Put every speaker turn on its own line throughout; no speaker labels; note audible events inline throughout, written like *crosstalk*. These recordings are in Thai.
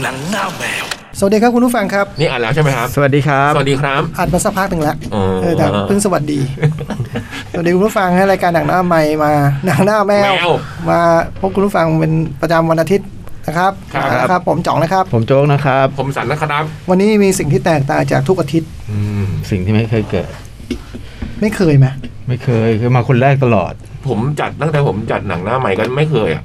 หนังหน้าแมว
สวัสดีครับคุณผู้ฟังครับ
นี่อ่านแล้วใช่ไหมครับ
สวัสดีครับ
สวัสดีครับ
อัดมาสักพักหนึ่งแล้ว
อ๋อ
เออแต่เพิ่งสวัสดี สวัสดีคุณผู้ฟังให้รายการหนังหน้าใหม่มาหนังหน้าแมว
แมว
มาพบคุณผู้ฟังเป็นประจำวันอาทิตย์นะครับ
ครับ
นะครับ ผมจ่องนะครับ
ผมโจ๊กนะครับ
ผมสันนะครับ
วันนี้มีสิ่งที่แตกต่างจากทุกอาทิตย์
อืม
สิ่งที่ไม่เคยเกิด
ไม่เคยไหม
ไม่เคยคือมาคนแรกตลอด
ผมจัดตั้งแต่ผมจัดหนังหน้าใหม่ก็ไม่เคยอ่ะ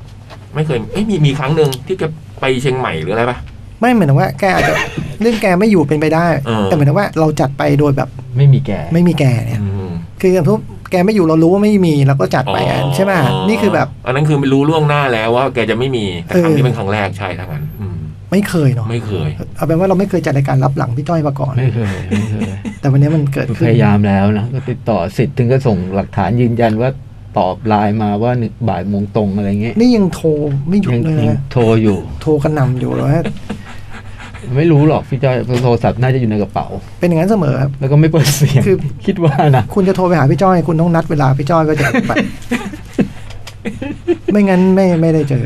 ไม่เคยเอ้ยมีมีครั้งหนึ่งที่แกไปเชียงใหม่หรืออะไรปะ
ไม่เหมือนว่าแกอาจจะเรื่องแกไม่อยู่เป็นไปได้
เออ
แต่เหมือนว่าเราจัดไปโดยแบบ
ไม่มีแก
ไม่มีแกเนี่ย
อืม
คืออย่างทุกแกไม่อยู่เรารู้ว่าไม่มีเราก็จัดไปกันใช่ไหมนี่คือแบบ
อันนั้นคือรู้ล่วงหน้าแล้วว่า แกจะไม่มีแต่ครั้ง
เออ
นี้เป็นครั้งแรกใช่ทั้งนั้นอืม
ไม่เคยเนาะ
ไม่เคย
เอาเป็นว่าเราไม่เคยจัดรายการรับหลังพี่จ้อยมาก่อน
ไม่เคยไม่เคย
แต่วันนี้มันเกิด
คือ
ขึ้
พ
น
ยายามแล้วนะก็ติดต่อสิทธิ์ถึงก็ส่งหลักฐานยืนยันว่าตอบไลน์มาว่าหนึ่งบ่ายโมงตรงอะไรเงี้ย
นี่ยังโทรไม่หยุด
ยัง
เลย
ยัง
นะ
โทรอยู่
โทรกันนำอยู่เลยฮะ
ไม่รู้หรอกพี่จอยโทรศัพท์น่าจะอยู่ในกระเป๋า
เป็นอย่างนั้นเสมอครับ
แล้วก็ไม่เปิดเสียง
คือ
คิดว่านะ
คุณจะโทรไปหาพี่จ้อย คุณต้องนัดเวลาพี่จ้อยก็จะไป *laughs* ไม่งั้นไม่ไม่ได้เจอ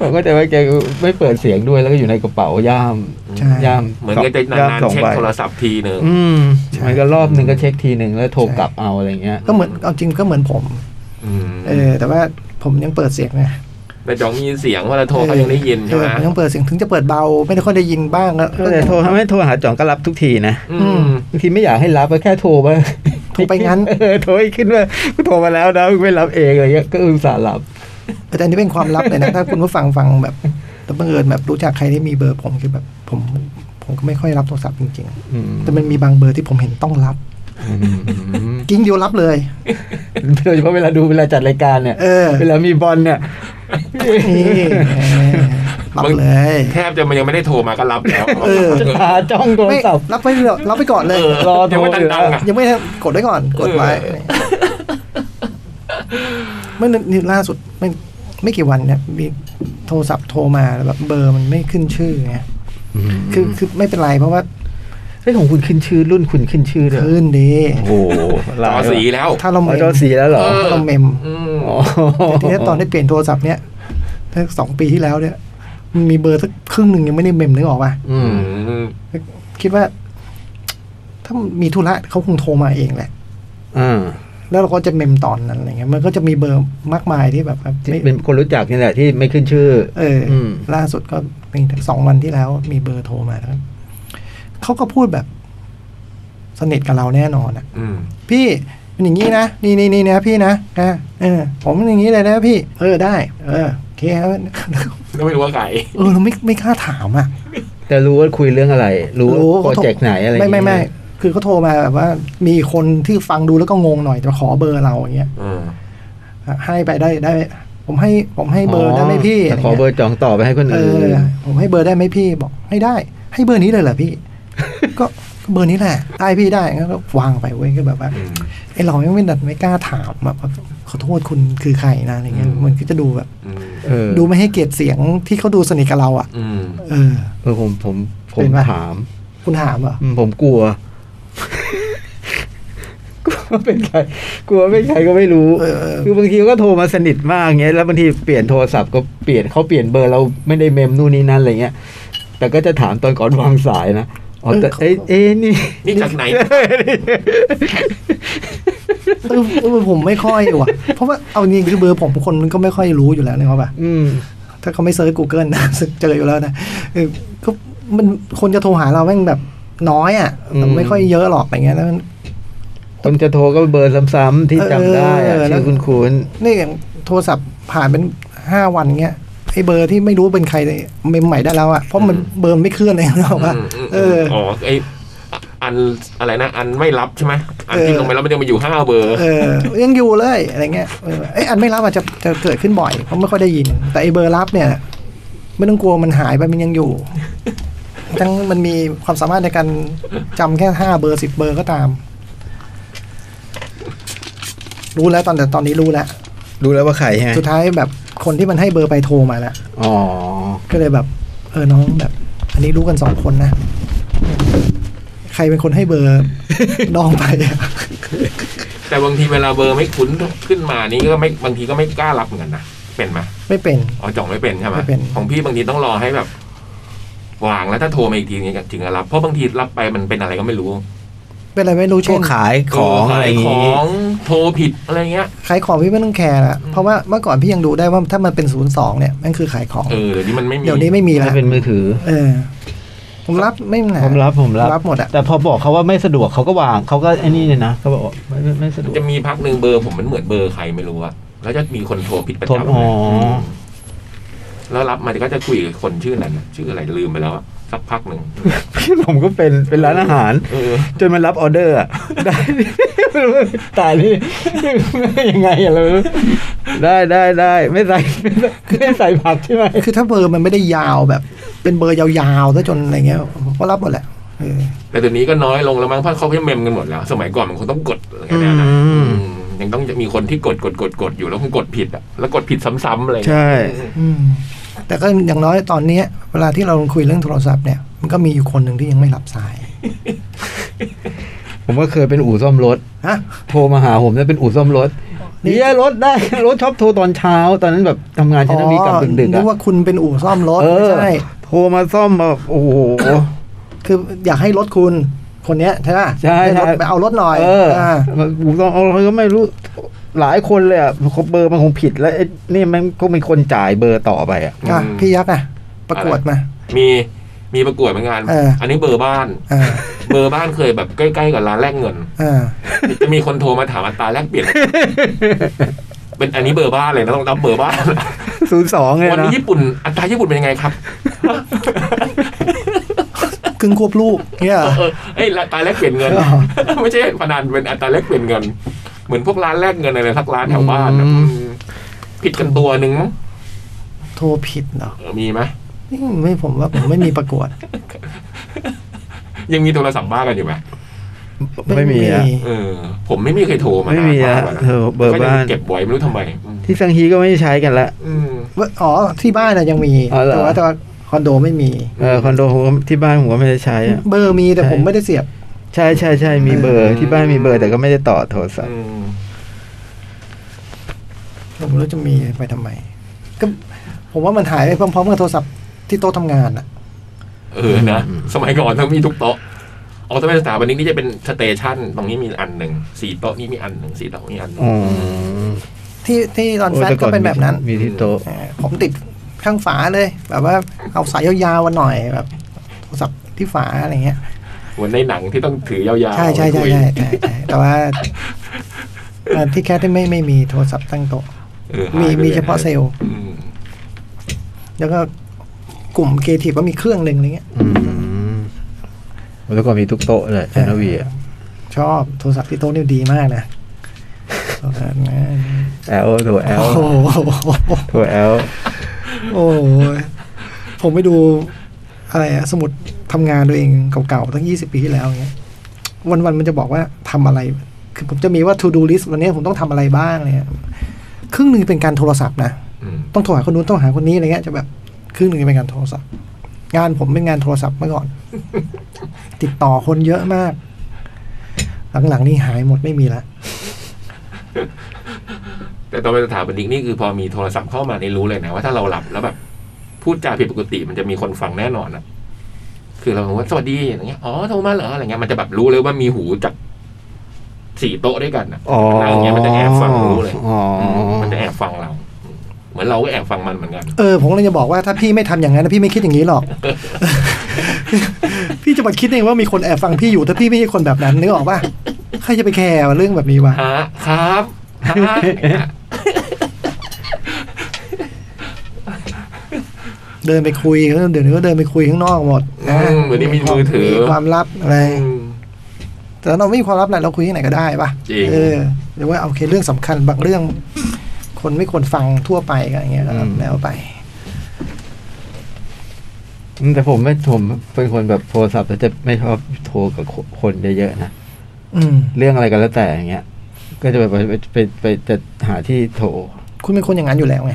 ผมก็จะว่าแกไม่เปิดเสียงด้วยแล้วก็อยู่ในกระเป๋าย่าม
ใช่
ย่าม
เหมือนแกจะนานๆเช็คโทรศัพท์ทีหนึ่ง
อืม
ใช่
มันก็รอบหนึ่งก็เช็คทีหนึ่งแล้วโทรกลับเอาอะไรเงี้ย
ก็เหมือนเอาจริงก็เหมือนผม
อืม
เออแต่ว่าผมยังเปิดเสียงไง
แต่จองมีเสียงว่าเราโทรเขายังได้ยินใช่ไหม
เออผมยังเปิดเสียงถึงจะเปิดเบา ไม่ได้ค่อยได้ยินบ้างแล้ว
ก็แต่โทรทำให้โทรหาจ่องก็รับทุกทีนะ
อื
อื
ม
ม
บางทีไม่อยากให้รับก็แค่โทรมา *laughs*
โทรไปงั้น
เออโทรให้ขึ้นว่ากูโทรมาแล้วนะมึงไม่รับเองอะไรเงี้ยก็อุตส่าห์รับ
แต่อันนี้เป็นความลับเลยนะ ถ้าคุณผู้ฟังฟังแบบแต่บังเอิญแบบรู้จักใครที่มีเบอร์ผมคือแบบ ผมผมก็ไม่ค่อยรับโทรศัพท์จริง
อืม
ๆ แต่มันมีบางเบอร์ที่ผมเห็นต้องรับ กิ้งเดียวรับเลย
โดยเฉพาะเวลาดูเวลาจัดรายการเนี่ย
เออ
เวลามีบอลเนี่ย
นี่รับเลย
แทบจะมันยังไม่ได้โทรมาก็รับแล้ว
เออ
ตาจ้องโทร
ไม่
ศัพท์
รับไว้เลยรับไปก่อนเลย
รอ
ยั
โทร
งไม่ตันดังอ่ะ
ยังไม่ทันกดไว้ก่อนกดไว้
เออ
เมื่อนี่ล่าสุดไม่ไม่กี่วันเนี่ยมีโทรศัพท์โทรมาแล้วแบบเบอร์มันไม่ขึ้นชื่อไงคือคือไม่เป็นไรเพราะว่า
เฮ้ยของคุณขึ้นชื่อรุ่นคุณขึ้นชื่อด้วย
ขึ้นดี
โอ้โห
ต่อสีแล้ว
ถ้าเรา
ม
เม
อ
ม
จอสีแล้วเหรอ
ถ้าเราเมม
อืม
อ๋อ
แต่ทีนี้ตอนได้เปลี่ยนโทรศัพท์เนี่ยถ้าสองปีที่แล้วเนี่ยมันมีเบอร์สักครึ่งหนึ่งยังไม่ได้เมมนึกออกป่ะ
อืม
อืม
คิดว่า ถ้ามีธุระเขาคงโทรมาเองแหละ
อ่า
แล้วเราก็จะเมมตอนนั้นอะไรเงี้ยมันก็จะมีเบอร์มากมายที่แบบว่าไม่
เป็นคนรู้จักนี่แหละที่ไม่ขึ้นชื่อ
เอออ
ม
ล่าสุดก็มีสองวันที่แล้ว มีเบอร์โทรมาแล้วเขาก็พูดแบบ สนิทกับเราแน่นอนอ่ะ
อืม
พี่เป็นอย่างนี้นะนี่นี่นี่นะพี่นะอ่ะเออ ผมเป็นอย่างนี้เลยนะพี่ เออได้ เออโอเคครับ
ก็ไม่รู้ว่าไก่
เออเราไม่ไม่กล้าถามอ่ะ
แต่รู้ว่าคุยเรื่องอะไร รู้ว่า
ขา
โปรเจกต์ไหนอะไร
ไม่ไม่
อย่าง
ไม่
เงี้ย
คือเขาโทรมาแบบว่า มีคนที่ฟังดูแล้วก็งงหน่อยจะขอเบอร์เราอย่างเงี้ย
อืม
ให้ไปได้ได้ ผมให้ผมให้เบอร์ได้ไหมพี่
แต่ขอเบอร์จองต่อไปให้คน
เอ
อื่
อน ผมให้เบอร์ได้ไหมพี่บอกให้ได้ ให้เบอร์นี้เลยเหรอ
*laughs*
พี่ ก็ก็เบอร์นี้แหละได้พี่ได้งั้นก็วางไปเว้ยก็แบบว่า
อืม
ไอ้เราไม่ไม่ไม่กล้าถามแบบว่าขอโทษคุณคือใครนะอะไรเงี้ย
อืม
มันก็จะดูแบบ
อืม
เออ
ดูไม่ให้เกียรติเสียงที่เขาดูสนิทกับเรา อ่ะ
อืม
เออ
เออผมผมผ
เป็
ม
นปะ
ถาม
คุณถามเหรอ่ะ
อืมผม *laughs* กลัว กลัวเป็นใครกลัวเป็นใครก็ไม่รู้
เออเออ
คือบางทีก็โทรมาสนิทมากเงี้ยแล้วบางทีเปลี่ยนโทรศัพท์ก็เปลี่ยนเขาเปลี่ยนเบอร์เราไม่ได้เมมนู่นนี่นั่นอะไรเงี้ย แต่ก็จะถามตอนก่อนวางสายนะอ๋อแต่เอ๊ะเอ๊ะนี่
นี่จากไหน
เออเออผมไม่ค่อยว่ะ เพราะว่าเอานี่คือเบอร์ผมคนมันก็ไม่ค่อยรู้อยู่แล้วเนี่ยเขาปะ
อืม
ถ้าเขาไม่เซิร์ช Google นะ *laughs* เจออยู่แล้วนะเออก็มันคนจะโทรหาเราแม่งแบบน้อยอ่ะ
อืม
ไม่ค่อยเยอะหรอกอะไรเงี้ยแล้วมัน
คนจะโทรก็เบอร์ซ้ำๆที่จำได้อะ
เออแล้
ชื่
ว
อคุณคุณ
นี่อย่างโทรศัพท์ผ่านเป็นห้าวันเงี้ยไอ้เบอร์ที่ไม่รู้เป็นใครเลยเมมใหม่ได้แล้วอ่ะเพราะมัน
อืม
เบอร์มันไม่เคลื่อนเลย *laughs* นะบอกว่า
อืมม
เออ
อ๋อไออันอะไรนะ อันไม่รับใช่ไหมอันที่
เออ
ลงไปแล้วมันยังมาอยู่ห้าเบอร์
เออยังอยู่เลยอะไรเงี้ยเออไอ้ยอันไม่รับอาจจะจะเกิดขึ้นบ่อยเพราะไม่ค่อยได้ยิน แต่ไอ้เบอร์รับเนี่ย ไม่ต้องกลัวมันหายไปมันยังอยู่ ทั้งมันมีความสามารถในการจำแค่ห้าเบอร์สิบเบอร์ก็ตาม รู้แล้วตอนแต่ตอนนี้รู้แล้ว
รู้แล้วว่าใครใช่ไหม
สุดท้ายแบบคนที่มันให้เบอร์ไปโทรมาแล้ว
อ๋อ
ก็เลยแบบ เออน้องแบบ อันนี้รู้กันสองคนนะ ใครเป็นคนให้เบอร์ น้องไปอะ
แต่บางทีเวลาเบอร์ไม่คุ้นขึ้นมานี่ก็ไม่บางทีก็ไม่กล้ารับเหมือนกันนะเป็นไหม
ไม่เป็น
อ๋อจ่องไม่เป็นใช่ไหม
ไม่เป็น
ของพี่บางทีต้องรอให้แบบ วางแล้วถ้าโทรมาอีกทีเนี่ยถึงจะรับ เพราะบางทีรับไปมันเป็นอะไรก็ไม่รู้
เป็นอะไรไม่รู้
พว
เช่
ก
น
ขายของอะไรอย่าง
ข
งี้
องโทรผิดอะไรเงี้ย
ขายของพี่ไม่ต้องแคร์ละเพราะว่าเมื่อก่อนพี่ยังดูได้ว่าถ้ามันเป็นศูนย์สองเนี่ยมันคือขายของ
เออเดี๋ยวนี้มันไม่มี
เดี๋ยวนี้ไม่มีแล้ว
ถ้าเป็นมือถือ
เออ ผมรับไม่มีปัญหา
ผมรับผมรับ
รับหมดอะ
แต่พอบอกเขาว่าไม่สะดวกเขาก็วางเขาก็ไอ้นี่เลยนะเขาบอกว่าไม่ไม่ไม่สะด
มั
วก
นจะมีพักหนึ่งเบอร์ผมมันเหมือนเบอร์ใครไม่รู้อะแล้วจะมีคนโทรผิดประ
โทร
จำ
อ๋อ
มแล้วรับมาเดี๋ยวก็จะคุยกับคนชื่อนั้นน่ะชื่ออะไรลืมไปแล้วอะสักพักหนึ่ง
พี่ผมก็เป็นเป็นร้านอาหาร
เออ
จนมันรับออเดอร์อะได้ ตายนี่ยังไงอะเราไม่รู้ได้ได้ได้ไม่ใส่ไม่ใส่ไม่ใส่ผักใช่ไหม
คือถ้าเบอร์มันไม่ได้ยาวแบบ เป็นเบอร์ยาวๆซะจนอะไรเงี้ยผมก็รับหมดแหละเออ
แต่ตัวนี้ก็น้อยลงแล้วมั้งเพราะเขาเพิ่มเมมกันหมดแล้ว สมัยก่อนมันคงต้องกดอะไรกันนะ
อืม
อืมยังต้องมีคนที่กดกดกดกดอยู่แล้วคงกดผิดอ่ะแล้วกดผิดซ้ำๆอะไรอย่างเงี้ย
ใช่
อืม แต่ก็อย่างน้อยตอนเนี้ยเวลาที่เราคุยเรื่องโทรศัพท์เนี่ยมันก็มีอยู่คนหนึ่งที่ยังไม่รับสาย
ผมก็เคยเป็นอู่ซ่อมรถ
ฮะ
โทรมาหาผมแล้วเป็นอู่ซ่อมรถ
นี่
เฮียรถได้ รถชอบโทรตอนเช้า ตอนนั้นแบบทำงานฉันต้องมีกลับดึกๆ
นึ
อะ
กว่าคุณเป็นอู่ซ่อมรถ
เอ
ไม่
อ
ใช่
โทรมาซ่อมมาโอ้โห
คืออยากให้รถคุณคนเนี้ยใช่ป่ะ
ใช่
ห้รถ
ใช่
ไปเอารถหน่อย
เออ
อ่า
อู่ซ่อมเอาเขาก็ไม่รู้หลายคนเลยอ่ะเขาเบอร์มันคงผิดแล้วไอ้นี่มันก็เป็นคนจ่ายเบอร์ต่อไปอ่ะ
อ่ะ
อืม
พี่ยักษ์อ่ะ ประกวดมา
มีมีประกวดเหมือนกัน
เอออั
นนี้เบอร์บ้าน
อ่า
เบอร์บ้านเคยแบบใกล้ๆกับร้านแลกเงิน
อ่า
จะ *laughs* มีคนโทรมาถามอัตราแลกเปลี่ยน เป็นอันนี้เบอร์บ้านเลยนะต้องรับเบอร์บ้าน
ศูนย์สองเลย
วัน
นะ
นี้ญี่ปุ่นอัตราญี่ปุ่นเป็นยังไงครับ
ครึ่งควบลูกเนี่ยเหรอ
เออเอ้ยอัตราแลกเปลี่ยนเงิน
อ๋อ
*laughs* ไม่ใช่พนันเป็นอัตราแลกเปลี่ยนเงิน เหมือนพวกร้านแลกเงินอะไรสักร้านแถวบ้านน่ะอืมผิดกันตัวหนึ่งมั้ง
โทรผิดเหรอ
เออมีไหม
นี่ไม่ผมว่าผมไม่มีประกวด
ยังมีโทรศัพท์บ้ากันอยู่ไหม
ไม่มีอ่ะ
เออ ผมไม่มีใครโทรมา
ไม่มี
นานมา
อะ
กแล้ว
เออเบอร์
ก็ยัง
บ้าน
เก็บไว้ไม่รู้ทำไมอืม
ที่สังฮีก็ไม่ใช้กันละ
อืม
ว่าอ๋อที่บ้านน่ะยังมี
อ๋อเหรอ
แต่ว่าแต่ว่าคอนโดไม่มี
เออคอนโดผมก็ที่บ้านผมก็ไม่ได้ใช้อะ
เบอร์มีแต่ผมไม่ได้เสียบ
ใช่ใช่ใช่มีเบอร์ที่บ้านมีเบอร์แต่ก็ไม่ได้ต่อโทรศัพท์
อืม
ผมไม่รู้จะมีไปทำไม ก็ผมว่ามันหายไปพร้อมๆกับโทรศัพท์ที่โต๊ะทำงานอ่ะ
เออนะสมัยก่อนต้องมีทุกโต๊ะเอาถ้าเป็นสถาปนิกนี่จะเป็นสเตชันตรงนี้มีอันหนึ่งสี่โต๊ะนี่มีอันหนึ่งสี่โต๊ะนี่อันหนึ่ง
อ๋อ
ที่ที่ตอนแฟต
ต่
ก็เป็นแบบนั้น
มีมีที่โต๊ะ
เออผมติดข้างฝาเลย แบบว่าเอาสายยาวๆกันหน่อยแบบ โทรศัพท์ที่ฝาอะไรเงี้ย
เหมือนในหนังที่ต้องถือยาวๆ
ใช่ใช่ใช่
คุย
ใช่ใช่ใช่แต่ว่า *laughs* เอ่อที่แคทที่ไม่ไม่มีโทรศัพท์ตั้งโต๊ะ
เออห
มี
ยไปลย
มีเฉพาะเซลล์
อืม
แล้วก็กลุ่มเกทีก็มีเครื่องหนึ่งอะไรเงี้ย
อืมแล้วก็มีทุกโต๊ะเลยชนวีอะ
ชอบโทรศัพท์ที่โต๊ะนี่ดีมากนะโทรศัพท์นะ
แอลโถแอล
โอ้โห
โถแอล
โอ้ยผมไปดูอะไรอะสมุดทำงานตัวเองเก่าๆ ตั้งยี่สิบปีที่แล้วเงี้ย วันๆ มันจะบอกว่าทำอะไร คือผมจะมีว่า to do list วันนี้ผมต้องทำอะไรบ้างเนี่ยครึ่งหนึ่งเป็นการโทรศัพท์นะ
อืม
ต้องโทรหาคนนู้นต้องหาคนนี้อะไรเงี้ยจะแบบครึ่งหนึ่งเป็นการโทรศัพท์ งานผมเป็นงานโทรศัพท์เมื่อก่อน ติดต่อคนเยอะมาก หลังๆนี่หายหมดไม่มีละ
แต่ตอนเป็นสถาปนิกนี่คือพอมีโทรศัพท์เข้ามาในรู้เลยนะว่าถ้าเราหลับแล้วแบบพูดจาผิดปกติมันจะมีคนฟังแน่นอนอะคือเราบอกว่าสวัสดีอย่างเงี้ยอ๋อโทรมาเหรออะไรเงี้ยมันจะแบบรู้เลยว่ามีหูจากสี่โต๊ะด้วยกันอะ
อ๋อ
นั่งอย่างเงี้ยมันจะแอบฟังรู้เลย
อ๋ออ
มันจะแอบฟังเรา เหมือนเราก็แอบฟังมันเหมือนกัน
เออผมเลยจะบอกว่าถ้าพี่ไม่ทำอย่างนั้นนะพี่ไม่คิดอย่างนี้หรอก *laughs* พี่จะมาคิดเองว่ามีคนแอบฟังพี่อยู่ ถ้าพี่ไม่ใช่คนแบบนั้นนึกออกป่ะใครจะไปแคร์เรื่องแบบนี้วะ
ฮะ ครับฮ
*laughs*
ะ
เดินไปคุยเดี๋ยวนี้ก็เดินไปคุยข้างนอกหมด
อืมเหมือนนี่มีมือถือ
มีความลับอะไร
อืม
แต่เราไม่มีความลับอะไรเราคุยที่ไหนก็ได้ป่ะ
จริง
เออหรือว่าโอเคเรื่องสำคัญบางเรื่อง คนไม่ควรฟังทั่วไปก็อย่างเงี้ยก็แล้วไป
อืมแต่ผมไม่ผมเป็นคนแบบโทรศัพท์แล้วจะไม่ชอบโทรกับคนเยอะๆนะ
อืม
เรื่องอะไรก็แล้วแต่อย่างเงี้ย ก็จะไปไปไปไปจะหาที่โถ
คุณเป็นคนอย่างนั้นอยู่แล้วไง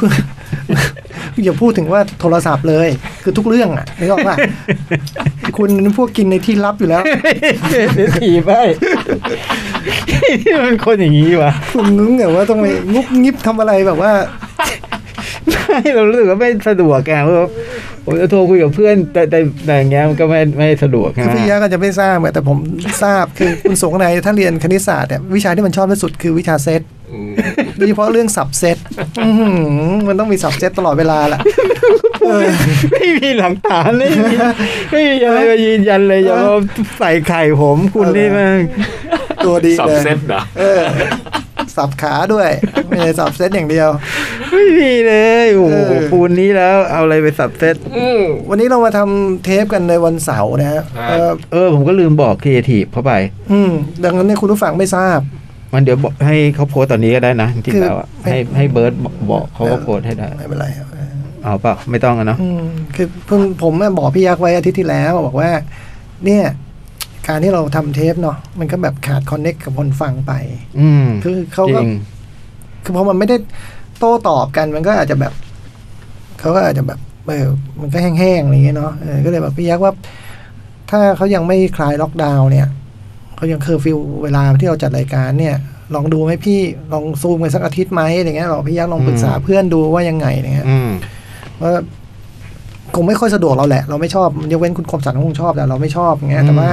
คุณ *laughs* อย่าพูดถึงว่าโทรศัพท์เลย คือทุกเรื่องอ่ะนึกออกป่ะคุณเป็นพวกกินในที่ลับอยู่แล้ว
เดี๋ยวถีบไปมันคนอย่างนี้วะ
คุณนึกแต่ว่าต้องไปงุบงิบทำอะไรแบบว่า
ไม่เรารู้สึกว่าไม่สะดวกแกเพราะ ผมจะโทรคุยกับเพื่อนแต่แต่แต่อย่างเงี้ยมันก็ไม่ไม่สะดวก
คือ
นะ
พี่ยะก็จะไม่ทราบอะแต่ผมทราบคือคุณสงในถ้าเรียนคณิตศาสตร์เนี่ยวิชาที่มันชอบที่สุดคือวิชาเซต
อืม
โดยเฉพาะเรื่องสับเซตอื้อหือมันต้องมีสับเซตตลอดเวลาแหละ
ไม่มีหลักฐานเลยไม่มีอะไรมายืนยันเลยอย่ามาใส่ไข่ผมคุณนี่มัน
ตัวดี
สับ
เลย
เซตเหรอ
เออสับขาด้วยไม่ได้สับเซตอย่างเดียว
ไม่มีเลยโอ้โห
เออ
ปูนนี้แล้วเอาอะไรไปสับเซต
อืม
วันนี้เรามาทำเทปกันในวันเสาร์นะฮะ
ครับ
เออ
เออผมก็ลืมบอกครีเอทีฟเข้าไป
อืมดังนั้นเนี่ยคุณผู้ฟังไม่ทราบ
มันเดี๋ยวบอกให้เขาโพสต์ตอนนี้ก็ได้นะจริงๆแล้วอะ
คือ
ให้ให้เบิร์ดบอกบอกเขาก็โพสต์ให้ได้
ไม่เป็นไรครับ
เอาเปล่าไม่ต้องอะเนาะ
อืมคือเพิ่งผมอะบอกพี่ยักษ์ไว้อาทิตย์ที่แล้วบอกว่า เนี่ย การที่เราทำเทปเนาะมันก็แบบขาดคอนเน็กกับคนฟังไป
อืม
คือเขา
จ
ก็
ริง
คือพอมันไม่ได้โต้ตอบกันมันก็อาจจะแบบเขาก็อาจจะแบบเออมันก็แห้งๆอะไรอย่างเงี้ยเนาะเออก็เลยแบบพี่ยักษ์ว่า ถ้าเขายังไม่คลายล็อกดาวน์เนี่ยเขายังเคอร์ฟิวเวลาที่เราจัดรายการเนี่ย ลองดูไหมพี่ลองซูมกันสักอาทิตย์ไหมอะไรเงี้ยบอกพี่ยักษ์ลองปรึกษาเพื่อนดูว่ายังไงอะไรเงี้ย
อืม
ว่าคงไม่ค่อยสะดวกเราแหละ เราไม่ชอบยกเว้นคุณคมสันคงชอบแต่เราไม่ชอบอย่างเงี้ยแต่ว่า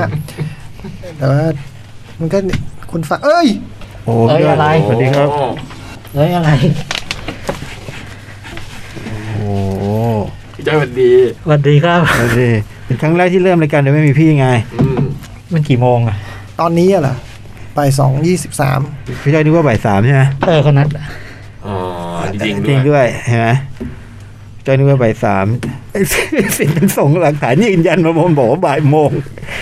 แต่ว่า มันก็คุณฝากเอ้ย
โอ้
เอ้ย
พี่
อะไร
สวัสดีครับ
โอ้
เฮ้ยอะไร
โอ้โห
พี่จ้อยสวัสดี
สวัสดีครับ
โอเคเป็นครั้งแรกที่เริ่มรายการโดยไม่มีพี่ไง
อืม
มันกี่โมงอ่ะ
ตอนนี้อะเหรอบ่ายสองยี่สิบสาม
พี่จ้อยนึกว่าบ่ายสามใช่ไหม
เออคนนั้น
อ๋อจริง
จริ
ด้วย
งด้วยเห็นไหมจ้อยนึกว่าบ่ายส *laughs* ามไอ้สิทธิ์มันส่งหลักฐานยืนยันมาผมบอกว่าบ่ายโมง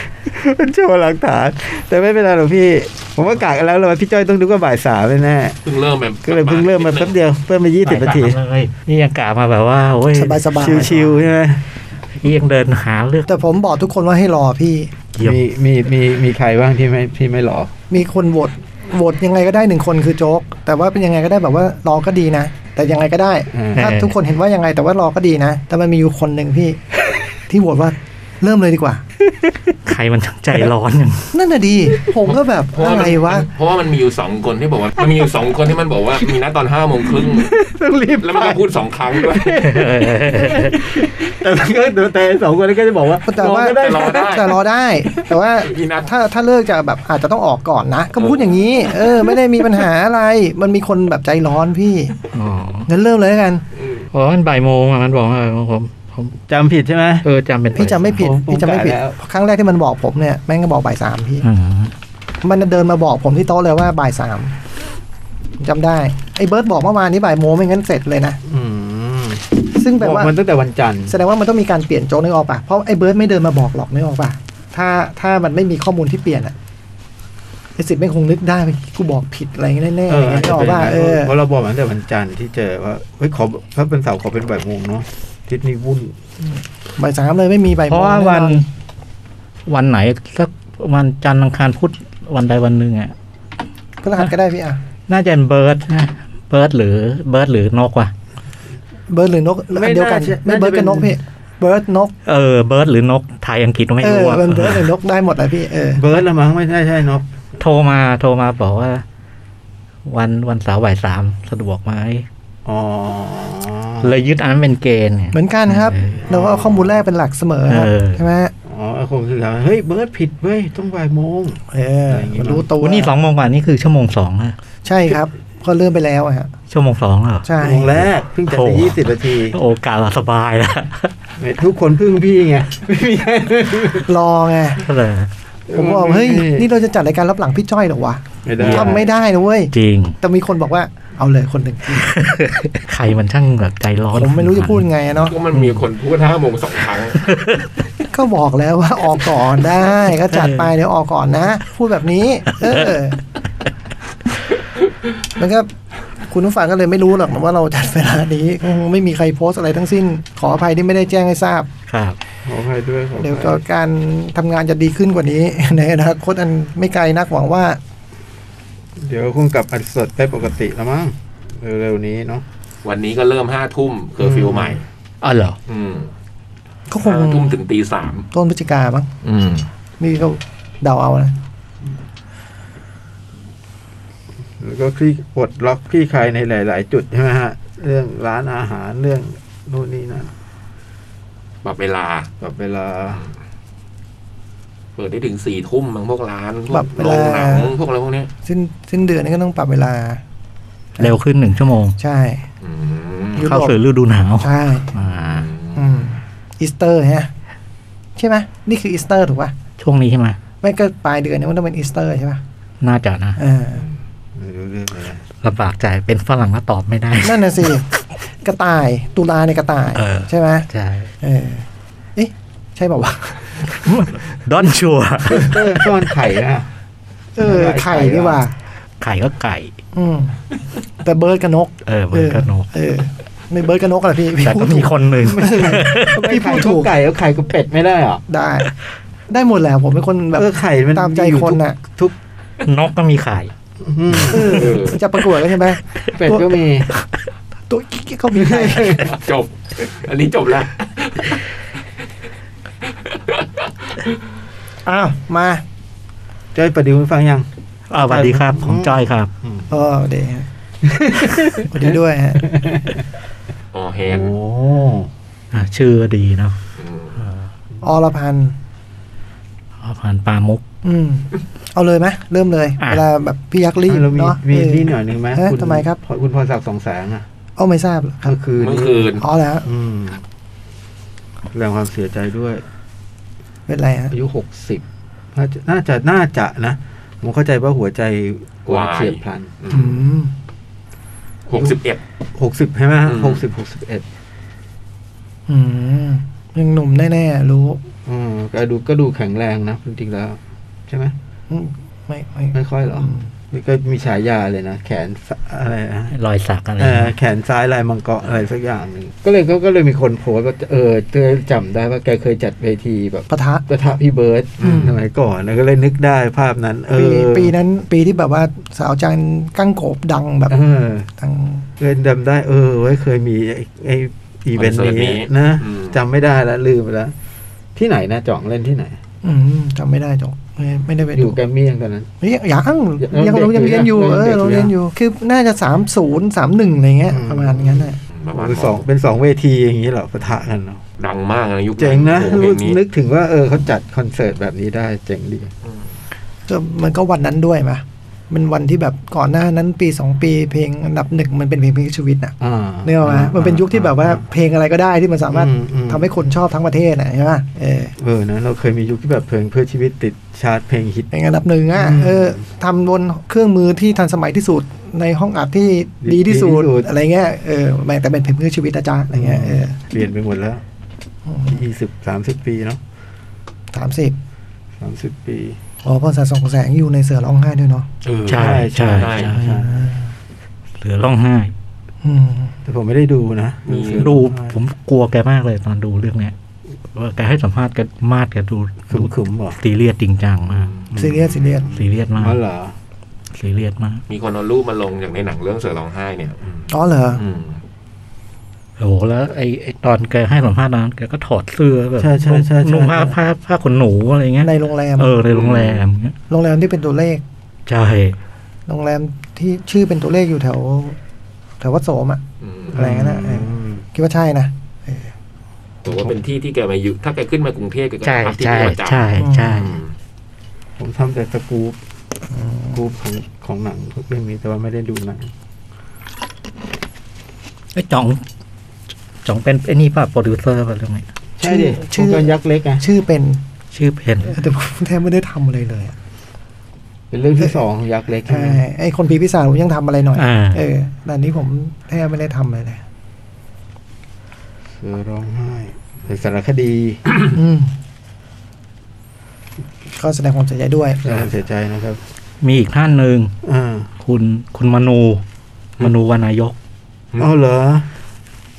*laughs* มันโชว์หลักฐาน แต่ไม่เป็นไรหรอกพี่ ผมว่ากากแล้วเลยว่าพี่จ้อยต้องนึกว่าบ่ายสามแน่ๆ
เพิ่งเริ่มแบบ
ก็เลยเพิ่งเริ่มมาแป๊บเดียวเพิ่มมายี่สิบนาที
บ่ยสมเลยนี่ยังกะมาแบบว่าโอ้ย
สบายสบาย
ชิวๆใช่ไหม
นี่ยังเดินหาเลือก
แต่ผมบอกทุกคนว่าให้รอพี่
เกี่ยว
มีมีมีมีใครบ้างที่ไม่ที่ไม่หล่อ
มีคนโหวตโหวตยังไงก็ได้หนึ่งคนคือโจ๊ก แต่ว่าเป็นยังไงก็ได้แบบว่ารอก็ดีนะ แต่ยังไงก็ได้
อ่า
ถ้าทุกคนเห็นว่ายังไงแต่ว่ารอก็ดีนะ แต่มันมีอยู่คนหนึ่งพี่
*laughs*
ที่โหวตว่าเริ่มเลยดีกว่า
ใครมันทั้งใจร้อนอย่าง
นั่นน่ะดี ผมก็แบบ
เพราะว่า
อะ
มั
ไร
น
วะ
เพราะว่ามันมีอยู่สองคนที่บอกว่ามันมีอยู่สองคนที่มันบอกว่ามีนัดตอนห้าโมงครึ่ง
ต้องรีบ
แล้ว
*laughs*
มันก็พูดสองครั้งด้วย
แต่มันก็แต่สองคนนี้ก็จะบอกว่า
แต่ว่า
หล่อก็ได้
แต่หล่อ ได้
แต่รอได้ แต่ว่า
อีนัท
ถ้าถ้าเลิกจะแบบอาจจะต้องออกก่อนนะ ก็พูดอย่างนี้ เออ ไม่ได้มีปัญหาอะไร มันมีคนแบบใจร้อนพี่
อ๋อ
งั้นเริ่มเลยแล้วกัน
เพราะมันบ่ายโมงอะมันบอกว่าผมผม
จำผิดใช่ไหม
เออจำเป็น
พี่จำไม่ผิด
ผมผม
พี่จำไม่ผิด
กะแล้ว
ครั้งแรกที่มันบอกผมเนี่ย แม่งก็บอกบ่ายสามพี่
อืม
มันเดินมาบอกผมที่โต๊ะเลยว่าบ่ายสามผมจำได้ ไอ้เบิร์ตบอกเมื่อวานนี้บ่ายโมงไม่งั้นเสร็จเลยนะ
อืม
ซึ่งแปล
บอก
ว่า
มันตั้งแต่วันจันทร์
แสดงว่ามันต้องมีการเปลี่ยนโจ๊กนึกออกปะเพราะไอ้เบิร์ตไม่เดินมาบอกหรอกนึกออกปะถ้าถ้ามันไม่มีข้อมูลที่เปลี่ยนอะไอ้สิทธิ์ไม่งคงนึกได้ว่ากูบอกผิดอะไรแน่ๆ
เอ
อะไร
อ
เงี้ยนึกออกปะเออ
เพราะเราบอกมันตั้งแต่วันจันทร์ที่เจอว่าเฮ้ยขอถ้าเป็นเสาร์ขอเป็นบ่ายโมงเนาะอาทิศนี้วุ่น
บ่ายสามเลยไม่มีบ่าย
เพ
โมง
ราะว่าวัน
แอ
วันไหนสักวันจันทร์อังคารพุธวันใดวันหนึ่งอ่ะ
พฤหัสก็ได้พี่อะ
น่าจะเป็นเบิร์ดนะเบิร์ดหรือเบิร์ดหรือนกว่ะ
เบิร์ตหรือนกอันเดียวกันไม่เบิร์ตกับนกพี่ เบิร์ตนก
เออเบิร์ดหรือนกไทยอังกฤษไม่
เออ
รู้อะ
มันเบิร์ตหรือนกได้หมดเลยพี่เออ
เบิร์ดละมั้งไม่ใช่ใช่เนาะ
โทรมาโทรมาบอกว่า วันวันเสาร์บ่ายสามสะดวกไหม
อ๋อ
เลยยึดอันนั้นเป็นเกณฑ์เนี่ย
เหมือนกันครับเราก็เอาข้อมูลแรกเป็นหลักเสมอครับ
เออ
ใช่ไหม
อ๋อคงคือเขาเฮ้ยเบิร์ดผิดเว้ยต้องบ่ายโมง
เออ
อะไรอย่างงี้
มันรู้ตัว
วันนี้สองโมงกว่านี่คือชั่วโมงสองอะ
ใช่ครับก็เริ่มไปแล้วอะฮะ
ชั่วโมงสองเหรอ
ใช่
ชั่วโมงแรกเพิ่งจัดไป
โอ้
ยี่สิบนาที
โอกาสสบายแล้ว
ทุกคนพึ่งพี่ไงไม่มีใคร
รอไง
*laughs* ก็เลย
*laughs* ผมบอกเฮ้ยนี่เราจะจัดรายการรับหลังพี่จ้อยเหรอวะ
ไม่ได้
ทำไม่ได้นะเว้ย
จ
*laughs*
ริง
แต่มีคนบอกว่าเอาเลยคนหนึ่ง
ใครมันช่างแบบใจร้อน
ผมไม่รู้จะพูดไงอะเนาะ
ก็มันมีคนพูดห้าโมงสองครั้ง
ก็บอกแล้วว่าออกก่อนได้ก็จัดไปเดี๋ยวออกก่อนนะ พูดแบบนี้ เออมันก็คุณผู้ฟังก็เลยไม่รู้หรอกว่าเราจัดเวลานี้คงไม่มีใครโพสต์อะไรทั้งสิ้น ขออภัยที่ไม่ได้แจ้งให้ทราบ
ครับ
ขออภัยด้วยขออภัย
เดี๋ยวก็การทำงานจะดีขึ้นกว่านี้ *laughs* ในอนาคตอันไม่ไกลนักหวังว่า
เดี๋ยวคงกลับอัดสดได้ปกติแล้วมั้งเร็วๆนี้เนาะ
วันนี้ก็เริ่มห้าทุ่มเคอร์ฟิวใหม่
อ๋อเหรอ
อืม
ก็คง
ห้าทุ่มถึงตีสาม
ต้นพฤศจิกามั้ง
อืม
นี่ก็เดาเอานะ
แล้วก็คลี่ปลดล็อกคลี่คลายในหลาย ๆ จุดใช่ไหมฮะ เรื่องร้านอาหารเรื่องนู่นนี่นั่น
ปรับเวลา
ปรับเวลา
เปิดได้ถึงสี่ทุ่มบางพวกร้านพว
ปรั
ก
บเว
โร
ลา
งหนังพวกอะไรพวกเนี้ย
สิ้นสิ้นเดือนนี่ก็ต้องปรับเวลา
เร็วขึ้นหนึ่งชั่วโมง
ใช่
อืม
ยุโรป
เข้าสู่ฤดูหนาว
ใช่
อ่า
อืมอีสเตอร์ฮะใช่ไหมนี่คืออีสเตอร์ถูกป่ะ
ช่วงนี้ใช่ไหม
ไม่ก็ปลายเดือนเนี่ยมันต้องเป็นอีสเตอร์ใช่ป่ะ
น่าจะนะ
เออ
ไม่รู้เรื่องเลยนะ
ลำบากใจเป็นฝรั่งแล้วตอบไม่ได้
นั่นน่ะสิกระต่ายตุลาในยกระต่าย
เออ
ใช่ไหม
ใช่ *laughs*
เออเอ๊ะใช่เปล่าวะ
ดอนชัว
เออก้อนไข่นะ
เออไข่นี่ว่า
ไข่ก็ไก่
อืม แต่เบิร์ดกับนก
เออเบิร์ดกับนก
เออไม่เบิร์ดกับนกอะไรพี่พี่
แต่
พู
ก็
ด
มี
ถูก
คนหนึ่ง
พี่พูดถูก
ไข่กับไข่กับเป็ดไม่ได้เหรอ
ได้ ได้หมดแหละผมเป็นคนแบบ
เออไข่มัน
ตามใจคนน่ะ
ทุก
นกก็มีไข่
ทุกอืม
เออจะประกวดกันใช่ไหม
เป็ดก็มี
ตัวกิ๊กเขามีไข่
จบ อันนี้จบแล้ว
อ้าวมา
จ้อยประดิวฟังยัง
อ่าสวัสดีครับ ผมจ้อยครับ
เออเดี๋ยวฮะสวัสดีด้วยฮะ
อ๋อแฮ
โอ้
น
อ่ะชื่อดีเนาะ
อืม
อรพันธ์
อ่าผ่านปลามุก
อืม เอาเลยไหมเริ่มเลย
อ่ะ
เวลาแบบพี่ยักษ์รีบ
แล้วมี
เนาะ
มี
เออ
นี่หน่อยหนึงไหม
เอ๊ะ
ณ
ทำไมครับ
พอคุณพรศักดิ์สองแสงอ่ะ
เอาไม่ทราบเหรอครับ
เมื่อคืน
เมื่อคืน
อ๋อแล้ว
อืมแสดงความเสียใจด้วย
เป็นไรฮะ
อายุหกสิบน่าจะน่าจะน่าจะนะผมเข้าใจว่าหัวใจวายว
าย
เฉียบพลัน
อื
อื
ม
ม
หกสิบเอ็ด
หกสิบใช่ไหมฮะ
อืม
หกสิบหกสิบเอ็ด
อืมยังหนุ่มแน่ๆรู้
อืมก็ดูก็ดูแข็งแรงนะจริงๆแล้ว ใช่ไหม
อืมไม่ไม่
ไม่ค่อยเหรอนี่ก็มีฉายาเลยนะ แขนซอะไรนะ
รอยสักอะไร
เออ
นะ
แขนซ้ายลายมังกรอะไรสักอย่างหนึ่งก็เลยก็ก็เลยมีคนโพสต์ว่าเออเธอจำได้ว่าแกเคยจัดเวทีแบบ
ปะทะ
ประทะพี่เบิร์ด
อืม
สมัยก่อนนะก็เลยนึกได้ภาพนั้น เอ
ปี
อ
ปีนั้น ปีที่แบบว่าสาวจันกั้งโกบดังแบบ
เออ
ดัง
เคยจำได้ เออเว้ยเคยมีไอ้ไอ้อีเวนต์
คอนเสิร์ตนี้
นี้นะ
อืม
จำไม่ได้แล้วลืมไปแล้ว ที่ไหนนะจ่องเล่นที่ไหน
อืมจำไม่ได้จบไม่ไม่ได้ไป
อ
ดู
ยู่แกรมมี่ยังตอนนั้น
เฮ้ยยังยัง
ยังเด็ก
เรายังเรียนอยู่
อยู่นะ
เออเรา
ยังเด็กอยู่นะ
เรียนอยู่ คือน่าจะสามศูนย์สามหนึ่งอะไรเงี้ย
อืม
ประมาณงั้นแหละ
ประมาณ
เป็นสองเป็นสองเวทีอย่างนี้เหรอประทะกันเนาะ
ดังมากนะยุค
เจ๋งนะ
โอ้โหเพลงนี้
นึกถึงว่าเออเขาจัดคอนเสิร์ตแบบนี้ได้เจ๋งดี
ก็มันก็วันนั้นด้วยมะมันวันที่แบบก่อนหน้านั้นปีสองปีเพลงอันดับหนึ่งมันเป็นเพลงเพลงชีวิตน่ะ
อ่า
เนี่ยกออกไหมมันเป็นยุคที่แบบว่าเพลงอะไรก็ได้ที่มันสามารถ
อือืม
ทำให้คนชอบทั้งประเทศนะใช่ไหมเออ
เออนะเราเคยมียุคที่แบบเพลงเพื่อชีวิตติดชาร์ตเพลงฮิต
เป็นอันดับหนึ่งอ่ะ
อืม
เออทำบนเครื่องมือที่ทันสมัยที่สุดในห้องอัดที่ดี
ดี
ที่สุด
ดีที่สุด
อะไรเงี้ยเออแม่งแต่เป็นเพลงเพื่อชีวิตนะจ๊ะอะไรเงี้ยเออ
เปลี่ยนไปหมดแล้วยี่สิบสามสิบปีเนาะ
สามสิบ
สามสิบปี
อ๋อพรสะสองแสงอยู่ในเสือร้องไห้ด้วยเนาะ
เออ
ใช่ใช่
ใช่
ใช่ใช่เหลือร้องไห้
อืม
แต่ผมไม่ได้ดูนะ
มี
ดูผมกลัวแกมากเลยตอนดูเรื่องเนี้ยว่าแกให้สัมภาษณ์แกมาดแกดู
ขุ
ดู
มขุมๆบอก
ซีเรียสจริงจังมาก
ซีเรียสซีเรียส
ซีเรียส
อ๋
มาก
อเหรอ
ซีเรียสมาก
มีคนเอารูปมาลงอย่างในหนังเรื่องเสือร้องไห้เนี่ยอืม
อ๋อเหรอ
อืม
โอ้โหแล้วไอ้ไอ้ตอนแกให้สัมภาษณ์นั้นแกก็ถอดเสื้อแบบ
ใช่ใช่ใช่ใช่
นุ่งผ้าผ้าผ้าขนหนูอะไรเงี้ย
ในโรงแรม
เออในโรงแรมเงี้ย
โรงแรมที่เป็นตัวเลข
ใช่
โรงแรมที่ชื่อเป็นตัวเลขอยู่แถว แถววัดโสมอ่ะ
อืม
อะไรอย่างนั้นอะเออ คิดว่าใช่นะ
บอกว่าเป็นที่ที่แกมาอยู่ ถ้าแกขึ้นมากรุงเทพแกก็
ใช่
พักที่
ใช่
นี่ประจำ
ใช่ใช่
อืม
ผมทำแต่สกู๊ปสกู๊ปของของหนังเรื่องนี้แต่ว่าไม่ได้ดูหนัง
ไอ้จ่องจ่องเป็นไอ้นี่ป่ะโปรดิวเซอร์ป่ะเรื่องนี้
ใช่ดิ
ชื่
ชื่
อ
อกันยักษ์เล็กไง
ชื่อเป็น
ชื่อเพน
แต่ผมแทบไม่ได้ทำอะไรเลยอะ
เป็นเรื่องที่สองของยักษ์เล็กใช่
ใช่
ไหม
ไอคนผีพิศาจผมยังทำอะไรหน่อย
อ่า
เออแต่อันนี้ผมแทบไม่ได้ทำเลยนะ
เสือร้องไห้เป็นสารคดี
อืมก็แสดงความเสียใจด้วย
แสดงความเสียใจนะครับ
มีอีกท่านหนึ่ง
อ่า
คุณคุณมนูมนูวานายก
อ๋อเหรอ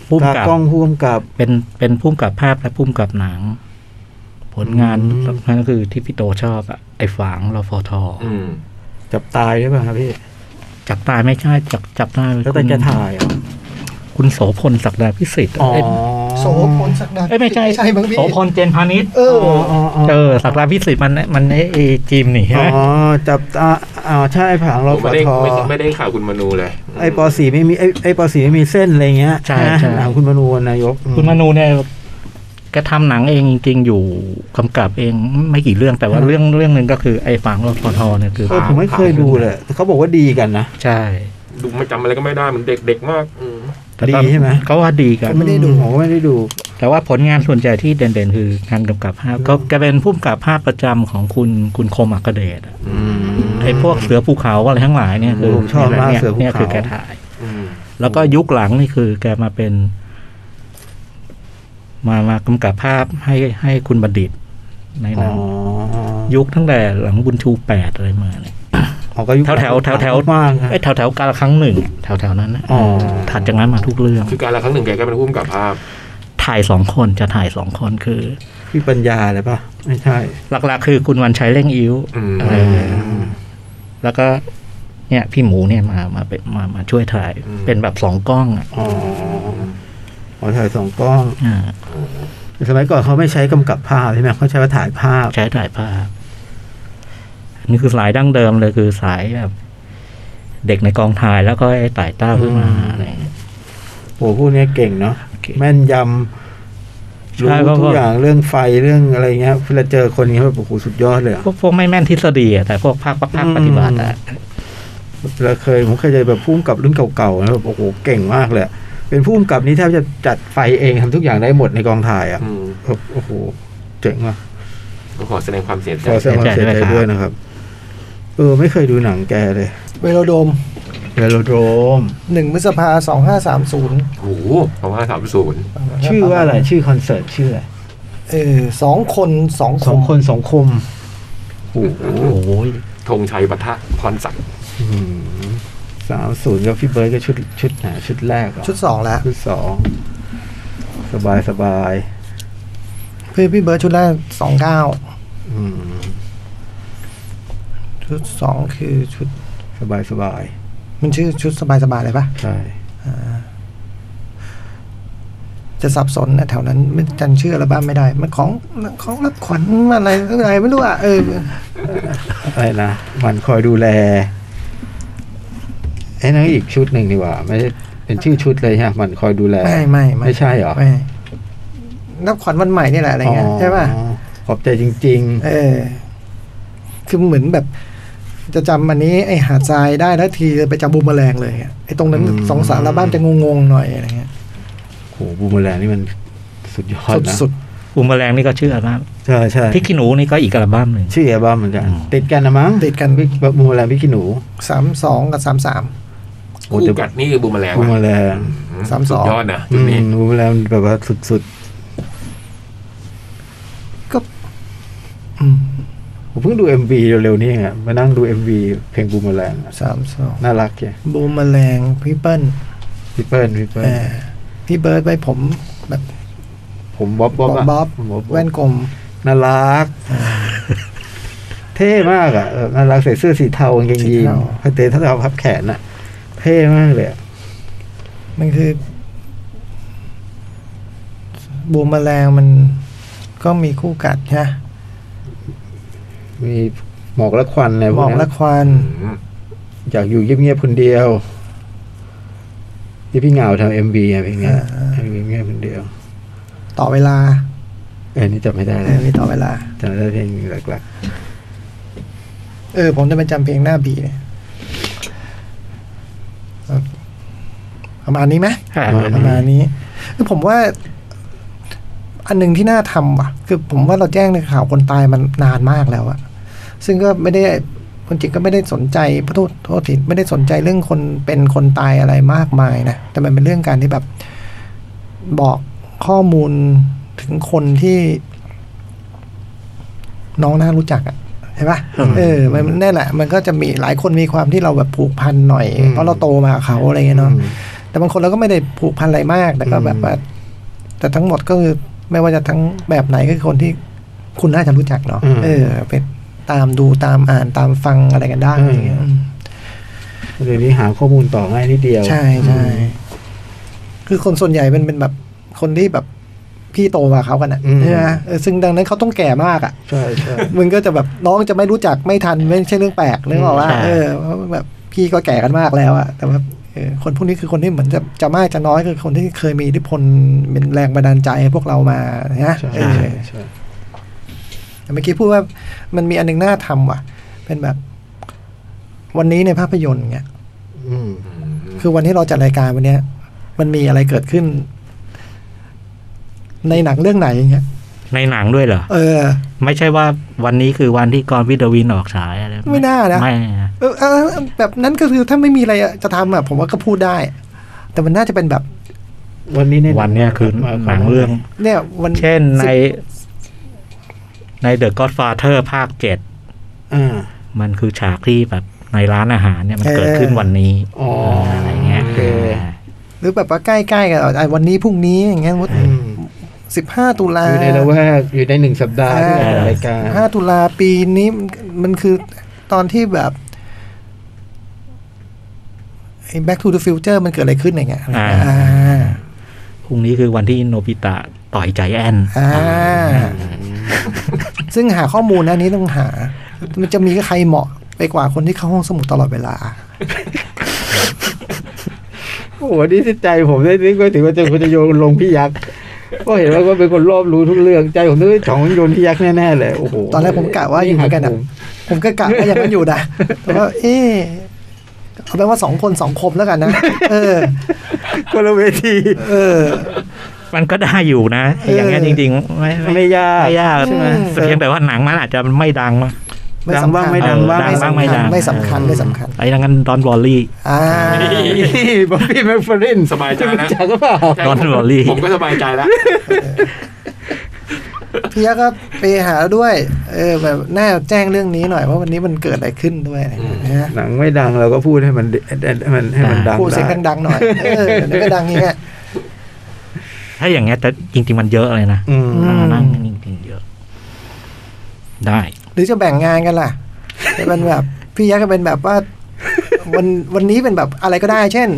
พุ่ม
ตา
กับ
กล้องพุ่มกับ
เป็นเป็นพุ่มกับภาพและพุ่มกับหนัง ผลงาน
อืม
สำคัญก็คือที่พี่โตชอบอะไอ้ฝางรอฟอทอ
อืม
จับตายใช่ป่ะครับพี่
จับตายไม่ใช่จับจับตาย
แล้วแต่
คุณ
แกถ่ายอ่ะ
คุณโสพลศักดาพิสิทธิ์
อ๋อ
เอ้ย
โสพลสักดา
เอ้ยไม่ใช่
ใช่บางพี่
โสพลเจนพาณิชย์
เอ
อ๋
อ
ออ๋ออ๋อ
เออสักดาพิสิทธิ์มันมันไอ้ไอ้จีมนี่ใช่ไหม
อ๋อจับตาอ๋อใช่ผาง
ผ
เรา
ม
ป
ไม่ได้
ท
ไม่ไม่ได้ข่าวคุณมนูเลย
ไอปอสีไม่มีไอไอปอสีไม่มีเส้นอะไรเงี้ยนะหนังคุณมนูนายก
คุณมนูเนี่ย แกทำหนังเองจริงๆ อยู่กำกับเองไม่กี่เรื่องแต่ว่าเรื่องเรื่องหนึ่งก็คือไอ้ฝังรถพอทอเนี่ยคือ
เออผมไม่เคยดูเลยแต่เขาบอกว่าดีกันนะ
ใช่
ดูไม่จำอะไรก็ไม่ได้เหมันเด็กๆมากอืม
แต่ก็
ดีใช่ไหม
เขาว่าดีครับ
ไม่ได้ดู
ผมไม่ได้ดู
แต่ว่าผลงานส่วนใหญ่ที่เด่นๆ คืองานกำกับภาพก็แกเป็นผู้กำกับภาพประจำของคุณคุณคมอักเดชอะ
อืม
ไอ้พวกเสือภูเขาอะไรทั้งหลายเนี่ยคือ
ผมชอบมาก
นี่ย
เสือภูเขา
เนี่ยคือแกถ่าย
อืม
แล้วก็ยุคหลังนี่คือแกมาเป็น มามากำกับภาพให้ให้คุณบัณฑิตในห
อ๋
นั
อง
ยุคตั้งแต่หลังบุญชูแปดอะไรมาเนี่ย
อ๋อก็ยุค
แถวแถวแถวแถว
มากนะ
ไอ้แถวแถวๆกาละครั้งหนึ่งแถวแถวๆนั้นนะ
อ๋อ
ถัดจากนั้นมาทุกเรื่อง
คือการละครั้งหนึ่งแกก็เป็นผู้กำกับภาพ
ถ่ายสองคนจะถ่ายสองคนคือ
พี่ปัญญาเลยปะไม่ใช่
หลักๆ คือคุณวันชัยเร่งอิ้ว
อืม
เออแล้วก็เนี่ยพี่หมูเนี่ยมามาเป็นมามาช่วยถ่าย
อืม
เป็นแบบสองกล้องอ่ะ
อ๋ออ๋อถ่ายสองกล้อง
อ่า
สมัยก่อนเขาไม่ใช้กำกับภาพใช่ไหมเขาใช้ว่าถ่ายภาพ
ใช้ถ่ายภาพ นี่คือสายดั้งเดิมเลยคือสายแบบ เด็กในกองถ่ายแล้วก็ไอ้ไต่เต้าขึ้นมา
อืม
อะไรอย่างเงี้ย
โอ้พวกเนี้ยเก่งเนาะแม่นยำรู้
ใช่เพราะ
ทุก
ว่า
อย่างเรื่องไฟเรื่องอะไรเงี้ยเวลาเจอคนนี้ยแบบโอ้โหสุดยอดเลยอะ
พวกพวกไม่แม่นทฤษฎีอะแต่พวกภาคภาคปฏิบัติอะ
เราเคยผมเคยเจอแบบพุ่มกับรุ่นเก่าๆนะแบบโอ้โหเก่งมากเลย เป็นพุ่มกับนี้แทบจะจัดไฟเองทำทุกอย่างได้หมดในกองถ่ายอ่ะ
อืม
แบบโอ้โหเจ๋งว่ะ
ก็ขอแสดงความเสียใจ
ขอแสดงความเสียใจด้วยนะครับ เออ ไม่เคยดูหนังแกเลย
เวโรโดม
เวโลโดม
หนึ่งพฤษภาสองห้าสามศูนย์
โอ้โหเพราะว่าสามศูนย์
ชื่อว่าอะไรชื่อคอนเสิร์ตชื่ออะไร
เออสองคนสอง
สอง
ม
คนสองคมโอ้โห
โอ้ย
ธงชัยปะทะพรศักดิ์
อืมสามศูนย์กับพี่เบิร์ดก็ชุดชุดไหนชุดแรกเหรอ
ชุดสองแล้ว
ชุดสองสบายสบาย
พี่พี่เบิร์ดชุดแรกสองเก้า
ๆอืม
ชุดสองคือชุด
สบายสบาย
มันชื่อชุดสบายๆเลยปะ
ใช่
จะสับสนนะแถวนั้นไม่จันชื่ออะไรบ้างไม่ได้ มันของของรับขวัญอะไรอะไรไม่รู้อ่ะเออ
อะไรนะมันคอยดูแลไอ้นั่นอีกชุดหนึ่งดีกว่า ไม่ได้เป็นชื่อชุดเลยฮะมันคอยดูแล
ไม่ไม่
ไม่ใช่เหรอ
ไม่รับขวัญวันใหม่นี่แหละอะไรเงี้ยใช่ป่ะ
อ๋อขอบใจจริง
เออ คือเหมือนแบบ จะจำอันนี้ไอหาดทรายได้แล้วทีจะไปจำบูมแมลงเลยอะไอตรงนั้น
อืม
สองสารละบ้านจะงงๆหน่อยอะไรเงี้ย
ๆโหบูมเมอแลนด์นี่มันสุดยอดนะ
สุด
ภูมิแมลงนี่ก็ชื่ออัลบั้ม
ใช่ใช่
พริกขี้หนูนี่ก็อีกอัลบั้มหนึ่ง
ชื่ออัลบั้มเหมือนกัน ติดกันนะมั้ง
ๆติดกัน
บิ๊กบูมเมอแลนด์พี่ขี้หนู
สามสองกับสามสาม
โอ้
คู่
แต่
กัดนี่คือบูมแมลง
บูมเมอ
อะ
แลนด์
สามสอง
ดยอดนะ
อื
จุด
ม
นี้
บูมเมอแลนด์แบบว่าสุด
ก็อืม
ๆผมเพิ่งดู MV เร็วๆนี่เองอะมานั่งดู MV เพลงบูมเมอแลนด์อะ
สามสอง
น่ารักแก
บูมแมลงพี่เปิ้ล
พี่เปิ้ลพี่เปิ้ล
เอ่อพี่เบิร์ดไว้ผมแบบ
ผมบ๊อบ
บ๊
บ๊
อ
อบบ อะ
บ๊อบ
ผมบ๊อบบ๊อบ
แว่นกลม
น่ารั
*laughs*
ก เท่มากอ่ะเออน่ารักใส่เสื้อสีเทากางเกงยี
สี
น
เทา
พันเตนท่าเราพับแขนอ่ะ เท่มากเลยอะ
มันคือ บูมแมลงมันก็มีคู่กัดใช่ไหม
มีหมอกและควันอะไรพ
หม
ว
อ
ก
ก
เนี้ย
และควัน
อืม
อยากอยู่เงียบๆคนเดียวที่พี่เหงาทำเอ็มบีอะไรเงี้ยเอ็มบีเงียบๆคนเดียว
ต่อเวลา
เออนี่จำไม่ได้
เอ
แล้
อ
ว
มีต่อเวลา
จำได้เพลงหลัก
เออ ผมจะไปจำเพลงหน้าบีเนี่ยเอาประมาณนี้ไหม ประมาณนี้คือผมว่า อันหนึ่งที่น่าทำว่ะ คือผมว่าเราแจ้งในข่าวคนตายมันนานมากแล้วอะซึ่งก็ไม่ได้คนจิตก็ไม่ได้สนใจพระโทษโทษทีไม่ได้สนใจเรื่องคนเป็นคนตายอะไรมากมายนะแต่มันเป็นเรื่องการที่แบบบอกข้อมูลถึงคนที่ น้องน่ารู้จักอะใช่ปะเออ มันแน่นแหละ มันก็จะมีหลายคนมีความที่เราแบบผูกพันหน่อย เพราะเราโตมากับเขาอะไร
ๆ
เงี้ยเนาะ
อืม
แต่บางคนเราก็ไม่ได้ผูกพันอะไรมาก แต่ก็แบบ
อืม
ว่าแต่ทั้งหมดก็คือไม่ว่าจะทั้งแบบไหนก็คือคนที่คุณน่าจะรู้จักเนาะเออไปตามดูตามอ่านตามฟังอะไรกันได้อย่างเงี้ย
เดี๋ยวนี้หาข้อมูลต่อง่ายนิดเดียว
ใช่ใช่คือคนส่วนใหญ่เป็นเป็นแบบคนที่แบบพี่โตมาเขากันอ่ะใช่ไหมเออซึ่งดังนั้นเขาต้องแก่มากอ่ะ
ใช่ใช่
มึงก็จะแบบน้องจะไม่รู้จักไม่ทันไม่ใช่เรื่องแปลกนึกออกว่าเออเพราะแบบพี่ก็แก่กันมากแล้วอะแต่ว่า เออคนพวกนี้คือคนที่เหมือนจะจะมากจะน้อยคือคนที่เคยมีอิทธิพลเป็นแรงบันดาลใจให้พวกเรามานะ
ใช่
เอ
ใช่
อ
ใช่
แต่เมื่อกี้พูดว่ามันมีอันหนึงน่าทำว่ะ เป็นแบบ วันนี้ในภาพยนตร์เงี้ย
อืม
อืม
คือวันที่เราจัดรายการวันเนี้ย มันมีอะไรเกิดขึ้น ในหนังเรื่องไหนอย่างเงี้ย
ในหนังด้วยเหรอ
เออ
ไม่ใช่ว่าวันนี้คือวันที่กรวิดวินออกฉายอะไร
ไม่น่านะ
ไม่
เออเออแบบนั้นก็คือถ้าไม่มีอะไรจะทำอ่ะผมว่าก็พูดได้ แต่มันน่าจะเป็นแบบ
วันนี้เนี่ย
วันเนี้ยคือหนังเรื่อง
เนี่ย วัน
เช่นใน
สิบ
ในเดอะก็อดฟาเธอร์ภาคเจ็ด
อ่า
มันคือฉากที่แบบในร้านอาหารเนี่ยมันเกิดขึ้นวันนี้
อ๋อ
อะไรเงี้ย
โอเค
หรือแบบว่าใกล้ๆกันอ่ะอ่ะวันนี้พรุ่งนี้อย่างเงี้ย
อืม
สิบห้าตุลา
อยู่ในละแวกอยู่ในหนึ่งสัปดาห์ที่เราจัดรายการ
ห้าตุลาปีนี้มันมันคือตอนที่แบบไอ้ Back to the Future มันเกิดอะไรขึ้นอย่างเงี้ย
า
อ่า
พรุ่งนี้คือวันที่โนบิตะต่อยใจแอนท์
อ่า ซึ่งหาข้อมูลนะอันนี้ต้องหา มันจะมีใครเหมาะไปกว่าคนที่เข้าห้องสมุดตลอดเวลา
โอ้โหนี่ใจผมได้นึกว่าถึงว่าจะคุณจะโยนลงพี่ยักษ์ก็เห็นว่าก็เป็นคนรอบรู้ทุกเรื่องใจผมนึกว่าของโยนพี่ยักษ์แน่ๆเลยโอ้โห
ตอนแรกผมกะว่าอยู่เหมือนกันอะ ผมก็กะว่าอย่างนั้นอยู่นะแต่ว่า เออเอาเป็นว่าสองคนสองคมแล้วกันนะ เออ
คนละเวที
เออ
มันก็ได้อยู่นะ
เอออ
อย่างเงี้ยจริงๆ ไม่ไม่
ไม่ยาก
ไม่ยาก
ใช่ไหม
แต่เพียงแต่ว่าหนังมันอาจจะไม่ดังมั้ง
ไม่สำคัญ
ดังบ้างไม่ดังบ้าง
ไม่สำ
ไม่ดั
คัญ
ง
ไม่สำคัญไม่สำคัญ
ไอ้ดังนั้นดอนบอลลี่
อ่า
นี่บ๊อบบี้แมคฟาริน
สบายใจนะ
จักหรือเปล่า
ใช่
นอน
ผม
หลอรี่
ผมก็สบายใจแล้ว
พี่ยักษ์ก็ไปหาด้วย เออแบบน่าแจ้งเรื่องนี้หน่อยว่าวันนี้มันเกิดอะไรขึ้นด้วยอะไรอย่างเงี้ยนะ
หนังไม่ดังเราก็พูดให้มันให้มันให้มันดัง
พูดเสียง
ได้
ดังๆหน่อย เออเดี๋ยวไม่ดังอย่างเงี้ย
ถ้าอย่างเงี้ยแต่จริง ๆ มันเยอะเลยนะ
อืม
ม
นั่งจริงๆเยอะ ได้
หรือจะแบ่งงานกันล่ะจะเป็นแบบ พี่ยักษ์ก็เป็นแบบว่า *laughs* วันวันนี้เป็นแบบอะไรก็ได้ เช่น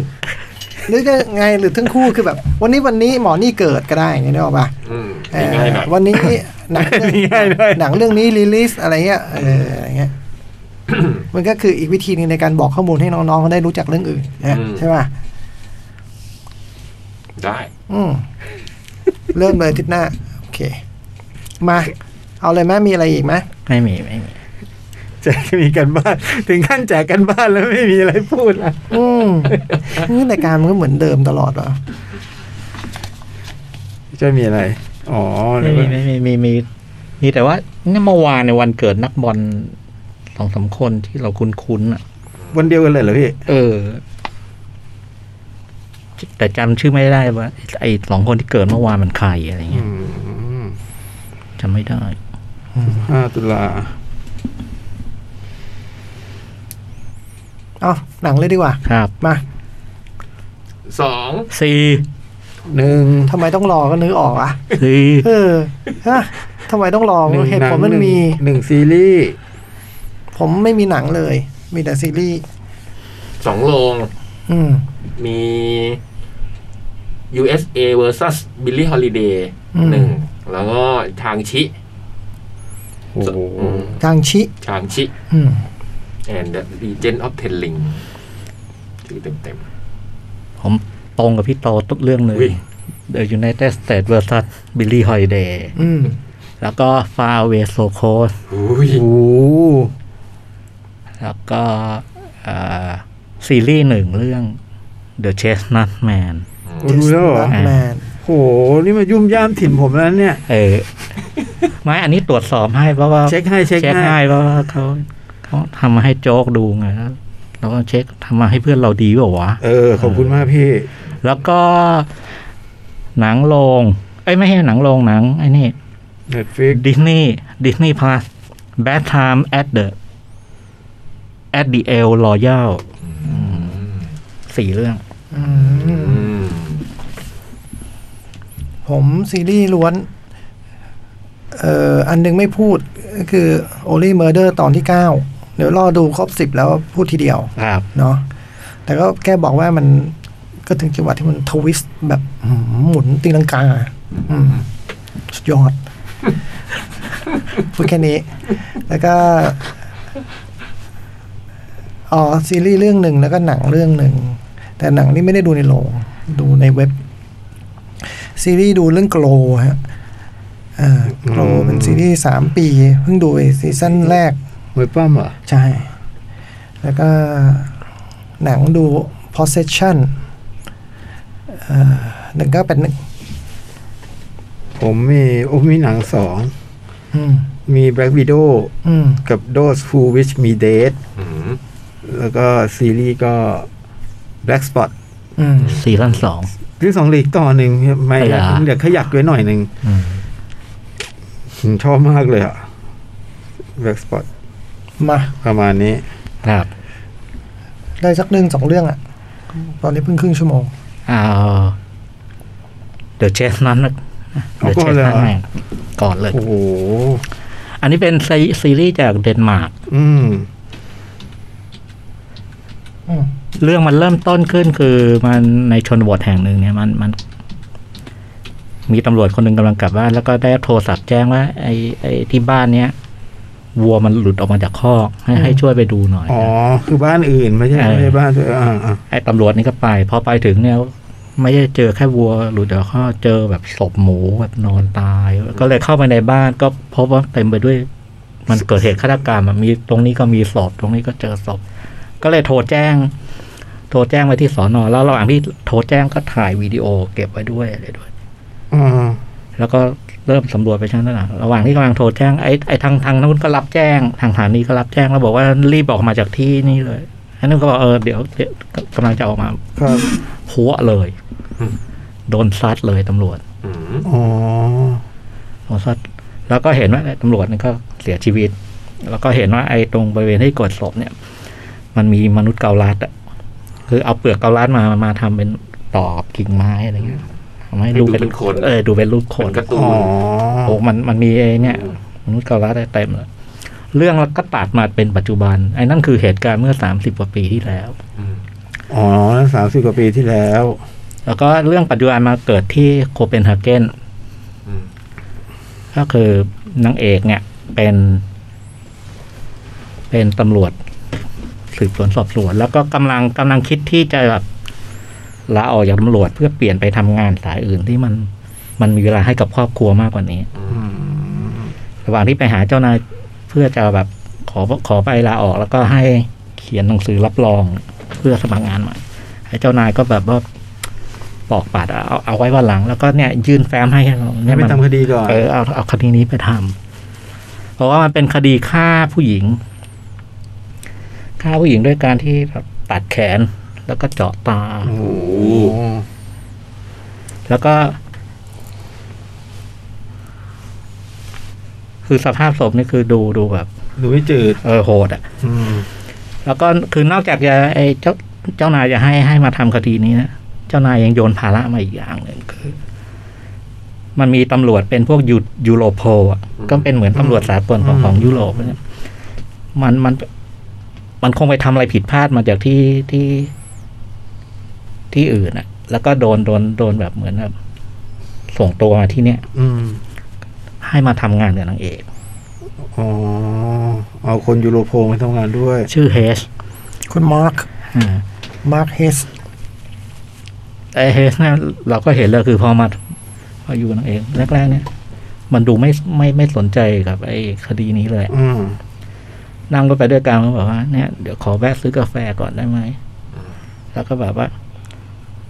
หรือจะไงหรือทั้งคู่คือแบบ วันนี้วันนี้หมอนี่เกิดก็ได้อย่างเงี้ยนึกออกปะ
อืม
เออ
ง่ายๆหน่อย
วัน *laughs* นี้หนังเรื่องหนังเรื่องนี้รีลิสอะไรเงี้ยเอออะไรเงี้ย มันก็คืออีกวิธีหนึงในการบอกข้อมูลให้น้องๆเขาได้รู้จักเรื่องอื่นนะใช่ปะ
ได้
อืม เริ่มเลยอาทิศหน้า โอเค มา เอาเลยไหมมีอะไรอีกไหม
ไม่มีไม่มี
แจกมีกันบ้าน ถึงขั้นแจกกันบ้านแล้วไม่มีอะไรพูดละ
อื *laughs* มนี่รายการมันก็เหมือนเดิมตลอดเหรอ
จะมีอะไร อ๋อ
ไม่มีไม่มีมีมีมีแต่ว่าเนี่ยเมื่อวานในยวันเกิดนักบอลสองสามคนที่เราคุ้นๆอ่ะ
วันเดียวกันเลยเหรอพี่
เออ แต่จำชื่อไม่ได้ว่าไอ้สองคนที่เกิดเมื่อวานมันใครอะไรเงี้ยจำไม่ได้
ห้าตุลา
เอาหนังเลยดีกว่า
ครับ
มา
สอง
สี่
หนึ่ง
ทำไมต้องรอก็นึกออกอ่ะ
สี่
เออฮะทำไมต้องรอ
หนึ่ง
เหตุผล
หง
มันมี
หนึ่งซีรีส์
ผมไม่มีหนังเลย มีแต่ซีรีส์
สองโรง
อืม
มี USA versus Billy Holiday
อืม
หนึ่ง แล้วก็ทางชิ
โอ้โห
อืม
ทางชิ
ทางชิ
อืม
and the Legend of Telling ชื่อเต็ม
ผมตรงกับพี่โตทุกเรื่องเลย
อุ๊ย
The United States vs Billy Holiday
อืม
แล้วก็ Far Away So Close
ๆอุ้ย
โอ้โห
แล้วก็เอ่อซีรีส์หนึ่งเรื่อง The Chestnut Man
โอ้ดูแล้วเหรอ
Just Batman
โอ้โห นี่มายุ่มย่ามถิ่นผมแล้วเนี่ย
เอ *laughs* อ ไม่อันนี้ตรวจสอบให้เพราะว่า
เช็คให้เช็ค
เช็ค
ให้
ให้เพราะว่าเขาเขาทำมาให้โจ๊กดูไงแล้วเราก็เช็คทำมาให้เพื่อนเราดีเปล่าวะ
เออ ขอบคุณมากพี่
แล้วก็หนังโรงเอ้ยไม่ใช่หนังโรงหนังไอ้นี่
Netflix
ดิสนีย์ดิสนีย์พลัส Bad Time at the at the El Royal สี่เรื่อง
อืม
อืม
ผมซีรีส์ล้วน เอ่อ อันหนึงไม่พูดก็คือ Only Murder ตอนที่ 9 เดี๋ยวรอดูครบ 10 แล้วพูดทีเดียว
ครับ
เนาะแต่ก็แค่บอกว่ามันก็ถึงจังหวะที่มันทวิสต์แบบหืมหมุนตีลังกาอืมสุดยอด พูดแค่นี้ แล้วก็ อ๋อ ซีรีส์เรื่องหนึ่งแล้วก็หนังเรื่องหนึ่ง แต่หนังนี่ไม่ได้ดูในโรงดูในเว็บ ซีรีส์ดูเรื่องโกลฮะอ่าโกล
อืม
เป็นซีรีส์สามปี เพิ่งดูไปซีซั่นแรก
มวยปั้มเหรอ
ใช่ แล้วก็หนังดู possession หนึ่งก็เป็นหนึ่ง
ผมมีโอ้มีหนังสอง
อืม
มี Black Widow
อืม
กับ Those Who Wish Me Dead
อืม
แล้วก็ซีรีส์ก็ Black Spot
อืม
ซีซั่นสอง
ที่สองเหลืออีกต่อหนึ่งไม่
ไม่เหรอ
เหลือขยักไว้หน่อยหนึ่ง
อืม
ผมชอบมากเลยอ่ะ Black Spot
มา
ประมาณนี้
ครับ
ได้สักหนึ่งสองเรื่องอะตอนนี้เพิ่งครึ่งชั่วโมง
เอาเดี๋ยวเชสนั้นเดี๋ยว
เอาก่
เช
อน
ส
เลยเหรอ
นั้นแม่งก่อนเลย
โอ้โห
อันนี้เป็นซีซีรีส์จากเดนมาร์ก
อืม
อืม
เรื่องมันเริ่มต้นขึ้นคือมันในชนบทแห่งหนึ่งเนี่ยมันมัน มีตำรวจคนหนึ่งกำลังกลับบ้านแล้วก็ได้โทรศัพท์แจ้งว่า ไอ้ไอ้ที่บ้านเนี้ยวัวมันหลุดออกมาจากคอกให้ให้ช่วยไปดูหน่อย
อ๋อ คือบ้านอื่นไม่ใช่
เออ
ไม่ใช่บ้านตัวเองอ่าอ่า
ไอ้ตำรวจนี่ก็ไป พอไปถึงเนี่ยไม่ได้เจอแค่วัวหลุดออกจากคอกเจอแบบศพหมูแบบนอนตาย ก็เลยเข้าไปในบ้านก็พบว่าเต็มไปด้วย มันเกิดเหตุฆาตกรรมอะมีตรงนี้ก็มีศพตรงนี้ก็เจอศพ ก็เลยโทรแจ้ง โทรแจ้งไปที่สอนอแล้วระหว่างที่โทรแจ้งก็ถ่ายวิดีโอเก็บไว้ด้วยอะไรด้วย
อ่า
แล้วก็เริ่มสำรวจไปชั้นต่างๆระหว่างที่กำลังโทรแจ้งไอ้ไอ้ทางทางนู้นก็รับแจ้ง ทางสถานีก็รับแจ้งแล้วบอกว่ารีบออกมาจากที่นี่เลยไอ้นู้นก็บอกเออเดี๋ยวเดี๋ยวกำลังจะออกมา
ครับ
หัวเลย โดนซัดเลยตำรวจ
อืม
อ๋อ
โดนซัดแล้วก็เห็นว่าไอ้ตำรวจนี่ก็เสียชีวิต แล้วก็เห็นว่าไอ้ตรงบริเวณที่กดศพเนี่ย มันมีมนุษย์เกาลัดอ่ะคือเอาเปลือกเกาลัดมามาทำเป็นตอกกิ่งไม้อะไรเงี้ยทำให้ดูเป็นเออดูเป็นรูปค
เหมื
น
อนการ์ตู
อ๋อ
น
โอ้มันมันมีไอ้เนี่ยมนุษย์เกาลัดเต็มเลยเรื่องแล้วก็ตัดมาเป็นปัจจุบัน ไอ้นั่นคือเหตุการณ์เมื่อสามสิบกว่าปีที่แล้ว
อืม
อ๋อนั่นสามสิบกว่าปีที่แล้ว
แล้วก็เรื่องปัจจุบันมาเกิดที่โคเปนเฮเกน
อืม
ก็คือนางเอกเนี่ย เป็น เป็นตำรวจ สืบสวนสอบสวน แล้วก็กำลังกำลังคิดที่จะแบบลาออกจากตำรวจเพื่อเปลี่ยนไปทำงานสายอื่นที่มันมันมีเวลาให้กับครอบครัวมากกว่านี้
อืม
ระหว่างที่ไปหาเจ้านายเพื่อจะแบบขอขอไปลาออกแล้วก็ให้เขียนหนังสือรับรองเพื่อสมัครงานใหม่ให้เจ้านายก็แบบว่าปอกปาดเอาเอาไว้วันหลัง แล้วก็เนี่ยยื่นแฟ้มให้เนี่ย
ไป
มัน
ทำคดีก่อน
เออเอาเอาคดีนี้ไปทำเพราะว่ามันเป็นคดีฆ่าผู้หญิงฆ่าผู้หญิงด้วยการที่แบบตัดแขนแล้วก็เจาะตา
โอ้โห
แล้วก็ คือสภาพศพนี่คือดูดูแบบ
ดูไม่จืด
เออโหดอ่ะ
อืม
แล้วก็คือนอกจากจะไอ้เจ้าเจ้านายจะให้ให้มาทำคดีนี้นะเจ้านายยังโยนภาระมาอีกอย่างหนึ่งคือ มันมีตำรวจเป็นพวกยูยูโรโพลอ่ะก็เป็นเหมือนตำรวจสากลของ
อืม
ของยุโรปเนี่ยมันมัน มันคงไปทำอะไรผิดพลาดมาจากที่ที่ที่อื่นอ่ะ แล้วก็โดนโดนโดนแบบเหมือนแบบส่งตัวมาที่เนี่ย
อืม
ให้มาทำงานกับนางเอก
อ๋อ เอาคนยูโรโพลมาทำงานด้วย
ชื่อเฮส
คุณมาร์ค
อ่า
มาร์คเฮส
ไอเฮสเนี่ยเราก็เห็นแล้วคือพอมาพออยู่กับนางเอกแรกๆเนี่ย มันดูไม่ไม่ไม่สนใจกับไอ้คดีนี้เลย
อืม
นั่งรถไปด้วยกันมันบอกว่าเนี่ยเดี๋ยวขอแวะซื้อกาแฟก่อนได้ไหมแล้วก็แบบว่า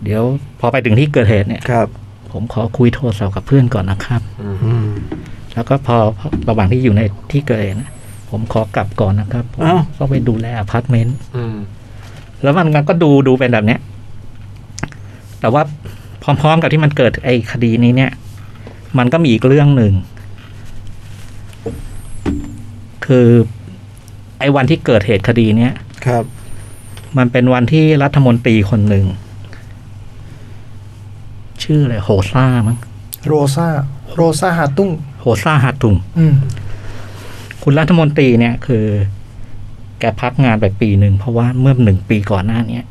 เดี๋ยวพอไปถึงที่เกิดเหตุเนี่ย
ครับ
ผมขอคุยโทรศัพท์กับเพื่อนก่อนนะครับ
อืม
อืม
แล้วก็พอพอระหว่างที่อยู่ในที่เกิดเหตุนะผมขอกลับก่อนนะครับผม
อ้าว
ต้องไปดูแลอพาร์ตเมนต์
อืม
แล้วมันก็ดูดูเป็นแบบเนี้ย แต่ว่าพร้อมๆกับที่มันเกิดไอ้คดีนี้เนี่ย มันก็มีอีกเรื่องหนึ่ง คือไอ้วันที่เกิดเหตุคดีเนี่ย
ครับ
มันเป็นวันที่รัฐมนตรีคนหนึ่ง ชื่ออะไรโฮซ่ามั้ง
โรซาโรซาฮาตุ้ง
โฮซ่าฮาตุง
อืม
คุณรัฐมนตรีเนี่ย คือ แกพักงานไปปีหนึ่งเพราะว่าเมื่อหนึ่งปีก่อนหน้าเนี้ย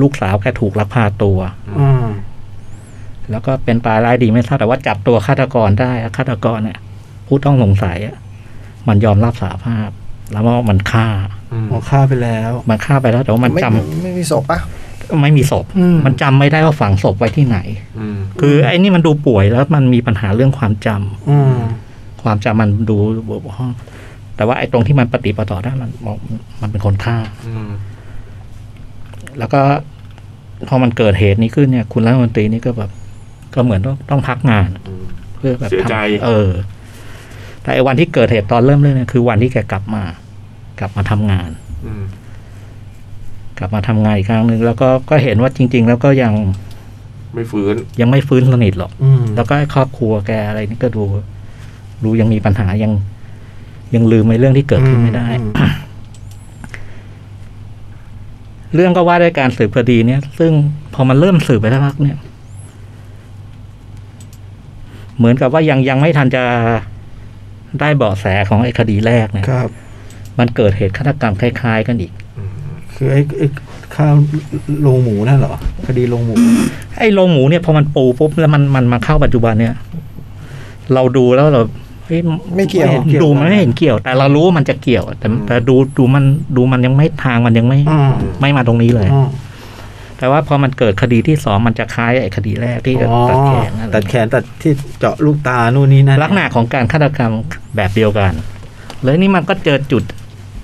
ลูกสาวแกถูกลักพาตัว
อืม
แล้วก็เป็นตายร้ายดีไม่ทราบแต่ว่าจับตัวฆาตกรได้แล้วฆาตกรเนี่ยผู้ต้องสงสัยอะมันยอมรับสาภาพ แล้วว่ามันฆ่า
อืม
อ๋อฆ่าไปแล้ว
มันฆ่าไปแล้วแต่ว่ามัน
ไม่
จำ
ไม่มีศพปะ
ไม่มีศพ
อืม
มันจำไม่ได้ว่าฝังศพไว้ที่ไหน
อืม
คือไอ้นี่มันดูป่วยแล้วมันมีปัญหาเรื่องความจำ
อืม
ความจำมันดูบกพร่องแต่ว่าไอ้ตรงที่มันปฏิปต่อได้มันบอกมันเป็นคนฆ่า
อืม
แล้วก็พอมันเกิดเหตุนี้ขึ้นเนี่ย คุณรัฐมนตรีนี่ก็แบบ ก็เหมือนต้องต้องพักงาน
อืม
เพื่อแบบ
เสียใจ
ทำเออ แต่ไอ้วันที่เกิดเหตุตอนเริ่มเรื่องเนี่ยคือวันที่แกกลับมา กลับมาทำงาน
อืม
กลับมาทำงานอีกครั้งหนึ่งแล้วก็ก็เห็นว่าจริง ๆ แล้วก็ยัง
ไม่ฟื้น
ยังไม่ฟื้นสนิทหรอก
อืม
แล้วก็ไอ้ครอบครัวแกอะไรนี่ก็ดู ดูยังมีปัญหายัง ยังลืมในเรื่องที่เกิดขึ้นไม่ได้
อื
เรื่องก็ว่าด้วยการสืบคดีเนี่ย ซึ่งพอมันเริ่มสืบไปสักพักเนี่ย เหมือนกับว่ายังยังไม่ทันจะได้เบาะแสของไอ้คดีแรกเนี่ย
ครับ
มันเกิดเหตุฆาตกรรมคล้ายๆ กันอีก
อืม
คือไอ้ไอ้ข้าวลงหมูนั่นเหรอ คดีลงหมู
ไอ้โรงหมูเนี่ยพอมันปูปุ๊บแล้วมันมันมาเข้าปัจจุบันเนี่ย เราดูแล้วเราเฮ้ย
ไม่เกี่ยว
ห็นดูมันไม่เห็นเกี่ยว แต่เรารู้ว่ามันจะเกี่ยว แต่
อืม
แต่ดูดูมันดูมันยังไม่ทางมันยังไม่
อืม
ไม่มาตรงนี้เลย
อืม
แต่ว่าพอมันเกิดคดีที่สองมันจะคล้ายไอ้คดีแรกที่
อ๋อ
ตัดแขนอะไร
ตัดแขนตัดที่เจาะลูกตานู่นนี่นั่น
ลักษณะของการฆาตกรรมแบบเดียวกันแล้วนี่มันก็เจอจุด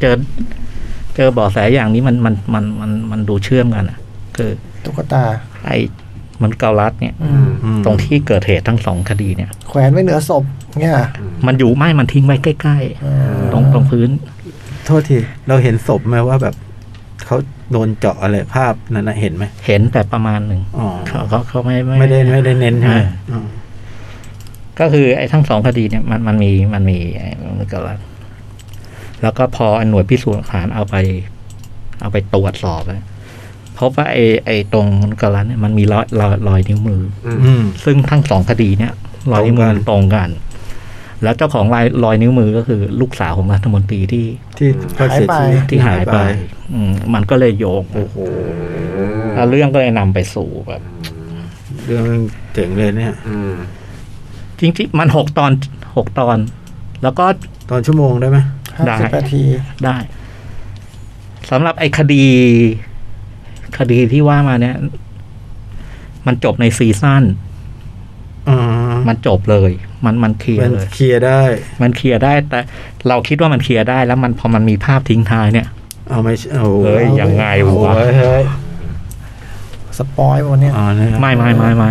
เจอ เจอเบาะแสอย่างนี้มันมันมันมันมันดูเชื่อมกันอ่ะ คือ
ตุ๊กตา
ไอ้มันเกาลัดเนี่ย
อื
อื
ม
ม
อืม
ตรงที่เกิดเหตุทั้งสองคดีเนี่ย
แขวนไว้เหนือศพเนี่ย
มันอยู่ไม่มันทิ้งไว้ใกล้ๆ ตรงตรงพื้น
โทษทีเราเห็นศพไหมว่าแบบเขาโดนเจาะอะไรภาพนั้นน่ะเห็นไหม
เห็นแต่ประมาณหนึ่ง
อ๋อ
เขาเขาเขาไม่
ไม่ได้ไม่ได้เน้นใช่ไหม
อ่า
อืม
ก็คือไอ้ทั้งสองคดีเนี่ยมันมันมีมันมีไอ้มันเกิดแล้วแล้วก็พอไอ้หน่วยพิสูจน์หลักฐานเอาไป เอาไปตรวจสอบแล้วพบว่าไอ้ไอ้ตรงกระลันเนี่ยมันมีรอยรอยรอยนิ้วมือ
อืม
อืม
ซึ่งทั้งสองคดีเนี่ย รอยนิ้วมือมันตรงกัน แล้วเจ้าของรอยรอยนิ้วมือก็คือลูกสาวของรัฐมนตรีที่
ที่เขาเสียชีวิต
ที่หายไป อืมมันก็เลยโยง
โอ้โห
แล้วเรื่องก็เลยนำไปสู่แบบ
เรื่องเจ๋งเลยเนี่ย
อืม
จริงๆมันหกตอนหกตอน แล้วก็
ตอนชั่วโมงได้ไหม
ห้าสิบนาที
ได้สำหรับไอ้คดี คดีที่ว่ามาเนี่ย มันจบในซีซั่น
อ๋อ
มันจบเลย มันมันเคลีย
มั
ร์
น
เลย
เคลียร์ได้
มันเคลียร์ได้ แต่เราคิดว่ามันเคลียร์ได้ แล้วมันพอมันมีภาพทิ้งท้ายเนี่ย
เอาไม่ใช่โอ้โห
เฮ้ยยังไง
โอ้โห
วะ
เฮ้ย
สปอยล์วันเนี้ย
อ๋อนะครับ
ไม่ไม่ไม่ไม่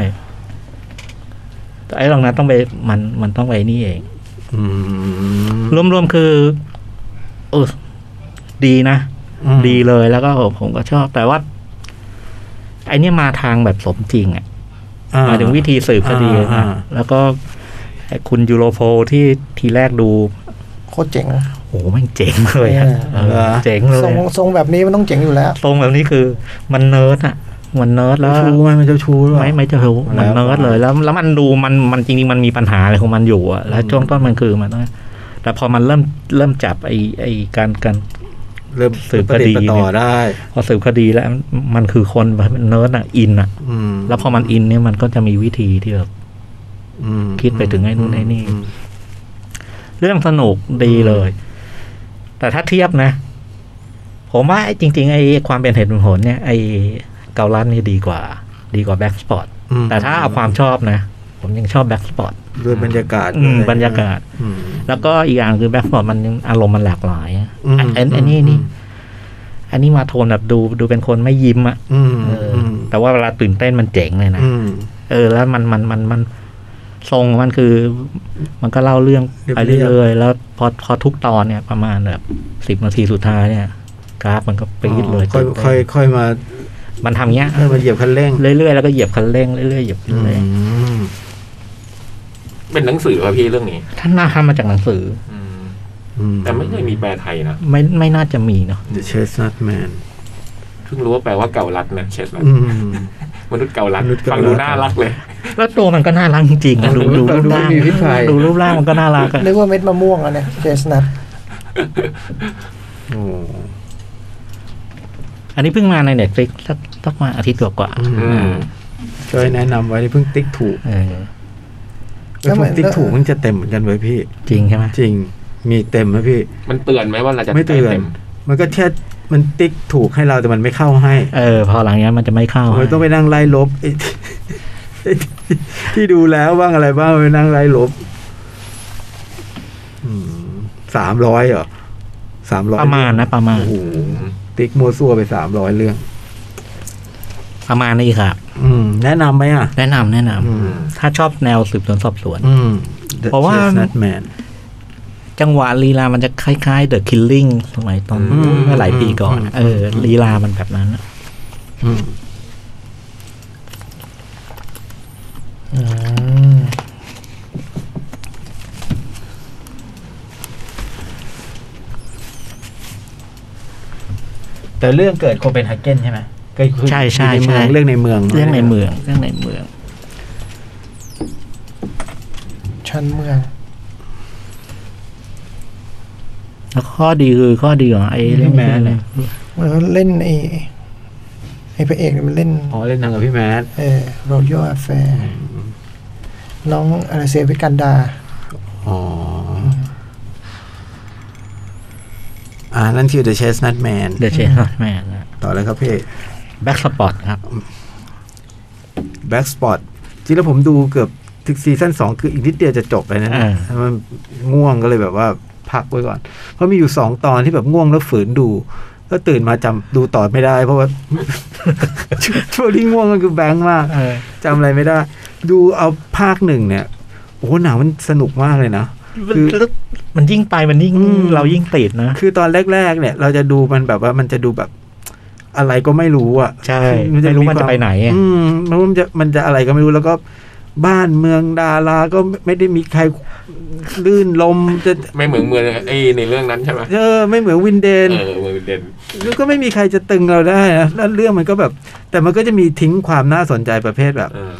แต่ไอ้ตรงนั้นต้องไปมันมันต้องไปนี่เอง
อืม
รวมๆคือเออดีนะ
อืม
ดีเลยแล้วก็ผมก็ชอบ แต่ว่า ไอเนี้ยมาทางแบบสมจริงอะ
อ่
มาถึงวิธีสืบคดี
อ่า
นะ
อ่า
แล้วก็ไอ้คุณยูโรโพลที่ทีแรกดู
โคตรเจ๋ง
โอ้โหแม่งเจ๋งเลยอะ
เออ
เออเจ๋งเลย
ทรงทรงแบบนี้มันต้องเจ๋งอยู่แล้ว
ทรงแบบนี้คือมันเนิร์ดอะมันเนิร์ดแล้ว
เจ้าชู้ไหมมันเจ้าชู้หรือเปล่า
ไม่ไม่จะรู้
แล้ว
มันเนิร์ดเลยแล้วแล้วมันดูมันมันจริงๆมันมีปัญหาอะไรของมันอยู่อะแล้วช่วงต้นมันคือมันแต่พอมันเริ่มเริ่มจับไอไอการการ
เริ่ม
สืบคดี
ปะติดปะต่อได้
พอสืบคดีแล้ว มันคือคนแบบเนิร์ดอะอินอะ
อืม
แล้วพอมันอินเนี่ยมันก็จะมีวิธีที่แบบ
ม
คิดไปถึงไอ้นู่นไอ้นี่
ม
เรื่องสนุกดีเลย แต่ถ้าเทียบนะ ผมว่าไอ้จริง ๆ ไอ้ความเป็นเหตุเป็นผลเนี่ย ไอ้เกาลัดนี่ดีกว่า ดีกว่าแบ็กสปอร์ต
อืม
แต่ถ้าเอาความชอบนะ ผมยังชอบแบ็กสปอร์ต
ด้วยบรรยากาศด้วย
บรรยากาศ
อืม
แล้วก็อีกอย่างคือแบ็กสปอร์ตมันยังอารมณ์มันหลากหลายอะ
อืม
อันอันอันนี้
อืม
นี่อันนี้มาโทนแบบดูดูเป็นคนไม่ยิ้มอะ
อืม
เอออ
อืม
แต่ว่าเวลาตื่นเต้นมันเจ๋งเลยนะ
อืม
เออแล้วมันมันมันมันทรงของมันคือ มันก็เล่าเรื่องไป
เรียบๆ
เรื่อยๆแล้วพอพอทุกตอนเนี่ยประมาณแบบสิบนาทีสุดท้ายเนี่ย กราฟมันก็ปีดเลย
ค่อย
ตื่นเต้น
ค่อยค่อยมา
มันทำเงี้ย
ค่อยมาเหยียบคันเร่ง
เรื่อยๆแล้วก็เหยียบคันเร่งเรื่อยๆเหยียบคันเร่ง
อืม
เป็นหนังสือป่ะพี่เรื่องนี้
ท่านน่าทำมาจากหนังสือ
อืม
อืม
แต่ไม่เคยมีแปลไทยนะ
ไม่ไม่น่าจะมีเนาะ
The Chestnut Man
เพิ่งรู้ว่าแปลว่าเก่ารัดนะเชสรัด
อืม
มนุษย์เก่ารัด
มนุษย์เก่า
ฟัง
รัด
ดูน่ารักเลย
แล้วตัวมันก็น่ารักจริงๆอะดูดูรูปร่าง
ดูมีพิษภัย
ดูรูปร่างมันก็น่ารักอะ
นึกว่าเม็ดมะม่วงอะเนี่ยเจสนัท
โอ้
อันนี้เพิ่งมาในเน็ตฟลิกสักสักมาอาทิตย์กว่าๆ
อืม
ช่วยแนะนำไว้เพิ่งติ๊กถูก
เออ
เพิ่งติ๊กถูกมันจะเต็มเหมือนกันเว้ยพี่
จริงใช่ไหม
จริงมีเต็มไหมพี่
มันเตือนไหมว่าเราจะ
ไม่เตือน
ต็
มันก็แค่ มันติ๊กถูกให้เราแต่มันไม่เข้าให้
เออ พอหลังเนี้ยมันจะไม่เข้า
มันต้องไป
ให้
นั่งไล่ลบไอ้ที่ไอ้ที่ที่ดูแล้วบ้างอะไรบ้างไปนั่งไล่ลบสามร้อยเหรอสามร้อย
ประมาณนะประมาณ
โอ้โหติ๊กมัวซั่วไปสามร้อยเรื่อง
ประมาณนี้ครับ
อืม แนะนำไหมอ่ะ
แนะนำแนะนำ
อืม
ถ้าชอบแนวสืบสวนสอบสวน
อืม The
เพราะว่า
Chestnut Man
จังหวะลีลามันจะคล้ายๆ The Killing สมัยตอน
อืม
เมื่อหลายปีก่อนอะเออลีลามันแบบนั้นอะ
อืม
อืม
แต่เรื่องเกิดโคเปนเฮเกนใช่ไหมเกิดขึ้น
ใช่ใช่
อยู่ใน
ใช่
เมืองเรื่องในเมือง
เรื่องในเมืองเรื่องในเมือง
ชันเมือง
แล้วข้อดีคือข้อดีของไอ้เรื่องนี้เลย
เหมือนเล่นไอ้ไอ้พระเอกเนี่ยมันเล่น
อ๋อเล่นหนังกับพี่แมท
เออโรโยอาแฟร์น้องอะไรเซวิกันดา
อ๋ออ่านั่นคือ The Chestnut Man
เดอะเชนแมนนะ
ต่อเลยครับพี่
แบ็กสปอตครับ
Black Spot จริงแล้วผมดูเกือบถึงซีซั่นสองคืออีกนิดเดียวจะจบเลยนะ
อ่า
มันง่วงก็เลยแบบว่าพักไว้ก่อน เพราะมีอยู่สองตอนที่แบบง่วงแล้วฝืนดู แล้วตื่นมาจำดูต่อไม่ได้ เพราะว่า *laughs* ช่วงที่ง่วงก็คือแบงค์มาก
เออ
จำอะไรไม่ได้ ดูเอาภาคหนึ่งเนี่ยโอ้โหหนังมันสนุกมากเลยนะ คือ
มันยิ่งไปมันยิ่งเรายิ่งติดนะ
คือตอนแรก ๆ เนี่ย เราจะดูมันแบบว่ามันจะดูแบบอะไรก็ไม่รู้อ่ะ
ใช่
น
ไม่รู้
ควา
มันจะไปไหนอะ
อืมไม่รู้มันจะมันจะอะไรก็ไม่รู้แล้วก็ บ้านเมืองดาราก็ไม่ได้มีใครลื่นลมจะ
ไม่เหมือนเมืองไอ้ในเรื่องนั้นใช่ไหม
เออไม่เหมือนวินเด
เอน อเมืองเด่น
แล้วก็ไม่มีใครจะตึงเราได้นะแล้วเรื่องมันก็แบบ แต่มันก็จะมีทิ้งความน่าสนใจประเภทแบบ
เออ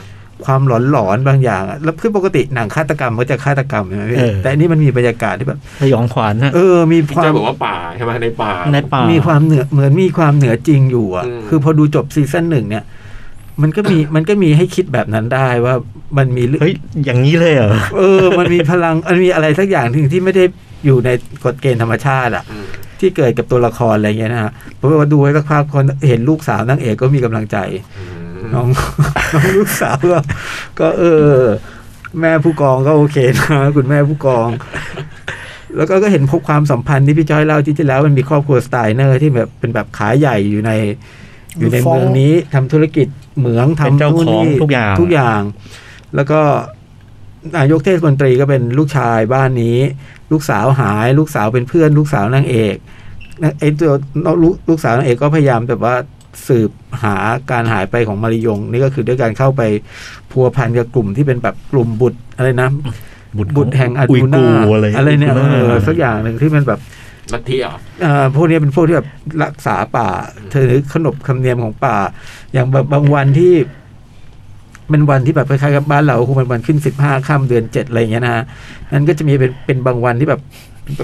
ความหลอนหลอนๆบางอย่างอะแล้วคือปกติหนังฆาตกรรมมันก็จะฆาตกรรมใช่ไหมพี่
เออ
แต่อันนี้มันมีบรรยากาศที่แบบ
สยองขวัญนะ
เออ มี
พี่
ควา
เจ้าม บอกว่าป่าใช่ไหมในป่า
ในป่า
มีความเหนือเหมือนมีความเหนือจริงอยู่อ่ะ
อืม
คือพอดูจบซีซั่นหนึ่งเนี่ย มันก็มี มันก็มีให้คิดแบบนั้นได้ว่ามันมีเรื่อง
เฮ้ยอย่างนี้เลยเหรอ
เออ มันมีพลังมันมีอะไรสักอย่างหนึ่งที่ไม่ได้อยู่ในกฎเกณฑ์ธรรมชาติอ่ะ
อืม
ที่เกิดกับตัวละครอะไรเงี้ยนะฮะเพราะว่าดูไว้สักพักคนเห็นลูกสาวนางเอกก็มีกำลังใจ น้อง *laughs* น้องลูกสาวก็ก็เออ แม่ผู้กองก็โอเคนะ คุณแม่ผู้กอง *laughs* แล้วก็ก็เห็นพบความสัมพันธ์ที่พี่จ้อยเล่าที่ที่แล้วมันมีครอบครัวสไตล์เนอร์ที่แบบเป็นแบบขาใหญ่อยู่ใน อยู่ใน
ฟ้อง
เมืองนี้ทำธุรกิจเหมือง
เป็น
ทำ
เจ้า
นู่น
ของ
นี่
ทุกอย่าง
ทุกอย่าง แล้วก็นายกเทศมนตรีก็เป็นลูกชายบ้านนี้ ลูกสาวหาย ลูกสาวเป็นเพื่อน ลูกสาวนางเอกนะไอ้ตัวลูกลูกสาวนางเอกก็พยายามแบบว่าสืบหาการหายไปของมาริยง นี่ก็คือด้วยการเข้าไปพัวพันกับกลุ่มที่เป็นแบบกลุ่มบุตรอะไรนะ บุตรแห่งอา
อุย
ดูนา
กูอะไร
อะไรเนี่ย
อุกู
เออ
น่า
สักอย่างหนึ่งที่มันแบบ
ลัทธิเหรอ
เอ่อพวกเนี้ยเป็นพวกที่แบบรักษาป่า เธอหรือขนบคำเนียมของป่า อย่างแบบบางวันที่เป็นวันที่แบบคล้ายๆกับบ้านเราคือมันวันขึ้นสิบห้าค่ำเดือนเจ็ดอะไรอย่างเงี้ยนะฮะนั่นก็จะมีเป็นเป็นบางวันที่แบบ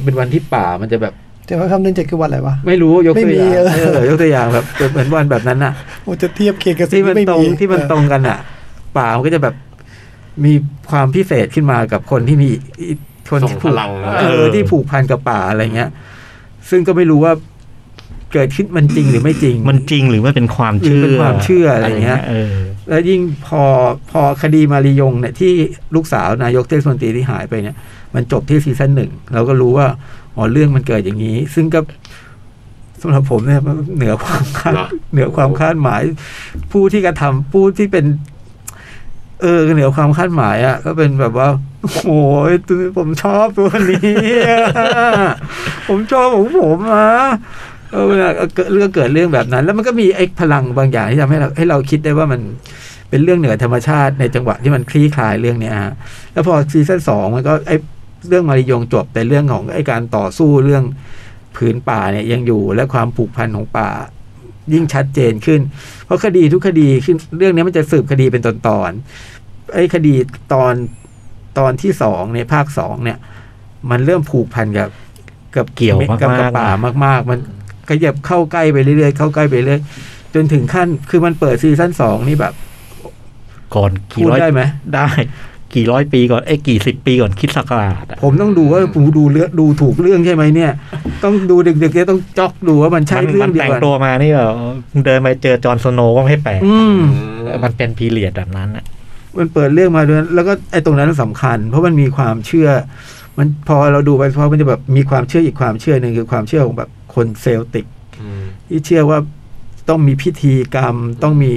เป็นวันที่ป่ามันจะแบบ
แต่ว่าคำนึงเจ็ดคือวันอะไรวะ
ไม่รู้ยกตัวอย่าง
ไม่มีเออ
เออยกตัวอย่างแบบเหมือนวันแบบนั้นน่ะ
โอ้จะเทียบเคียงกับสิ่
ที่มัน
ไม่
ตรงที่มันตรงกันอ่ะ ป่ามันก็จะแบบมีความพิเศษขึ้นมากับคนที่มีคนที่ผู
ส่ง
ก
พลังนะ
เออที่ผูกพันกับป่าอะไรเงี้ย ซึ่งก็ไม่รู้ว่าเกิดขึ้นมันจริงหรือไม่จริง
มันจริงหรือว่าเป็นความ
หรือ
เชื่อ
เป็นความเชื่ออะไรเงี้ย
เออ
แล้วยิ่งพอพอคดีมารียงเนี่ยที่ลูกสาวนายกเทศมนตรีที่หายไปเนี่ย มันจบที่ซีซั่นหนึ่งเราก็รู้ว่าอ๋อเรื่องมันเกิดอย่างนี้ ซึ่งก็สำหรับผมเนี่ยมันเหนือความคาด
เหรอ
เหนือความคาดหมาย ผู้ที่กระทำผู้ที่เป็น เออเหนือความคาดหมายอะ่ะ ก็เป็นแบบว่าโอ้ยตัวผมชอบตัวนี้ ผมชอบของผมนะเออเวลาเกิดเรื่องเกิดเรื่องแบบนั้น แล้วมันก็มีไอ้พลังบางอย่างที่ทำให้เราให้เราคิดได้ว่ามันเป็นเรื่องเหนือธรรมชาติในจังหวะที่มันคลี่คลายเรื่องเนี้ยฮะแล้วพอซีซั่นสองมันก็ไอ้เรื่องมาริยงจบแต่เรื่องของไอ้การต่อสู้เรื่องผืนป่าเนี่ยยังอยู่และความผูกพันของป่า ยิ่งชัดเจนขึ้น เพราะคดีทุกคดีขึ้นเรื่องนี้มันจะสืบคดีเป็นตอนตอนๆไอ้คดีตอนตอนที่สองในยภาคสองเนี่ย มันเริ่มผูกพันกับกับ
เกี่ยวมากๆ
กับกับป่ามากๆ มันขยับเข้าใกล้ไปเรื่อยๆเข้าใกล้ไปเรื่อยจนถึงขั้นคือมันเปิดซีซั่นสองนี่แบบ
ก่อนกี่
พูด
ร้อย
ได้ไหม
ได้ กี่ร้อยปีก่อนเอ้ยกี่สิบปีก่อนคริดศักราชอะ
ผมต้องดูว่าผมดูเลือกดูถูกเรื่องใช่ไหมเนี่ย ต้องดูดึกๆเนี่ยต้องจอกดูว่ามันใช่
มัน
เรื่อ
มั
ง
น
เดียว
แต่ง
กัน
ตัวมานี่แบบเดินไปเจอจอห์นสโนว์ก็ไม่ให้แปลก
อืม
มันเป็นพีเรียดแบบนั้นอะ
มันเปิดเรื่องมาด้วยแล้วก็ไอ้ตรงนั้นสำคัญ เพราะมันมีความเชื่อ มันพอเราดูไปเพราะมันจะแบบมีความเชื่ออีกความเชื่อหนึ่งคือความเชื่อของแบบคนเซลติก
อืม
ที่เชื่อว่าต้องมีพิธีกรรม ต้องมี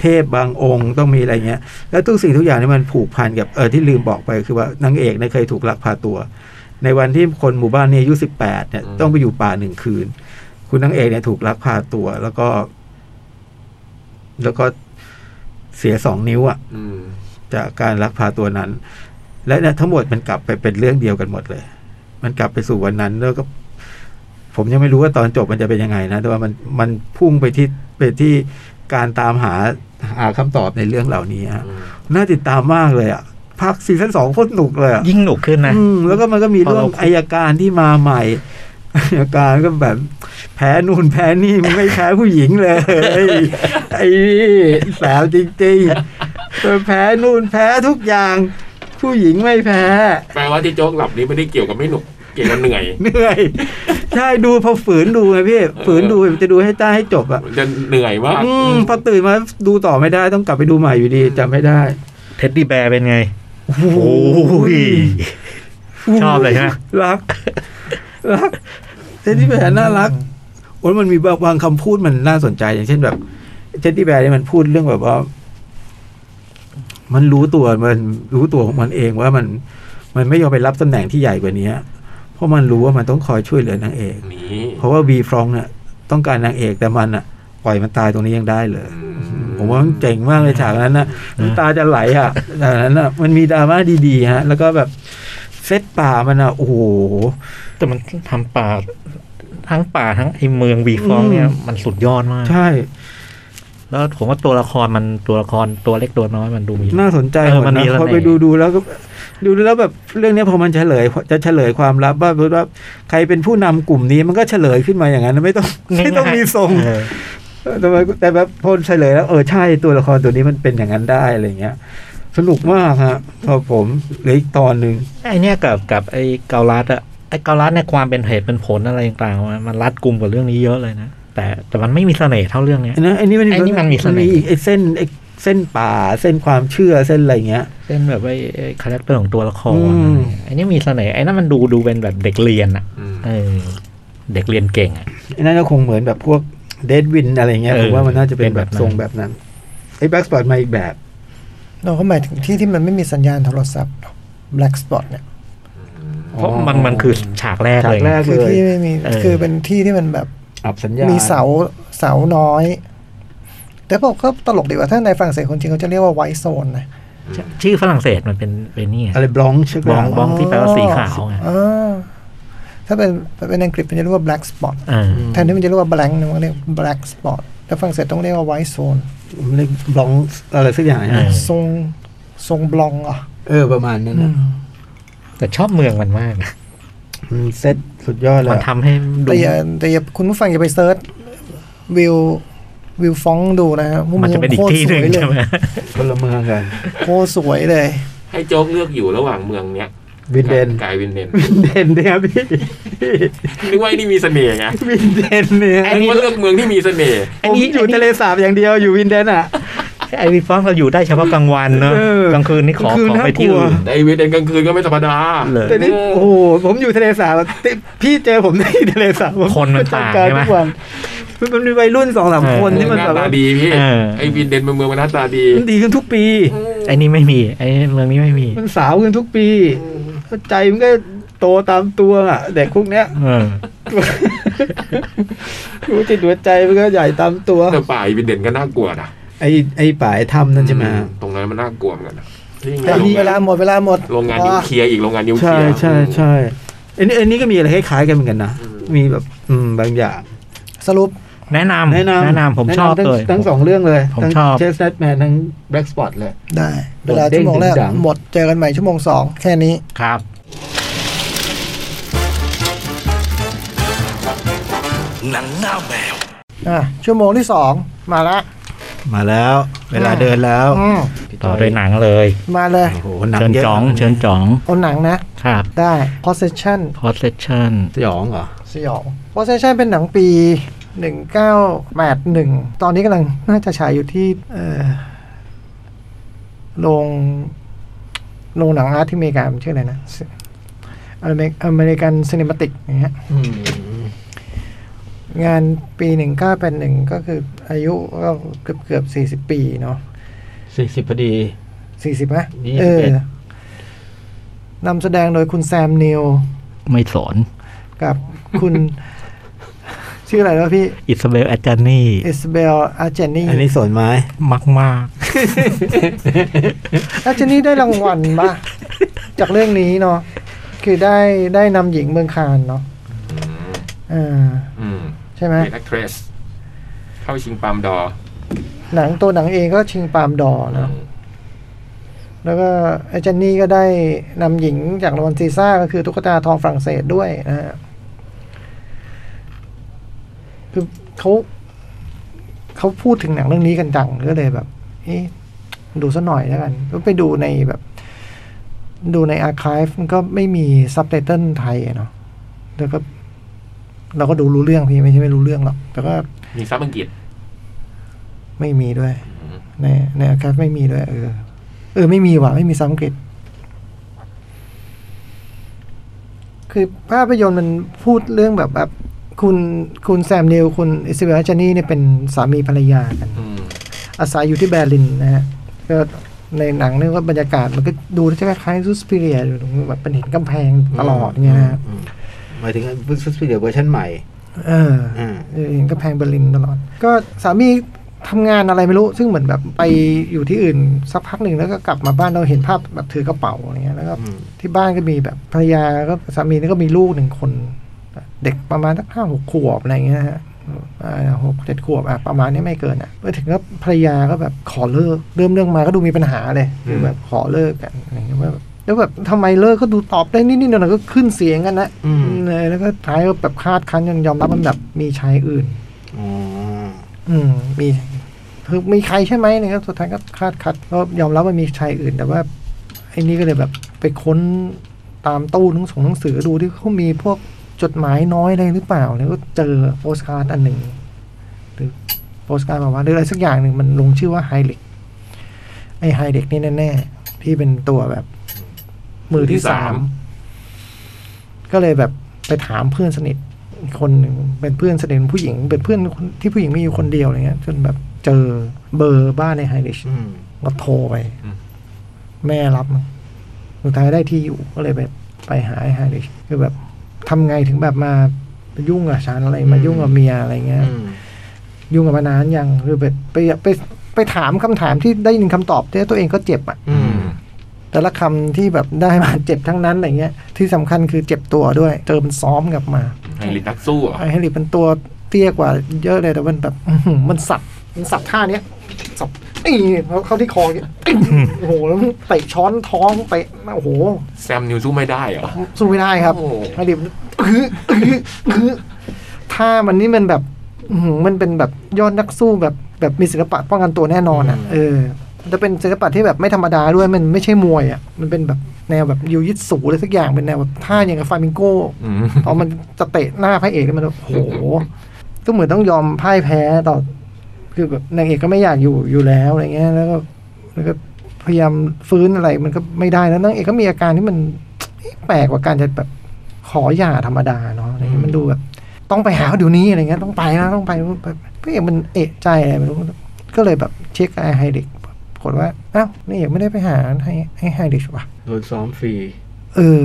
เทพบางองค์ ต้องมีอะไรเงี้ย แล้วทุกสิ่งทุกอย่างนี่มันผูกพันกับเออที่ลืมบอกไปคือว่านางเอกเนี่ยเคยถูกลักพาตัว ในวันที่คนหมู่บ้านนี้อายุสิบแปดเนี่ย
อืม
ต้องไปอยู่ป่าหนึ่งคืน คุณนางเอกเนี่ยถูกลักพาตัว แล้วก็ แล้วก็เสียสองนิ้วอ่ะ
อืม
จากการลักพาตัวนั้น และเนี่ยทั้งหมดมันกลับไปเป็นเรื่องเดียวกันหมดเลย มันกลับไปสู่วันนั้นแล้วก็ ผมยังไม่รู้ว่าตอนจบมันจะเป็นยังไงนะ แต่ว่ามันมันพุ่งไปที่ไปที่การตามหาหาคำตอบในเรื่องเหล่านี้ฮะ
อืม
น่าติดตามมากเลยอ่ะภาคซีซั่นสองโคตรหนุกเลยอ่ะ
ยิ่งหนุกขึ้นนะ
อืมแล้วก็มันก็มีเรื่อง
พอเรา
อายการที่มาใหม่อายการก็แบบ แพ้นู่นแพ้นี่มันไม่แพ้ผู้หญิงเลย *laughs* ไอ้นี่สาวจริงๆแพ้นู่นแพ้ทุกอย่าง ผู้หญิงไม่แพ้
แปลว่าที่โจ๊กหลับนี้ไม่ได้เกี่ยวกับไม่หนุก เกี่ยวกับเหนื่อย
เหนื่อย ใช่ดูพอฝืนดูไงพี่ฝืนดูจะดูให้ได้ให้จบอ่ะ
มันจะเหนื่อยมาก
อืมพอตื่นมาดูต่อไม่ได้ต้องกลับไปดูใหม่อยู่ดีจำไม่ได้
เท็ดดี้แบร์เป็นไง
โอ้โห
โอ้ย ชอบเลยใช่ไหม
รัก รักเทดดี้แบร์น่ารักโอ้ยมันมีบางบางคำพูดมันน่าสนใจ อย่างเช่นแบบเทดดี้แบร์เนี่ยมันพูดเรื่องแบบว่า มันรู้ตัวมันรู้ตัวของมันเองว่ามัน มันไม่ยอมไปรับตำแหน่งที่ใหญ่กว่านี้เพราะมันรู้ว่ามันต้องคอยช่วยเหลือนางเอก
นี่
เพราะว่าวีฟรองเนี่ยต้องการนางเอกแต่มันอ่ะ ปล่อยมันตายตรงนี้ยังได้เลย ผมว่ามันเจ๋งมากเลยฉากนั้นนะน้ำตาจะไหลอ่ะฉากนั้นนะมันมีดราม่าดีๆฮะ แล้วก็แบบเซตป่ามันอ่ะ โอ้โห
แต่มันทำป่า ทั้งป่าทั้งไอเมืองวีฟองเนี่ย
อืม
มันสุดยอดมาก
ใช่
แล้วผมว่าตัวละครมันตัวละครตัวเล็กตัวน้อยมันดูมี
น่าสนใจ
เอ
หม
อ
ด
มันมี
นะ
เสน่ห์
พอไปดูดูแล้วก็ดูแล้วแบบเรื่องเนี้ยพอมันเฉลย จะเฉลยความลับว่าว่าใครเป็นผู้นำกลุ่มนี้มันก็เฉลยขึ้นมาอย่างนั้นนะไม่ต้องไม่ต้องมีทรง
เออ
แต่ว่าแต่แบบพอเฉลยแล้วเออใช่ตัวละครตัวนี้มันเป็นอย่างนั้นได้อะไรเงี้ย สนุกมากฮะพอผมเหลืออีกตอนหนึ่ง
ไอเนี่ยกับกับไอเกาลัดอะไอเกาลัดในยความเป็นเหตุเป็นผลอะไรต่างๆมันมันรัดกลุ่มกับเรื่องนี้เยอะเลยนะแต่แต่มันไม่มีเสน่ห์เท่าเรื่องเนี้ย
อันนั้นอันนี้มัน
ไอ้นี่มันมีเสน่ห์
อีกไอ้เส้นไอ้เส้นป่าเส้นความเชื่อเส้นอะไรเงี้ย
เส้นแบบไอไอ้คาแรคเตอร์ของตัวละคร
อืม
ไอเนี่ยมีเสน่ห์ไอนั่นมันดูดูเป็นแบบเด็กเรียนอะ
อืม
เออเด็กเรียนเก่งอะ
อันนั้นก็คงเหมือนแบบพวกเดดวินอะไรเงี้ย
เอ
ผ
อ
มว่ามันน่าจะเป็น
เป็น
แบ
แบบ บนั้น
ทรงแบบนั้นไอ้แบ็กสปอตมาอีกแบบ
เราก็หมายถึงที่ที่มันไม่มีสัญญาณโทรศัพท์ black spot เนี่ย
เพราะมันมันคือฉากแรก
ฉา
เล
ก
ย
แรก
คื
เล
อย ที่ไม่มี
เออ
คือเป็นที่ที่มันแบบ
อับสัญญาณ
มีเสาเสาน้อย แต่ผมก็ตลกดีว่าถ้าในฝรั่งเศสคนจริงเขาจะเรียกว่าไวโซนนะ
ชชื่อฝรั่งเศสมันเป็นเป็นนี่ไง
อะไรบล็องใช่ไหม
บล็องบล็อง ที่แปลว่าสีขาวไง
อ่าถ้าเป็นเป็นอังกฤษมันจะเรียกว่า black spot
เอ่า
แทนที่มันจะเรียกว่า blank นะมันเรียก black spot แต่ฝรั่งเศสต้องเรียกว่า white zone
เรียกบล็องอะไรสักอย่างนะ
ทรงทรงบลองเหรอ่ะ
เออประมาณนั้นนะ
แต่ชอบเมืองมันมากนะ
มันเซตสุดยอดเล
มัน
ย
ทำให้ดู
แต่อย่าแต่อย่าคุณผู้ฟังอย่าไปเซิร์ชวิววิวฟองดูนะฮะ
มันจะเป็นอีกที่หนึ่งใช่ไหม
คนละเมืองกัน
โคตรสวยเลย
ให้โจ๊กเลือกอยู่ระหว่างเมืองเนี้ย
วินเดน
กายวินเดน
วินเดนเนี่ยพี่
นึกว่าไอ้นี่มีเสน่ห์ไง
วินเดนเนี่ย
นึกว่าเลือกเมืองที่มีเสน่ห์
ผมอยู่ทะเลสาบอย่างเดียวอยู่วินเดนอ่ะ
ไอวีฟองเราอยู่ได้เฉพาะกลางวันเนอะ
เออก
ลางคืนนี่ขอ
คืน
ขอ
น่า
ไปที่
กลัว
อื่น
ไอวินเดนกลางคืนก็ไม่ธรรมดา
เลย
แต่นี่โอ้โหผมอยู่ทะเลสาบอะติพี่เจอผมในทะเลสาบผม
คนมันต่างใช่ไหม
ทุกวันมันมีวัยรุ่นสองสามคนที่มัน
หน้า
แบบ
ตา
ว่า
ดีพี่
เออ
ไอวินเดนเป็นเมืองมันหน้าตาดี
มันดีขึ้นทุกปี
ไอนี่ไม่มีไอเมืองนี้ไม่มี
มันสาวขึ้นทุกปีใจมันก็โตตามตัวอ่ะเด็กพวกเนี้ย *laughs*
เออ
รู้จิตหัวใจมันก็ใหญ่ตามตัว
แต่ป่าไอวินเดนก็น่ากลัวนะ
ไอ้ไอ้ป่ายถ้ำนั่นใช่ไหม
อืตรงนั้นมันน่ากลัวเหมือนกันนะนี่ไง
แต่
โรง
เวลา
า
ง
น
หมดเวลาหมด
โรงงานนิวเคลียร์อีกโรงงานนิวเค
ใช่
ลียร์
ใช่ใช่อันนี้อันนี้ก็มีอะไรคล้ายๆกันเหมือนกันนะมีแบบอืมบางอย่าง
สรุป
แนะนำ
แนะนำ
แนะนำผม
แนะนำ
ชอบ
ทั้ง
เลย
ทั้งสองเรื่องเลย
ผม
ทั้ง
ชอบ
เชสแนทแมนทั้งแบล็กสปอตเลย
ได้ เวลาชั่วโมงแรก
เด้งๆดังๆ
หมดเจอกันใหม่ชั่วโมงสองแค่นี้
ครับ
หนังหน้าแมว
อ่ะชั่วโมงที่สองมาละ
มาแล้ว เวลาเดินแล้ว
อืม
ต่อด้วยหนังเลย
มาเลย
โอ้โหหนัง
เชิญ
เยะ
จ๋อง เชิญจ๋อง
เอาหนังนะ
ครับ
ได้ possession
possession
สยองเหรอ
สยอง possession เป็นหนังปี 1981 ตอนนี้กำลังน่าจะฉายอยู่ที่เอ่อโรงโรงหนังอาร์ตที่อเมริกามันชื่ออะไรนะอเมริกันซีนิมาติกอย่างเงี้ย งานปีหนึ่งเก้าแปดหนึ่งก็คืออายุก็เกือบเกือบสี่สิบปีเนาะ
สี่สิบพอดี
สี่สิบไหม
ยี่
เอ
สิบ
อ
เอ็ด
นำแสดงโดยคุณแซมนิว
ไม่สอน
กับคุณ *laughs* ชื่ออะไรวะพี่
อิสเบลอาจารย์นี่
อิสเบลอาเจนนี่
อันนี้สวนไม้
มากมาก
อาเจนนี่ได้รางวัลปะจากเรื่องนี้เนาะคือได้ได้นำหญิงเมืองคานเนาะเออ
อืม
ใช่ไหม
เป็นแอคทรสเข้าชิงปาล์มดอร์
หนังตัวหนังเองก็ชิงปาล์มดอร์เนาะ แล้วก็ไอ้เจนนี่ก็ได้นำหญิงจากรางวัลซีซ่าก็คือตุ๊กตาทองฝรั่งเศสด้วยนะฮะคือเขาเขาพูดถึงหนังเรื่องนี้กันจังก็เลยแบบเอ๊ะดูซะหน่อยแล้วกันก็ไปดูในแบบ ดูในอาร์คีฟมันก็ไม่มีซับไตเติลไทยอะเนาะแล้วก็เราก็ดูรู้เรื่องพี่ไม่ใช่ไม่รู้เรื่องหรอก แต่ก็
มีซับอังกฤษ
ไม่มีด้วย
อืม
ในในอาร์คีฟไม่มีด้วยเออเออ ไม่มีว่ะ ไม่มีซ้ำกฤษคือภาพยนตร์มันพูดเรื่องแบบแบบ คุณคุณแซมเนลคุณอิสเบลจานี่เนี่ยเป็นสามีภรรยากัน
อืม
อาศัยอยู่ที่เบอร์ลินนะฮะ ก็ในหนังเนี่ยก็บรรยากาศมันก็ดูจะคล้ายๆซูสเปียอยู่แบบเป็นเห็นกำแพงตลอดเนี่ยนะฮะ
อืมหมายถึงเพิ่งซื้อเดี๋ยวเวอร์ชันใหม่
เออ
อ่า
เออเห็นกำแพงเบอร์ลินตลอด ก็สามีทำงานอะไรไม่รู้ ซึ่งเหมือนแบบไปอยู่ที่อื่นสักพักหนึ่งแล้วก็กลับมาบ้านเราเห็นภาพแบบถือกระเป๋าอะไรเงี้ยแล้วก็
อืม
ที่บ้านก็มีแบบภรรยาก็สามีนี่ก็มีลูกหนึ่งคน เด็กประมาณสักห้าหกขวบอะไรเงี้ยฮะอ่าหกเจ็ดขวบอ่ะประมาณนี้ไม่เกินอ่ะไปถึงก็ภรรยาก็แบบขอเลิกเริ่มเรื่องมาก็ดูมีปัญหาเลยคือแบบขอเลิกกันอะไรเงี้ยว่าแบบแล้วแบบทำไมเลิกก็ดูตอบได้นิดๆหน่อยๆก็ขึ้นเสียงกันนะ
อืม
เออแล้วก็ท้ายก็แบบคาดคั้นจนยอมรับมันแบบมีชายอื่น
อ๋อ
อืมมีคือมีใครใช่ไหมเนี่ยครับสุดท้ายก็คาดคัดก็ยอมรับว่ามีชายอื่น แต่ว่าไอ้นี่ก็เลยแบบไปค้นตามตู้หนังสงหนังสือดูที่เขามีพวกจดหมายน้อยอะไรหรือเปล่าแล้วก็เจอโปสการ์ดอันหนึ่งหรือโปสการ์ดแบบว่าหรืออะไรสักอย่างหนึ่งมันลงชื่อว่าไฮเด็กไอ้ไฮเด็กนี่แน่ๆที่เป็นตัวแบบ มือที่สาม ก็เลยแบบไปถามเพื่อนสนิทอีกคนหนึ่งเป็นเพื่อนสนิทผู้หญิง เป็นเพื่อนคนที่ผู้หญิงมีอยู่คนเดียวอะไรเงี้ยจนแบบเจอเบอร์บ้านในไฮริช
อืม
ก็โทรไป แม่รับมั้งสุดท้ายได้ที่อยู่ก็เลยไปไปหาไอ้ไฮริชคือแบบทำไงถึงแบบมายุ่งกับฉันอะไรมายุ่งกับเมียอะไรเงี้ย
อืม
ยุ่งกับมานานยังคือแบบไปไปไปถามคำถามที่ได้ยินคำตอบที่ตัวเองก็เจ็บอ่ะ
อื
อื
ม
ม
แต่ละคำที่แบบได้มาเจ็บทั้งนั้นอะไรเงี้ย ที่สำคัญคือเจ็บตัวด้วย เจอมันซ้อมกลับมา
ไฮริทักสู้เหรอ
ไอแฮร์รี่เป็นตัวเตี้ยกว่าเยอะเลยแต่มันแบบอื้อหือมันสับมันสับท่าเนี้ยสับไอ้เขาเข้าที่คออย่างเงี้ยอื้อหือโอ้โหแล้วมันเตะช้อนท้องเตะโอ้โห
แซมนิวสู้ไม่ได้เหรอ
สู้ไม่ได้ครับ
โอ้โห
ไฮร์รี่มันอื้ออื้ออื้อท่ามันนี่มันแบบอื้อหือมันเป็นแบบยอดนักสู้แบบแบบมีศิลปะป้องกันตัวแน่นอนอ่ะ เออจะเป็นศิลปะที่แบบไม่ธรรมดาด้วยมันไม่ใช่มวยอ่ะมันเป็นแบบแนวแบบยูยิตสูอะไรสักอย่างเป็นแนวแบบท่าอย่างกับฟามิงโก
อืม
พอมันจะเตะหน้าพระเอกนี่มันโอ้โห ก็เหมือนต้องยอมพ่ายแพ้ต่อ คือแบบนางเอกก็ไม่อยากอยู่อยู่แล้วอะไรเงี้ย แล้วก็แล้วก็พยายามฟื้นอะไรมันก็ไม่ได้แล้วนางเอกก็มีอาการที่มัน แปลกกว่าการจะแบบขอหย่าธรรมดาเนาะอะไรเงี้ยมันดูแบบ ต้องไปหาเขาเดี๋ยวนี้อะไรเงี้ยต้องไปนะต้องไปพระเอกมันเอะใจอะไรไม่รู้ก็เลยแบบเช็คไอ้ไฮเด็กปรากฏว่าอ้าวนางเอกไม่ได้ไปหาไอ้ไอ้ไฮเด็กว่ะ
โดนซ้อมฟรี
เออ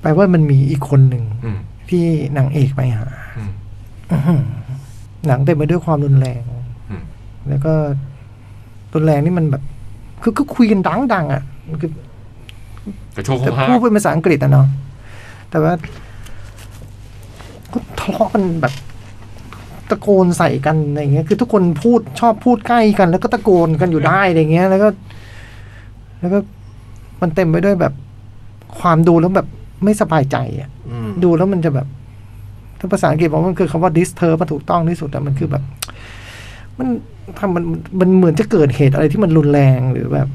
แปลว่ามันมีอีกคนหนึ่ง
อืม
ที่นางเอกไปหา
อืม
อื้อหือหนังเต็มไปด้วยความรุนแรง
อืม
แล้วก็รุนแรงนี่มันแบบ คือก็คุยกันดังๆอ่ะมันคือ
แต่โชค
แต่
ห้า
พูดเป็นภาษาอังกฤษอะเนาะ แต่ว่าก็ทะเลาะกันแบบตะโกนใส่กันอะไรเงี้ย คือทุกคนพูดชอบพูดใกล้กัน แล้วก็ตะโกนกันอยู่ได้อะไรเงี้ย แล้วก็ แล้วก็มันเต็มไปด้วยแบบความดูแล้วแบบไม่สบายใจอ่ะ
อืม
ดูแล้วมันจะแบบ ถ้าภาษาอังกฤษบอกว่ามันคือคำว่า disturb มันถูกต้องที่สุดแต่มันคือแบบ มันทำมันมันเหมือนจะเกิดเหตุอะไรที่มันรุนแรงหรือแบบ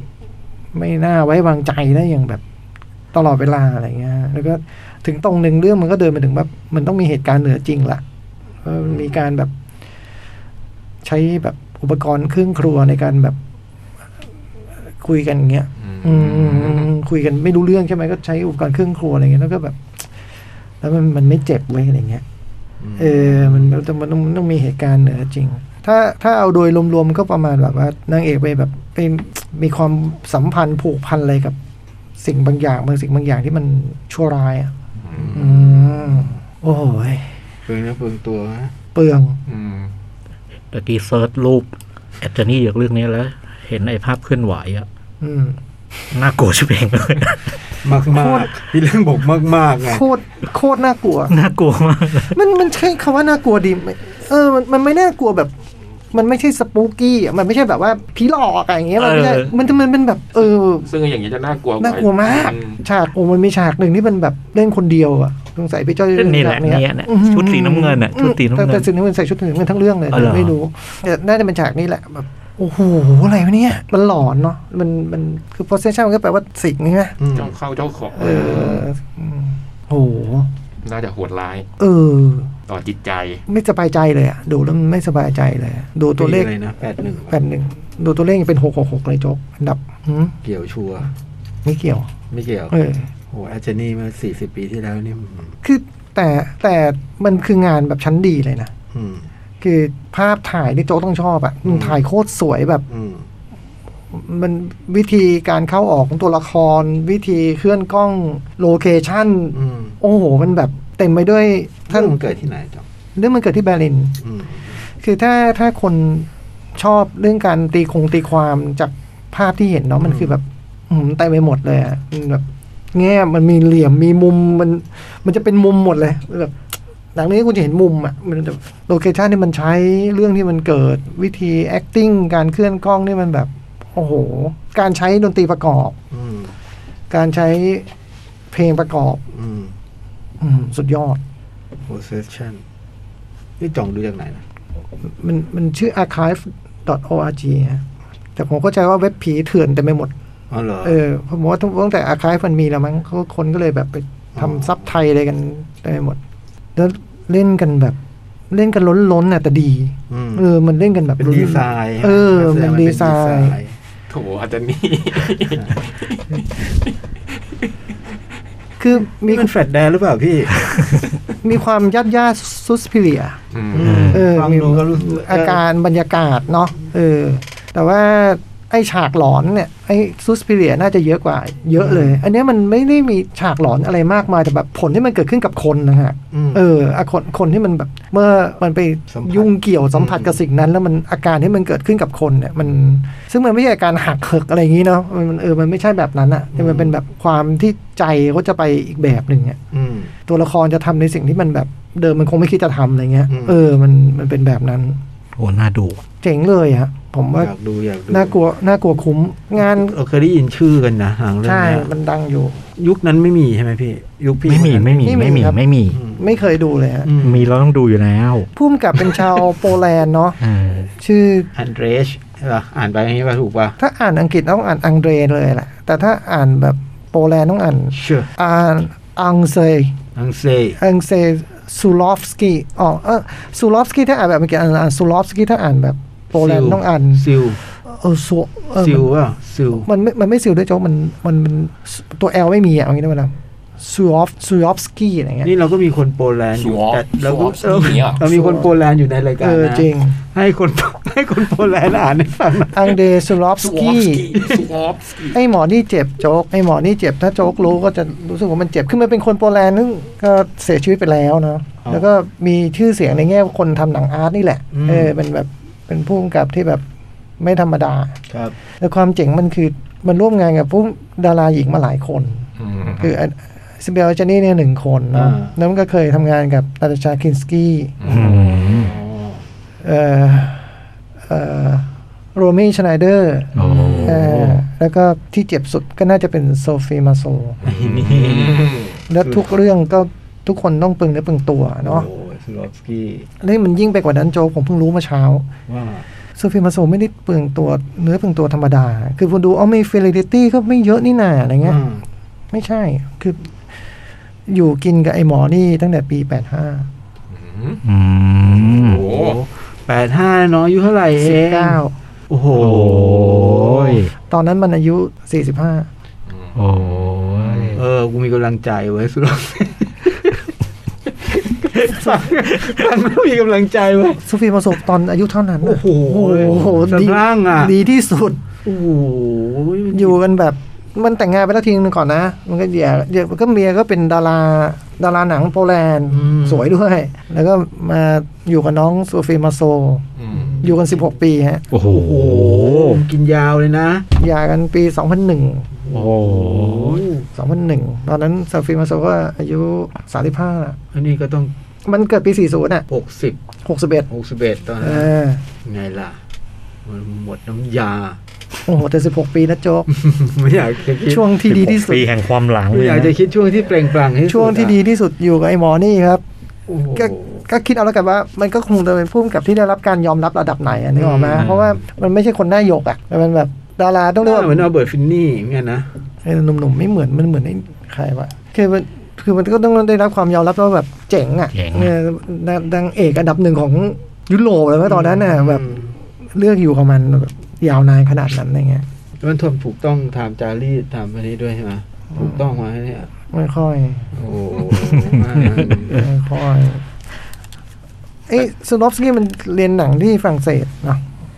ไม่น่าไว้วางใจได้อย่างแบบ ตลอดเวลาอะไรเงี้ย แล้วก็ถึงตรงหนึ่งเรื่องมันก็เดินไปถึงแบบมันต้องมีเหตุการณ์เหนือจริงละเออมันมีการแบบ ใช้แบบอุปกรณ์เครื่องครัวในการแบบคุยกันอย่างเงี้ย อืมคุยกันไม่รู้เรื่องใช่ไหมก็ใช้อุปกรณ์เครื่องครัวอะไรเงี้ยแล้วก็แบบ แล้วมันมันไม่เจ็บเว้ยอะไรเงี้ย เออ มันมันต้องมันต้องมันต้องมีเหตุการณ์เหนือจริง ถ้าถ้าเอาโดยรวมๆก็ประมาณแบบว่านางเอกไปแบบไปมีความสัมพันธ์ผูกพันอะไรกับ สิ่งบางอย่างบางสิ่งบางอย่างที่มันชั่วร้ายอ่ะ อืมโอ้ย
เปลืองเนื้อเปลืองตัวนะ
เปลือง
อืม
ตะกี้เซิร์ชรูปแอตเทนี่จากเรื่องนี้แล้ว เห็นไอ้ภาพเคลื่อนไหวอะ
อืม
น่ากลัวชิบเองเลย *laughs*
มากมากพี่เรื่องบอกมากมากๆไง
โคตรโคตรน่ากลัว
น่ากลัวมากเลย
มันมันใช่คำว่าน่ากลัวดีไหมเออมันมันไม่น่ากลัวแบบ มันไม่ใช่สปูกี้อ่ะมันไม่ใช่แบบว่าผีหลอกอะไรอย่างเงี้ยมันไม่ใช่มันมันเป็นแบบ เออ
ซึ่งอย่างเงี้ยจะน่ากลัว
น่ากลัวมาก
อื
ฉากโอ้มันมีฉากหนึ่งที่มันแบบเล่นคนเดียวอ่ะสงสัยพี่จ้อย
นี่แหละ
ฉาก
เนี่ยนะชุดสีน้ำเงินอ่ะชุดสีน้ำ
แต่
เงิ
แต่
น
สีน้ำเงินใส่ชุดสีน้ำเงินทั้งเรื่องเลย
อ๋อเหรอ
ไม่รู้แต่น่าจะเป็นฉากนี้แหละแบบโอ้โหอะไรวะเนี่ย มันหลอนเนาะมันมันคือ possession มันก็แปลว่าสิ่งใช่ไหม
อืม
เจ้าเข้าเจ้าของ
เอออืมโอ้โห
น่าจะโหดร้าย
เออ
ต่อจิตใจ
ไม่สบายใจเลยอ่ะ ดูแล้วมันไม่สบายใจเลยอะดูตัวเลข
ปีอะไรนะแปดหนึ่ง
แผ่นหนึ่งดูตัวเลขยังเป็นหกหกหกเลยโจ๊กอันดับหืม
เกี่ยวชัวร์
ไม่เกี่ยว
ไม่เกี่ยว
เออ
โหอาจจะนี่มาสี่สิบปีที่แล้วนี่อืม
คือแต่แต่มันคืองานแบบชั้นดีเลยนะ
อืม
คือภาพถ่ายนี่โจ๊กต้องชอบอะ
อืม
ถ่ายโคตรสวยแบบ
อืม
มันวิธีการเข้าออกของตัวละคร วิธีเคลื่อนกล้องโลเคชั่น
อืม
โอ้โห มันแบบเต็มไปด้วย
ท่า
ท่านน
มันเกิดที่ไหนจ๊อบ
เรื่องมันเกิดที่เบอร์ลิน
อืม
คือถ้าถ้าคนชอบเรื่องการตีคงตีความจากภาพที่เห็นเนาะมันคือแบบอืมเต็มไปหมดเลยอะมันแบบ แง่มันมีเหลี่ยมมีมุมมัน มันจะเป็นมุมหมดเลยแบบหลังนี้คุณจะเห็นมุมอ่ะมันจะโลเคชันที่มันใช้เรื่องที่มันเกิดวิธี acting การเคลื่อนกล้องนี่มันแบบ โอ้โห การใช้ดนตรีประกอบ
อืม
การใช้เพลงประกอบ
อืม
อืมสุดยอด
โพสเซชันนี่จ่องดูจากไหนนะ
มันมันชื่อ archive.org ฮะแต่ผมเข้าใจว่าเว็บผีเถื่อนเต็มไปหมด
อ๋อเหรอ
เออผมว่าตั้งตั้งแต่อาคายมันมีแล้วมั้งเขาคนก็เลยแบบไปทำ
อ๋อ
ซับไทยอะไรกันได้หมด แล้วเล่นกันแบบ เล่นกันล้นล้นๆน่ะแต่ดี
ม
เออ มันเล่นกันแบบ
เป็น
ล้
ดี
ๆ
ไซน์
เออ
แสด
มั
ง
น
ว่า
ดี
เป็
ไซน์
โถอาจจะนี่
คือมี
นี่มันแฟลตแดนหรือเปล่าพี่
มีความยัดย่าซุสพิเลีย
อืม
เออ
ฟังดูก็รู้สึก
อาการบรรยากาศเนาะเออ แต่ว่าไอ้ฉากหลอนเนี่ยไอ้ซูสพิเลียน่าจะเยอะกว่า เยอะเลย อันเนี้ยมันไม่ได้มีฉากหลอนอะไรมากมายแต่แบบผลที่มันเกิดขึ้นกับคนนะฮะ
ม
เอออะคนคนที่มันแบบ เมื่อมันไป
สัมผัส
ยุ่งเกี่ยวสัมผัสกับสิ่งนั้น แล้วมันอาการที่มันเกิดขึ้นกับคนเนี่ยมัน ซึ่งมันไม่ใช่อาการหักเหิกอะไรอย่างนี้เนาะมันมันเออมันไม่ใช่แบบนั้นอะแต่มันเป็นแบบความที่ใจเขาจะไปอีกแบบหนึ่งอะ
อืม
ตัวละครจะทำในสิ่งที่มันแบบเดิมมันคงไม่คิดจะทำอะไรเงี้ย
อืม
เออ มันมันเป็นแบบนั้น
โอ้น่าดู
เจ๋งเลยฮะผมว่า
อยากดูอยากดู
น่ากลัวน่ากลัวคุ้ม งาน
เราเคยได้ยินชื่อกันนะหางเรื่อง
ใช่
เนี้ย
มันดังอยู่
ยุคนั้นไม่มีใช่ไหมพี่ ยุคพี่
ไม่มีไม่มี
ไม่
ไม่
มี
มี
ครับ
ไม่มี
อืม
ไม่เคยดูเลยฮะ
อื
มีเราต้องดูอยู่แล้ว
พุ่มกับเป็นชาวโปแลนด์เนาะ
เออ
ชื่อ
อันเดรชใช่ป่ะอ่านไปอย่างนี้ป่ะถูกป่ะ
ถ้าอ่านอังกฤษต้องอ่านอังเดรเลยแหละ แต่ถ้าอ่านแบบโปแลนด์ต้องอ่าน
เชื่อ
อ่านอังเซย
อังเซ
อังเซยซูลอฟสกี้อ๋อเออซูลอฟสกี้ถ้าอ่านแบบอังกฤษอ่านซูลอฟสกี้ถ้าอ่านแบบโปแลนด์ต้องอ่าน
ซิล
เออซูเออ
ซิลป่ะซิล
มันไม่ มันไม่ซิลด้วยโจ๊กมัน มันเป็นตัว L ไม่มีอ่ะเอางี้ได้ไหมล่ะซูออฟซูออฟสกี้อะไรเงี้ย
นี่เราก็มีคนโปแลนด์อ
สั
ยู่
ว
แต่เรา
สัว
ก็
สนีอ่ะ
เรามีคนโปแลนด์อยู่ในรายการ
เออ
นะ
จริง
ให้คนให้คนโปแลนด์อ่านให้ฟังนะ
อังเดรซูออฟส
สัว
กี้
สวอฟสกี้
ไอหมอนี่เจ็บโจ๊ก ไอหมอนี่เจ็บ ถ้าโจ๊กรู้ก็จะรู้สึกว่ามันเจ็บ คือมันเป็นคนโปแลนด์นึงก็เสียชีวิตไปแล้วเนาะ แล้วก็มีชื่อเสียงในแง่คนทำหนังอาร์ตนี่แหละ เออ เป็นแบบ เป็นผู้กำกับที่แบบไม่ธรรมดา
ครับ
แล้วความเจ๋งมันคือ มันร่วมงานกับผู้ดาราหญิงมาหลายคน
อืม
คืออันซิเบลเจนี่เนี่ยหนึ่งคนเนอะแล้วมันก็เคยทำงานกับนาตาชาคินสกี้
อืม
อ๋อ
เอ่อเอ่อโรมี่ชไนเดอร์
โอ้
เอ่อแล้วก็ที่เจ็บสุดก็น่าจะเป็นโซฟีมาโซ แล้วทุกเรื่องก็ทุกคนต้องปรึงเนื้อปรึงตัว
โอ้
เนาะ
โหสลอฟสกี้
นี่มันยิ่งไปกว่านั้นโจกผมเพิ่งรู้เมื่อเช้า
ว่า
โซเฟียมาโซไม่ได้เปลืองตัวเนื้อเปลืองตัวธรรมดา คือผมดูเอาไม่เฟลิดิตี้ก็ไม่เยอะนี่นาอะไรเงี้ย ไม่ใช่ คือ อยู่กินกับไอ้หมอนี่ตั้งแต่ปีแปดห้า
อืม
อืม
โอ้โห
แปดห้าน้องอายุเท่าไหร่เอ
สิบ
ง
เก้า
โอ้โห
โอ้ย
ตอนนั้นมันอายุสี่สิบห้า
โอ้ย
เออ กูมีกำลังใจไว้ยสุรเสนฟังฟังแล้วมีกำลังใจไว้ย
โซเฟียมาโซตอนอายุเท่านั้นน่ะ
โอ้โหสะพรั่งอะ
ดีที่สุด
โอ้โห
อยู่กันแบบมันแต่งงานไปแล้วทีนึงก่อนนะ มันก็เดี๋ยวเดี๋ยวก็เมียก็เป็นดาราดาราหนังโปแลนด์สวยด้วย แล้วก็มาอยู่กับน้องโซฟีมาโซ
อืม
อยู่กัน 16 ปีฮะ
โอ้โห
โอ้โหกินยาวเลยนะ
หย่ากันปี 2001
โอ้โห
2001 ตอนนั้นโซฟีมาโซก็อายุ 35ละ
อันนี้ก็ต้อง
มันเกิดปี 40 น่ะ
หกสิบ
61
หกสิบเอ็ดตอน
เอ
นั้น
อ
ไงล่ะ มันหมดน้ำยา
โอ้โหแต่ 16 ปีนะโจ๊ก
ไม่อยากจะคิด
ช่วงที่ดีที่สุด
ปีแห่งความหลังเล
ไม่อ
ยนะ
ยากจะคิดช่วงที่เปล่งปลั่งที่สุอะ
ช่วงที่ดีที่สุดอยู่กับไอ้หมอนี่ครับ
โอ้โห
ก็ก็คิดเอาแล้วกันว่ามันก็คงจะเป็นผู้กำกับที่ได้รับการยอมรับระดับไหนอะนึกออกไหม
อืม
เพราะว่ามันไม่ใช่คนหน้าหยกอ่ะแต่มันแบบดาราต้องเรียกว่า
เหมือนเอาเบิร์ตฟินนี่เหมือนกันนะ
เออหนุ่มๆไม่เหมือนมันเหมือนไอ้ใครวะคือมันคือมันก็ต้องได้รับความยอมรับว่าแบบเจ๋งอ่ะ
เจ๋ง
เออดังดังเอกอันดับหนึ่งของยุโรปเลยว่าตอนนั้นน่ะแบบ
อืม
เลือกอยู่กับมันแบบยาวนานขนาดนั้นอะไรเงี้ย
แล้วมันทำถูกต้องตามจารีตตามอันนี้ด้วยใช่ไหมถูกต้องไหมเนี่ย
ไม่ค่อย
โอ้โห
*laughs* ไม่ค่อยไอ้สโนฟสกี้มันเรียนหนังที่ฝรั่งเศสเนาะ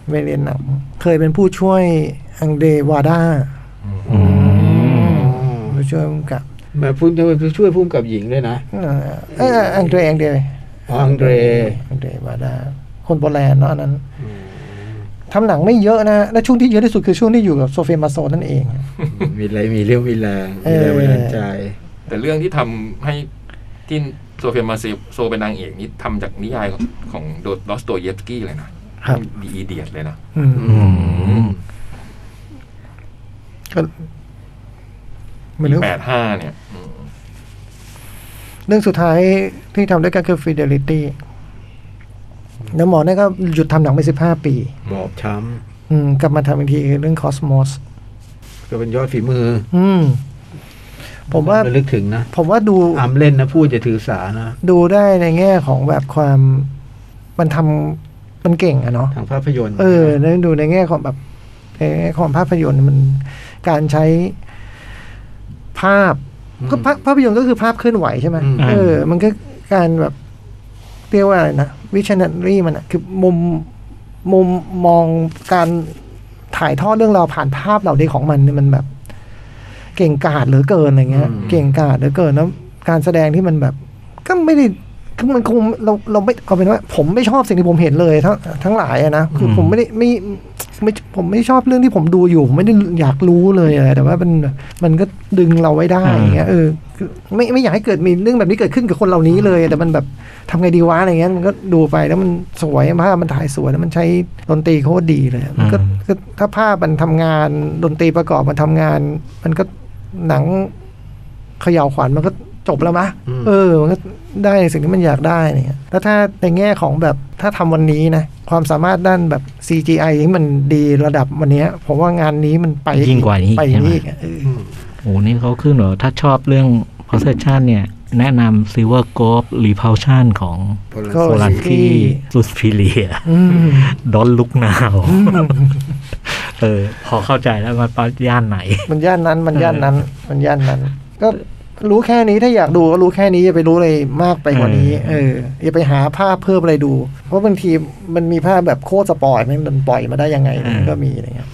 ไปเรียนหนังเคยเป็นผู้ช่วยอังเดวาด้า
อืม
ผู้ช่วยผู้กำกับ
มาพูดจะช่วยพุ่มกับหญิงด้วยนะ
เอ่อเอยอังเดรอังเดร
อังเดร
อังเดรบาดาคนโปแลนด์เนาะอันนั้นทำหนังไม่เยอะนะ และช่วงที่เยอะที่สุดคือช่วงที่อยู่กับโซเฟียมาโซนั่นเอง
มีอะไรมีเรี่ยวมีแรงมีแรงบันดาลใจ
แต่เรื่องที่ทำให้ที่โซเฟียมาเซโซเป็นนางเอกนี่ทำจากนิยายของโดดอสโตเยฟสกี้เลยนะครับ ดีอีเดียดเลยนะ
อืม
อืม
ก็ไม่รู้
แปดห้าเนี่ยอืม
เรื่องสุดท้ายที่ทำด้วยกันคือ Fidelity แล้วหมอเนี่ยก็หยุดทำหนังไปสิบห้าปี
บอบช้
อืมกลับมาทำอีกทีคือเรื่อง Cosmos
ำก็เป็นยอดฝีมือ
อืม ผมว่า
ระลึกถึงนะ
ผมว่าดู
อามเล่นนะพูดจะถือสานะ
ดูได้ในแง่ของแบบความมันทำมันเก่งอะเนาะ
ทางภาพยนตร์
เออแล้วดูในแง่ของแบบในแง่ของภาพยนตร์มันการใช้ภาพก็ภาพภาพยนตร์ก็คือภาพเคลื่อนไหวใช่ไหมเออ มันก็การแบบเรียกว่าอะไรนะวิช i นันรีมันอะคือมุมมุมมองการถ่ายทอดเรื่องราวผ่านภาพเหล่านี้ของมันเนี่ยมันแบบ เก่งกาจเหลือเกินอะไรเงี้ย
อืม
เก่งกาจเหลือเกินแล้วการแสดงที่มันแบบ ก็ไม่ได้คือมันคงเราเราไม่เอาเป็นว่า ผมไม่ชอบสิ่งที่ผมเห็นเลยทั้งทั้งหลายอะนะคือผมไม่ได้ไม่ไม่ผมไม่ชอบเรื่องที่ผมดูอยู่ผมไม่ได้อยากรู้เลยอะไรแต่ว่ามันมันก็ดึงเราไว้ได้อย่างเงี้ยเออคือไม่ไม่อยากให้เกิดมีเรื่องแบบนี้เกิดขึ้นกับคนเหล่านี้เลย แต่มันแบบทำไงดีวะอะไรเงี้ยมันก็ดูไปแล้วมันสวยภาพมันถ่ายสวยแล้วมันใช้ดนตรีโคตรดีเลยมันก็ก็ถ้าภาพมันทำงานดนตรีประกอบมันทำงาน มันก็หนัง เขย่าวขวัญมันก็จบแล้วมะ
อืม
เออ มันก็ได้ในสิ่งที่มันอยากได้เนี่ย แล้วถ้าในแง่ของแบบถ้าทำวันนี้นะ ความสามารถด้านแบบ CGI ที่มันดีระดับวันเนี้ยผมว่างานนี้มันไป
ยิ่งกว่านี้
ไป
ใช่ไหม
นี่อีกอะเออ
โอ้นี่เขาขึ้นเหรอ ถ้าชอบเรื่อง possession เนี่ย แนะนำ silver g o l d repulsion ของ
ก็
โ o ลันคีสุสพิเลีย
อืม
ดอนลุกนาว *laughs* เออ พอเข้าใจแล้วมันปย่านไหน
มันย่านนั้นมันย่านนั้น มันย่านนั้น ก็รู้แค่นี้ถ้าอยากดูก็รู้แค่นี้อย่าไปรู้อะไรมากไปกว่านี้
เอ
เอ
อ
อ อย่าไปหาภาพเพิ่มอะไรดู เพราะบางทีมันมีภาพแบบโคตรสปอยล์แมันปล่อยมาได้ยังไงมันก็มีอะไรเงี้ย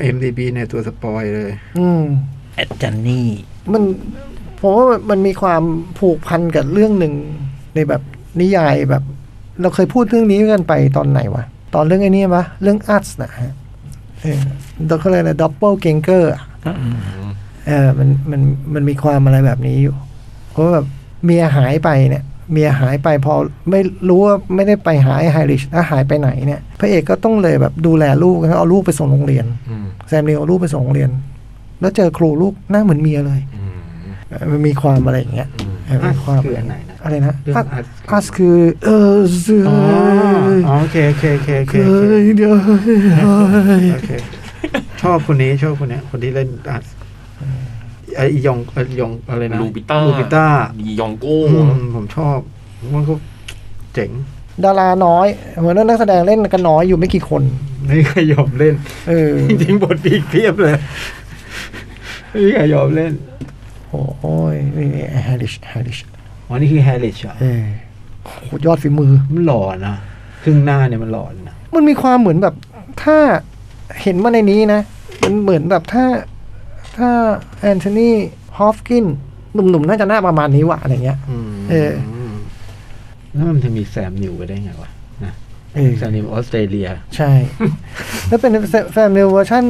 เอ็มดีบีเนี่ยตัวสปอยเลย
อืม
แอดจันนี่
มันผมว่ามันมีความผูกพันกับเรื่องหนึ่งในแบบนิยายแบบ เราเคยพูดเรื่องนี้กันไปตอนไหนวะ ตอนเรื่องไอ้นี่ปะเรื่องอัสนะฮะเออเราก็เลยนะดับเบิลเกงเกอร์เออมันมันมันมีความอะไรแบบนี้อยู่ เพราะว่าแบบเมียหายไปเนี่ย เมียหายไปพอไม่รู้ว่าไม่ได้ไปหายไฮริชถ้าหายไปไหนเนี่ยพระเอกก็ต้องเลยแบบดูแลลูกแล้วเอาลูกไปส่งโรงเรียน
อืม
แซมเรียลเอาลูกไปส่งโรงเรียน แล้วเจอครูลูกหน้าเหมือนเมียเลย
อืม
เอ่อมันมีความอะไรอย่างเงี้ย เอ ให้มันครอบ
คืออันไหนนะ
อะไรนะ
เรื่อง
อัส
Us
อัสคือ เออซื้อ
อ๋ออ๋อโอเคโอเคโอเคโอเค
เฮ้
โอเค
ยเดี๋ยวเฮ้ยเฮ้ย
โอเค ชอบคนนี้ชอบคนเนี้ยคนที่เล่นอาร์ตไอ้ยองไอ้ยองอะไรนะ
ลูปิต้า
ลูปิต้า
ดียองโก้
อืมผมชอบมันก็เจ๋ง
ดาราน้อยเหมือนว่านักแสดงเล่นกันน้อยอยู่ไม่กี่คน
ไม่เคยยอมเล่น
เออ
จริงๆบทพีกเพียบเลยไม่เคยยอมเล่น
โอ้ยนี่นี่แฮร์ริชแฮร์ริช
อ๋อนี่คือแฮร์ริชเหรอ
เออโหยอดฝีมือ
มันหล่อนะครึ่งหน้าเนี่ยมันหล่อนะ
มันมีความเหมือนแบบ ถ้าเห็นมาในนี้นะ มันเหมือนแบบถ้า ถ้าแอนโทนีฮอฟกินหนุ่มๆ น่าจะหน้าประมาณนี้วะอะไรเงี้ย
อืม
เออ
แล้วมันจะมีแซมนิวไปได้ไงวะนะ
เออ
แซมนิวออสเตรเลีย
ใช่ แล้วเป็นแฟนเวอร์ชั่น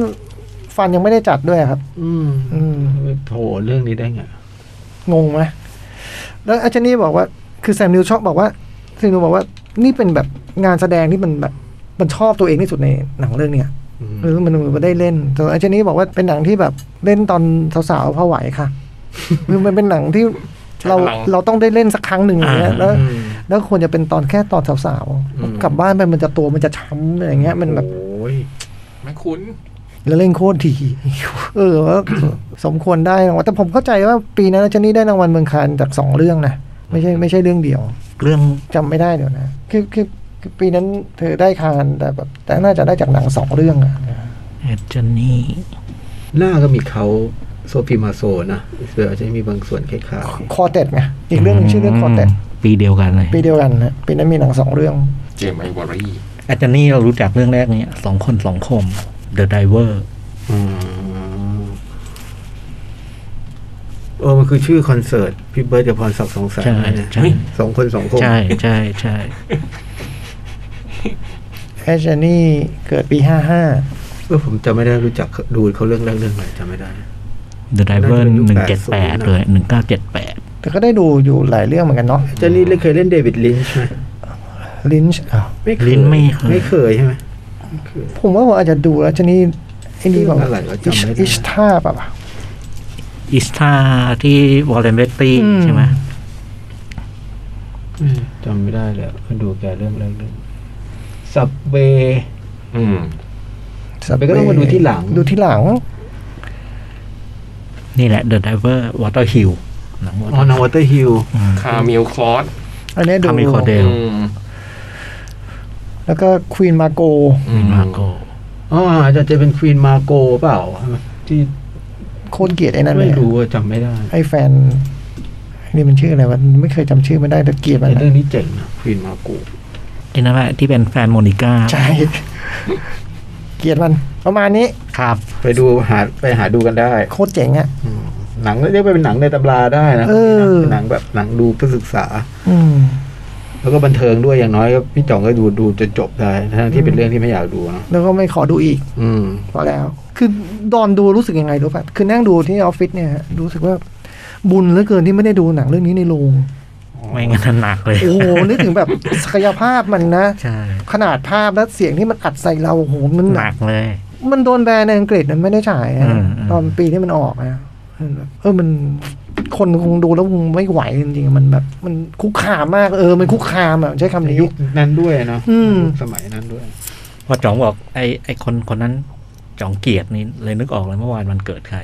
ฟันยังไม่ได้จัดด้วยครับ
อืม
อืม
โผล่เรื่องนี้ได้ไง
งงไหมแล้วอาจารย์นี่บอกว่า คือแซมนิวชอบบอกว่าแซมนิวบอกว่า นี่เป็นแบบงานแสดงที่มันแบบ มันชอบตัวเองที่สุดในหนังเรื่องเนี้ย
อืม
เออมันมันได้เล่น แต่อาจารย์นี้บอกว่าเป็นหนังที่แบบเล่นตอนสาวๆพอไหวค่ะ คือมันเป็นหนังที่เรา
หลัง
เราต้องได้เล่นสักครั้งหนึ่งอย่างเงี้ย
อ่า
แล้ว แล้วควรจะเป็นตอนแค่ตอนสาว
อืม
ๆกลับบ้านไปมันจะตัวมันจะช้ำอะไรเงี้ย มันแบบ
โอ้ย
ไม่คุ้น
แล้วเล่นโคตรดี *laughs* เออว่าสมควรได้รางวัลแต่ผมเข้าใจว่าปีนั้นอาจารย์นี้ได้รางวัลเมืองคานจากสองเรื่องนะไม่ใช่ไม่ใช่เรื่องเดียว
เรื่อง
จำไม่ได้เดี๋ยวนะคือคือคือปีนั้นเธอได้คานแต่แบบแต่น่าจะได้จากหนังสองเรื่องอะ
แอดเจนนี่
หน้าก็มีเขาโซฟีมาโซนะเดี๋ยวอาจจะมีบางส่วนคล้าย
คอเต็ดไงอีกเรื่องหนึงชื่อเรื่องคอเต็ด
ปีเดียวกันเลย
ปีเดียวกันนะปีนั้นมีหนังสองเรื่อง
เจมไอวอรี่
แอดเจนนี่เรารู้จักเรื่องแรกเนี่ยสองคนสองคม The Diver
ๆอืมเออมันคือชื่อคอนเสิร์ต พี่เบิร์ดกับพรศักดิ์สองแสน
ใช่
นะ
ใช่
สองคนสองคน
ใช่ใช่ใช่
แอชนี่เกิดปีห้าห้า
เออผมจะไม่ได้รู้จักดูเขาเรื่องแรกเรื่องไหนจะไม่ได้
The Diver
น่าจะเป็นยุค
หนึ่งเจ็ดแปด
80
เลยหนึ่งเก้าเจ็ดแปด
แต่ก็ได้ดูอยู่หลายเรื่องเหมือนกันเนาะ
เจนนี่เลยเคยเล่นเดวิดลินช์ไหม
ลินช์อ้าว
ไม่เคย
ลิ้นไม่เคย
ไม่เคยใช่ไหมไม่เคย
ผมว่าผมอาจจะดูแล้วเจนี่ไอ้นี่แบบ
เรื่องอะไรวะจำไม่ได้
อิชท่าป่ะวะ
อิสตาที่วอลเลนเบตตี้
อืม
ใช่ไหม
อืมจำไม่ได้เลยอะดูแกเรื่องแรกเรื่องสับเบ
อืม
ไปก็ต้องมาดูที่หลัง
ดูที่หลัง
นี่แหละ The Diver Water Hill หนังวอ
ออ
เตอร์
นวอเตอร์ฮิล
คาเมลคอร์ส
อันนี้ดู
คามิคอเด
อื
ล
ม
แล้วก็ควีนมาโก
อืม
มาโก
อ๋ออาจจะจะเป็นควีนมาโกเปล่า ที่
โคตรเกลียดไอ้นั่นเล
ไม่
ย
รู้อะจำไม่ได้
ไอ้แฟนนี่มันชื่ออะไรวะไม่เคยจำชื่อมันได้แต่เกลียดมัน
แต่
นะ
เรื่องนี้เจ๋งนะควีนมาโก
ไอ้นั่นแหละที่เป็นแฟนโมนิก้า
ใช่ เกลียดมัน ประมาณนี้
ครับ
ไปดูหาไปหาดูกันได้
โคตรเจ๋งอะ
อืมหนังเรียกว่าเป็นหนังในตำราได้นะ
เออ
เป็นหนังแบบหนังดูเพื่อศึกษา
อืม
แล้วก็บันเทิงด้วยอย่างน้อยก็พี่จ่องก็ดูดูจนจบได้ทั้งที่เป็นเรื่องที่ไม่อยากดูนะ
แล้วก็ไม่ขอดูอีก
อืม
พอแล้ว คือดอนดูรู้สึกยังไงรู้ป่ะ คือนั่งดูที่ออฟฟิศเนี่ยฮะรู้สึกว่าบุญเหลือเกินที่ไม่ได้ดูหนังเรื่องนี้ในโรง
ไม่งั้นหนักเลย
โอ้โห นึกถึงแบบศักยภาพมันนะ
ใช่
ขนาดภาพและเสียงที่มันอัดใส่เราโอ้โหมัน
หนักเลย
มันโดนแบนในอังกฤษมันไม่ได้ฉายอะ
อืม
ตอนปีที่มันออกนะเออมันคนคงดูแล้วคงไม่ไหวจริงๆมันแบบ มันคุกคามมากเออมันคุกคามอ่ะใช้คำนี้
ยุคนั้นด้วยเนาะ
อืม
ยุคสมัยนั้นด้วย
พอจ๋องบอกไอ้ไอ้คนคนนั้นจ๋องเกลียดนี่เลยนึกออกเลยเมื่อวานมันเกิดใคร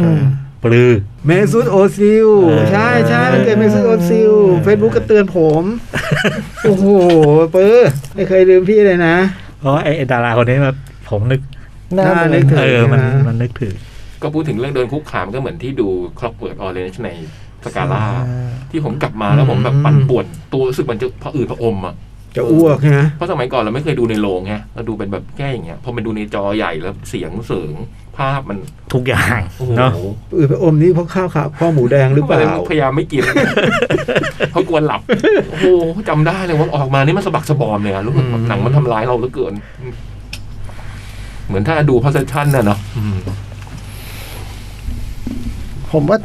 อืม
ปลือ
เมซุตโอซิล
เออ
ใช่ใช่มันเกิดเมซุตโอซิลเฟซบุ๊กก็เตือนผม โอ้โหเปื้อไม่เคยลืมพี่เลยนะ
เพราะว่าไอ้ไอ้ดาราคนนี้แบบผมนึก
หน้า
หน้า
เหมื
นึ
อก น
ถึง
เออมัน
นะ
มันนึกถึง
ก็พูดถึงเรื่องเดินคุกขามก็เหมือนที่ดูคล็อกเปิดออเรนจ์ในสกาล่าที่ผมกลับมาแล้วผมแบบปั่นป่วนตัวรู้สึกมันจะพะอืดพะอมอ่ะ
จะอ้วกใช่ไหม
เพราะสมัยก่อนเราไม่เคยดูในโรงไงเราดูเป็นแบบแค่อย่างเงี้ยพอมันดูในจอใหญ่แล้วเสียงเสริงภาพมัน
ทุกอย่าง
โอ้โห
เนาะ
อืดไปอมนี่เพราะข้าวขาเพราะหมูแดงหรือเปล่า
ก็ยพยายามไม่กิน *laughs* เพราะกลัวหลับ โอ้โหจำได้เลยว่าออกมานี่มันสะบักสะบอมเลยอะรู้สึกแบบหนังมันทำร้ายเราเหลือเกิน เหมือนถ้าดูพาสชั่นน่ะเนาะอืม
ผมว่า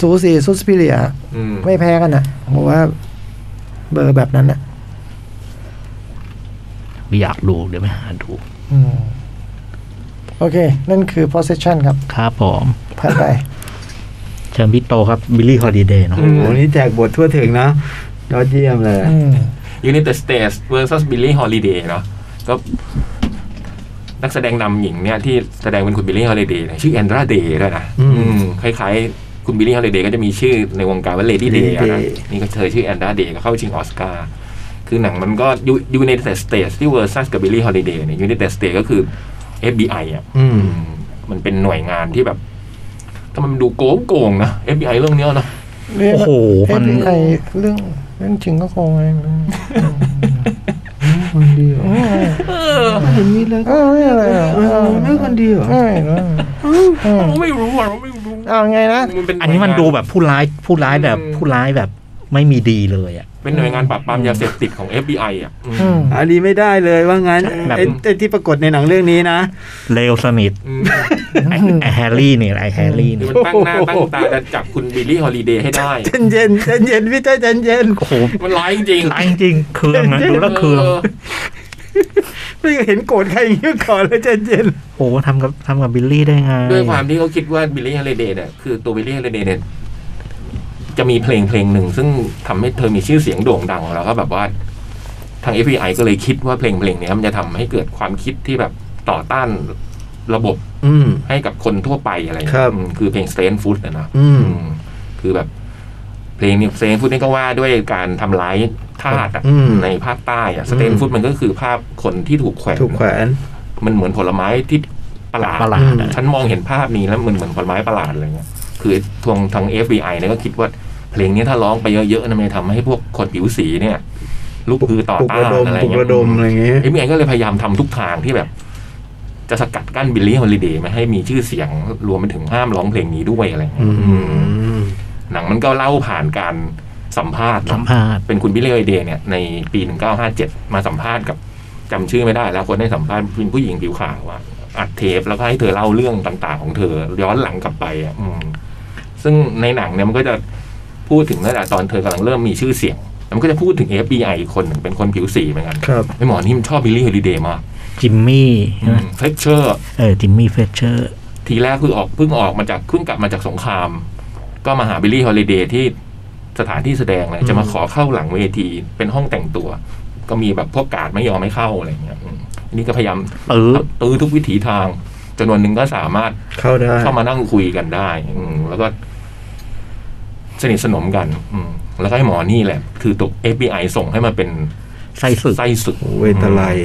สูสีสุสพิเลีย
อืม
ไม่แพ้กันนะผมว่าเบอร์แบบนั้นนะ
อยากดูเดี๋ยวไปหาดู
อืมโอเค นั่นคือ possession ครับ
ครับผม
ผ่านไป
เชิญพี่โตครับบิลลี่ฮอลิเดย์เนาะ
โอ้โหนี่แจกบททั่วถึงเนาะยอดเยี่ยมเลย
อืม
United States versus Billie Holiday เนาะก็นักแสดงนำหญิงเนี่ยที่แสดงเป็นคุณบิลลี่ฮอลิเดย์ชื่อแอนดราเดย์ด้วยนะ
อืม
อืมคล้ายๆ คุณบิลลี่ฮอลิเดย์ก็จะมีชื่อในวงการว่าเลดี้เด
Lady
ย์นะ
Day
นี่ก็เธอชื่อแอนดราเดย์ก็เข้าชิงออสการ์คือหนังมันก็ยูเนเต็ดสเตทที่เวอร์ซัสกับบิลลี่ฮอลิเดย์เนี่ยยูเนเต็ดสเตทก็คือ FBI อ่ะ
อืม
อืมมันเป็นหน่วยงานที่แบบ ถ้ามันดูโกงโกงๆนะ FBI เรื่องเนี้ยเนาะ
โอ้โหมัน
FBI เรื่องเรื่องจริงก็คงไงนะ
คนดีเหรอ
อืม
ไม่เห็นมีเลย
เออไม่อะไรหรอก
เออไม่คนดีเหรอ
เออไม่นะอืม
ไม่รู้อ่ะไม่รู้
เอาไงนะ
มันเป็น
อันนี้มัน
หวยงา
ดูแบบผู้ร้ายผู้ร้ายแบบ
อืม
ผู้ร้ายแบบไม่มีดีเลยอ่ะ
เป็นหน่วยงานปราบปรามยาเสพติดของ FBI อ่ะอืม
อืม
อันนี้ไม่ได้เลยว่างั้น
แบบ
ไอ้ไอ้ที่ปรากฏในหนังเรื่องนี้นะ
เลวสนิท
อืม
ไอ้ไอ้แฮร์รี่เนี่ยไอ้แฮร์รี่
คือ
เนี่ย
มันตั้งหน้าตั้งตาจะจับคุณบิลลี่ฮอลิเดย์ให้ได้
เย็นเย็นเย็นเย็นพี่เจ้ยเย็นเย็น
โอ้โห
มันร้ายจริง
ร้ายจริงๆเคืองนะดูแล้วเคือง
ไม่เคยเห็นโกรธใครอย่างนี้มาก่อนเลยเย็นเย็น
โอ้โหทำกับทำกับบิลลี่ได้ไง
ด้วยความที่เขาคิดว่าบิลลี่ฮอลิเดย์เนี่ยคือตัวบิลลี่ฮอลิเดย์เนี่ยจะมีเพลงเพลงหนึ่ง ซึ่งทำให้เธอมีชื่อเสียงโด่งดังแล้วก็แบบว่า ทาง FBI ก็เลยคิดว่าเพลงเพลงเนี้ยมันจะทำให้เกิดความคิดที่แบบต่อต้านระบบ
อืม
ให้กับคนทั่วไปอะไรอย่างเงี้ย
ครับ
อืมคือเพลง Strange Food นะนะ
อืม
อืมคือแบบ เพลงนี้ Strange Food นี่ก็ว่าด้วยการทำร้ายทาสอะ
อืม
ในภาคใต้อะ Strange Food มันก็คือภาพคนที่ถูกแขวน
ถูกแขวน
มันเหมือนผลไม้ที่ประหลาด
ประหลาดอะ
ฉันมองเห็นภาพนี้แล้วมันเหมือนผลไม้ประหลาดอะไรเงี้ย คือทวงทาง FBI เนี่ยก็คิดว่า เพลงนี้ถ้าร้องไปเยอะๆนะมันจะทำให้พวกคนผิวสีเนี่ยลุกฮือต่อ
ปลุก
ต้า
ระ
น
ดม
อะไร
ปลุก
เงี้
ระดม
ย
อะไรอย่างเงี้ย
เอ็มก็เลยพยายามทำทุกทางที่แบบ จะสกัดกั้นบิลลี่ฮอลิเดย์ไม่ให้มีชื่อเสียงรวมไปถึงห้ามร้องเพลงนี้ด้วยอะไร
อื
เงี้ยอืม
ม
หนังมันก็เล่าผ่านการสัมภาษณ์
สัม
เนาะ
ภาษณ์
เป็นคุณบิลลี่ฮอลิเดย์เนี่ยในปี 1957 มาสัมภาษณ์กับจำชื่อไม่ได้แล้วคนให้สัมภาษณ์เป็นผู้หญิงผิวขาวว่าอัดเทปแล้วก็ให้เธอเล่าเรื่องต่าง ๆ ของเธอย้อนหลังกลับไปอ่ะอืมซึ่งในหนังเนี่ยมันก็จะพูดถึงตั้งแต่ตอนเธอกำลังเริ่มมีชื่อเสียงแล้วมันก็จะพูดถึง FBI อีกคนหนึ่งเป็นคนผิวสีเหมือนกัน
ครับ
ไอหมอนี่มันชอบบิลลี่ฮอลิเดย์มาก
จิมมี่ใช่ไหม
เฟกเชอร์
เออจิมมี่เฟชเชอร์
ทีแรกคือออกเพิ่งออกมาจากเพิ่งกลับมาจากสงคราม ก็มาหาบิลลี่ฮอลิเดย์ที่สถานที่แสดงเลยจะมาขอเข้าหลังเวทีเป็นห้องแต่งตัว ก็มีแบบพวกกาดไม่ยอมไม่เข้าอะไรอย่างเงี้ยอืมอันนี่ก็พยายาม
เออ
ตื้อทุกวิถีทางจนวันหนึ่งก็สามารถ
เข้าได้
เข้ามานั่งคุยกันได้ อืมแล้วก็ สนิทสนมกัน อืมแล้วก็ไอ้หมอนี่แหละ คือตัว FBI ส่งให้มาเป็น
ไส้สึก
ไส้ศึก
โอ้เวทไลย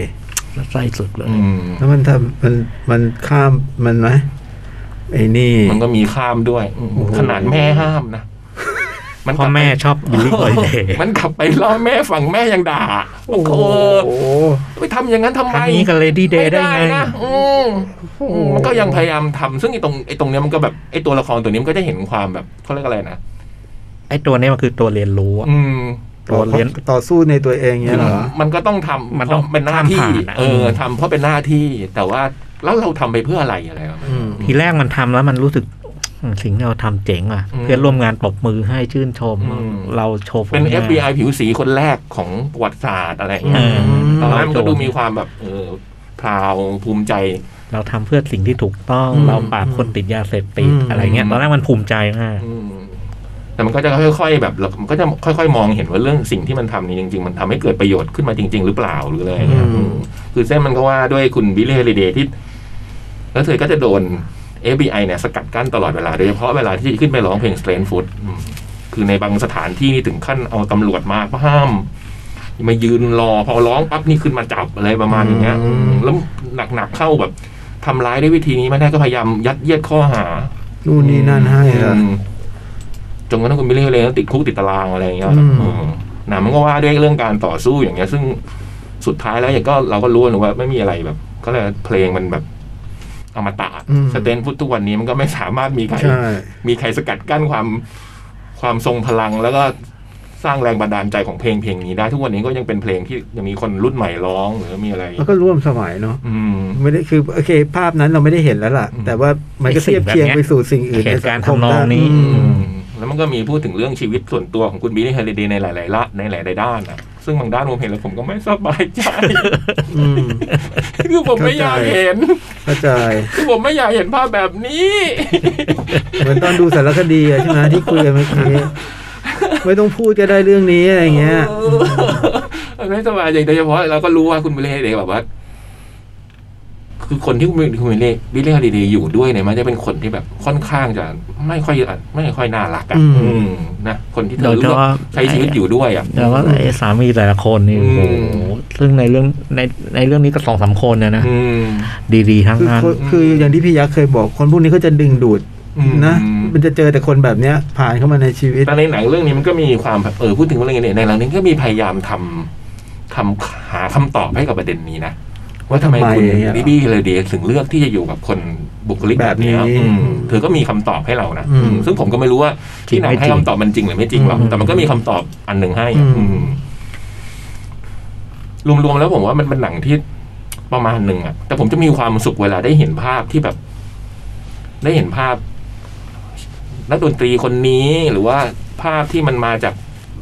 ไส้สึกเลย
อืม
แล้วมันทำมันมันข้ามมันไหมไอ้นี่
มันก็มีข้ามด้วยอืม
โอ้โห
ขนาดแม่ห้ามนะ
พ่อแม่ชอบบิล
*laughs*
ลี่ฮอลิเดย์
มันกลับไปล่อแม่ฝั่งแม่ยังด่าโอ้โห
โอ้โห
ไปทำอย่างนั้นทำไม
ทำนี้กับเลดี้เด
ไม่
ย์ได้
ได้
ไง
นะอืมอืมมันก็ยังพยายามทำซึ่งไอ้ตรงไอ้ตรงเนี้ยมันก็แบบไอ้ตัวละครตัวนี้มันก็จะเห็นความแบบเขาเรียกอะไรนะ
ไอ้ตัวเนี้ยมันคือตัวเรียนรู้อะ
อืม
ตัวเรียน
ต่อสู้ในตัวเองเงี้ยเหรอ
มันก็ต้องทำ
มันต้อง
เพราะเป็นหน้าที่
ทำผ่านอะ
เออทำเพราะเป็นหน้าที่ แต่ว่าแล้วเราทำไปเพื่ออะไรอะไรประมาณ
อื
นี้
ม
ทีแรกมันทำแล้วมันรู้สึกอืมสิ่งที่เราทำเจ๋งอ่ะ
อืม
เพื่อนร่วมงานปรบมือให้ชื่นชม
อืม
เราโชว์ผล
เป็น
งาน
FBI ผิวสีคนแรกของประวัติศาสตร์อะไรอย่างเงี้
เอย อ
ตอน
เรา
นั้นมัน
โช
ก็ดู
ว์
มีความแบบเออพราวภูมิใจ
เราทำเพื่อสิ่งที่ถูกต้อง
อืม
เราปราบคนติดยาเสพติด
อืม
อะไรเงี้ยตอนแรกมันภูมิใจมาก
อืมแต่มันก็จะค่อยๆแบบเรามันก็จะค่อย ๆ มองเห็นว่าเรื่องสิ่งที่มันทำเนี่ยจริง ๆ มันทำให้เกิดประโยชน์ขึ้นมาจริง ๆ หรือเปล่าหรืออะไรอย่างเงี้ย
อืม
อืมคือเส้นมันก็ว่าด้วยคุณบิลลี่เฮลิเดย์ที่ แล้วเธอก็จะโดน FBI เนี่ยสกัดกั้นตลอดเวลา โดยเฉพาะเวลาที่ขึ้นไปร้องเพลง Strange Food อืมคือในบางสถานที่นี่ถึงขั้นเอาตำรวจมาห้าม มายืนรอพอร้องปั๊บนี่ขึ้นมาจับอะไรประมาณอย่างเงี้ย
อืม
อืมแล้วหนักๆเข้าแบบทำร้ายด้วยวิธีนี้ไม่ได้ก็พยายามยัดเยียดข้อหา
นู่นนี่นั่นให้เหรอ
อืมจนกระทั่งคุณบิลลี่เลยติดคุกติดตารางอะไรอย่างเงี้ย
อืม
อืมหนังมันก็ว่าด้วยเรื่องการต่อสู้อย่างเงี้ย ซึ่งสุดท้ายแล้วอย่างก็เราก็รู้นะว่าไม่มีอะไรแบบก็เลยกว่าเพลงมันแบบอมตะสเตนฟุตทุกวันนี้มันก็ไม่สามารถมีใคร
ใช่
มีใครสกัดกั้นความความทรงพลัง แล้วก็สร้างแรงบันดาลใจของเพลงเพลงนี้ได้ทุกวันนี้ก็ยังเป็นเพลงที่ยังมีคนรุ่นใหม่ร้องหรือมีอะไร
แล้วก็ร่วมสมัยเนาะ
อืม
ไม่ได้คือโอเค ภาพนั้นเราไม่ได้เห็นแล้วล่ะ
อืม
แต่ว่ามันก็เทียบเคียงไปสู่สิ่งอื่น
เห
ใน
ตุ
สั
การ
ง
ณ์
คม
ทำนอง
ได้
นี้
อืม
แล้วมันก็มีพูดถึงเรื่องชีวิตส่วนตัวของคุณบิลลี่เฮลิเดย์ในหลายๆละในหลาย ๆ ด้านอะ ซึ่งบางด้านผมเห็นแล้วผมก็ไม่สบายใจ *laughs*
อืม
คือผมไม่อยากเห็น
เข้าใจ
คือผมไม่อยากเห็นภาพแบบนี้ *laughs*
เหมือนตอนดูสารคดีอะใช่ไหมที่คุยกันเมื่อกี้ไม่ต้องพูดก็ได้เรื่องนี้อะไรเงี้ย
เออไม่สบายใจโดยเฉพาะเราก็รู้ว่าคุณวิเล่เนี่ยแบบว่า คือคนที่คุณคุณวิเล่วิเล่ดีๆอยู่ด้วยเนี่ยมันจะเป็นคนที่แบบค่อนข้างจะไม่ค่อยไม่ค่อยน่ารักอ่ะ
อืม
อืมนะคนที่เธ
โด
อย
เฉ
รู้ว่า
พาะ
ใช้ชีวิตอยู่ด้วยอ่ะ
แล้วก็ไอ้สามีแต่ละคนนี่
อื
โอ้
ม
โหซึ่งในเรื่องในในเรื่องนี้ก็สองสามคนเนี่ยนะ
อืม
ดีๆทั้ง
คือ
นั้น
คนคืออย่างที่พี่ยักษ์เคยบอก คนพวกนี้เขาจะดึงดูด
อืม
นะ มันจะเจอแต่คนแบบเนี้ย ผ่านเข้ามาในชีวิต
แต่ในหนังเรื่องนี้มันก็มีความแบบเออพูดถึงว่าอะไรเนี่ยในหนังนี้ก็มีพยายามทำทำหาคำตอบให้กับประเด็นนี้นะว่าทำไม
ทำไม
คุณ
อย่างเงี้ย
บิบี้เลยเดียถึงเลือกที่จะอยู่กับคนบุคลิกแบบเนี้ย
แบบนี้
อืมเธอก็มีคำตอบให้เรานะ
อืม
อืมซึ่งผมก็ไม่รู้ว่า
จริง
ที่หนัง
ไม่
ให้
จริง
คำตอบมันจริงหรือไม่จริงหรอก
อืม
แต่มันก็มีคำตอบอันหนึ่งให้อ่ะ
อืม
อืมรวมๆแล้วผมว่ามันเป็นหนังที่ประมาณหนึ่งอะแต่ผมจะมีความสุขเวลาได้เห็นภาพที่แบบ ได้เห็นภาพ นักดนตรีคนนี้หรือว่าภาพที่มันมาจาก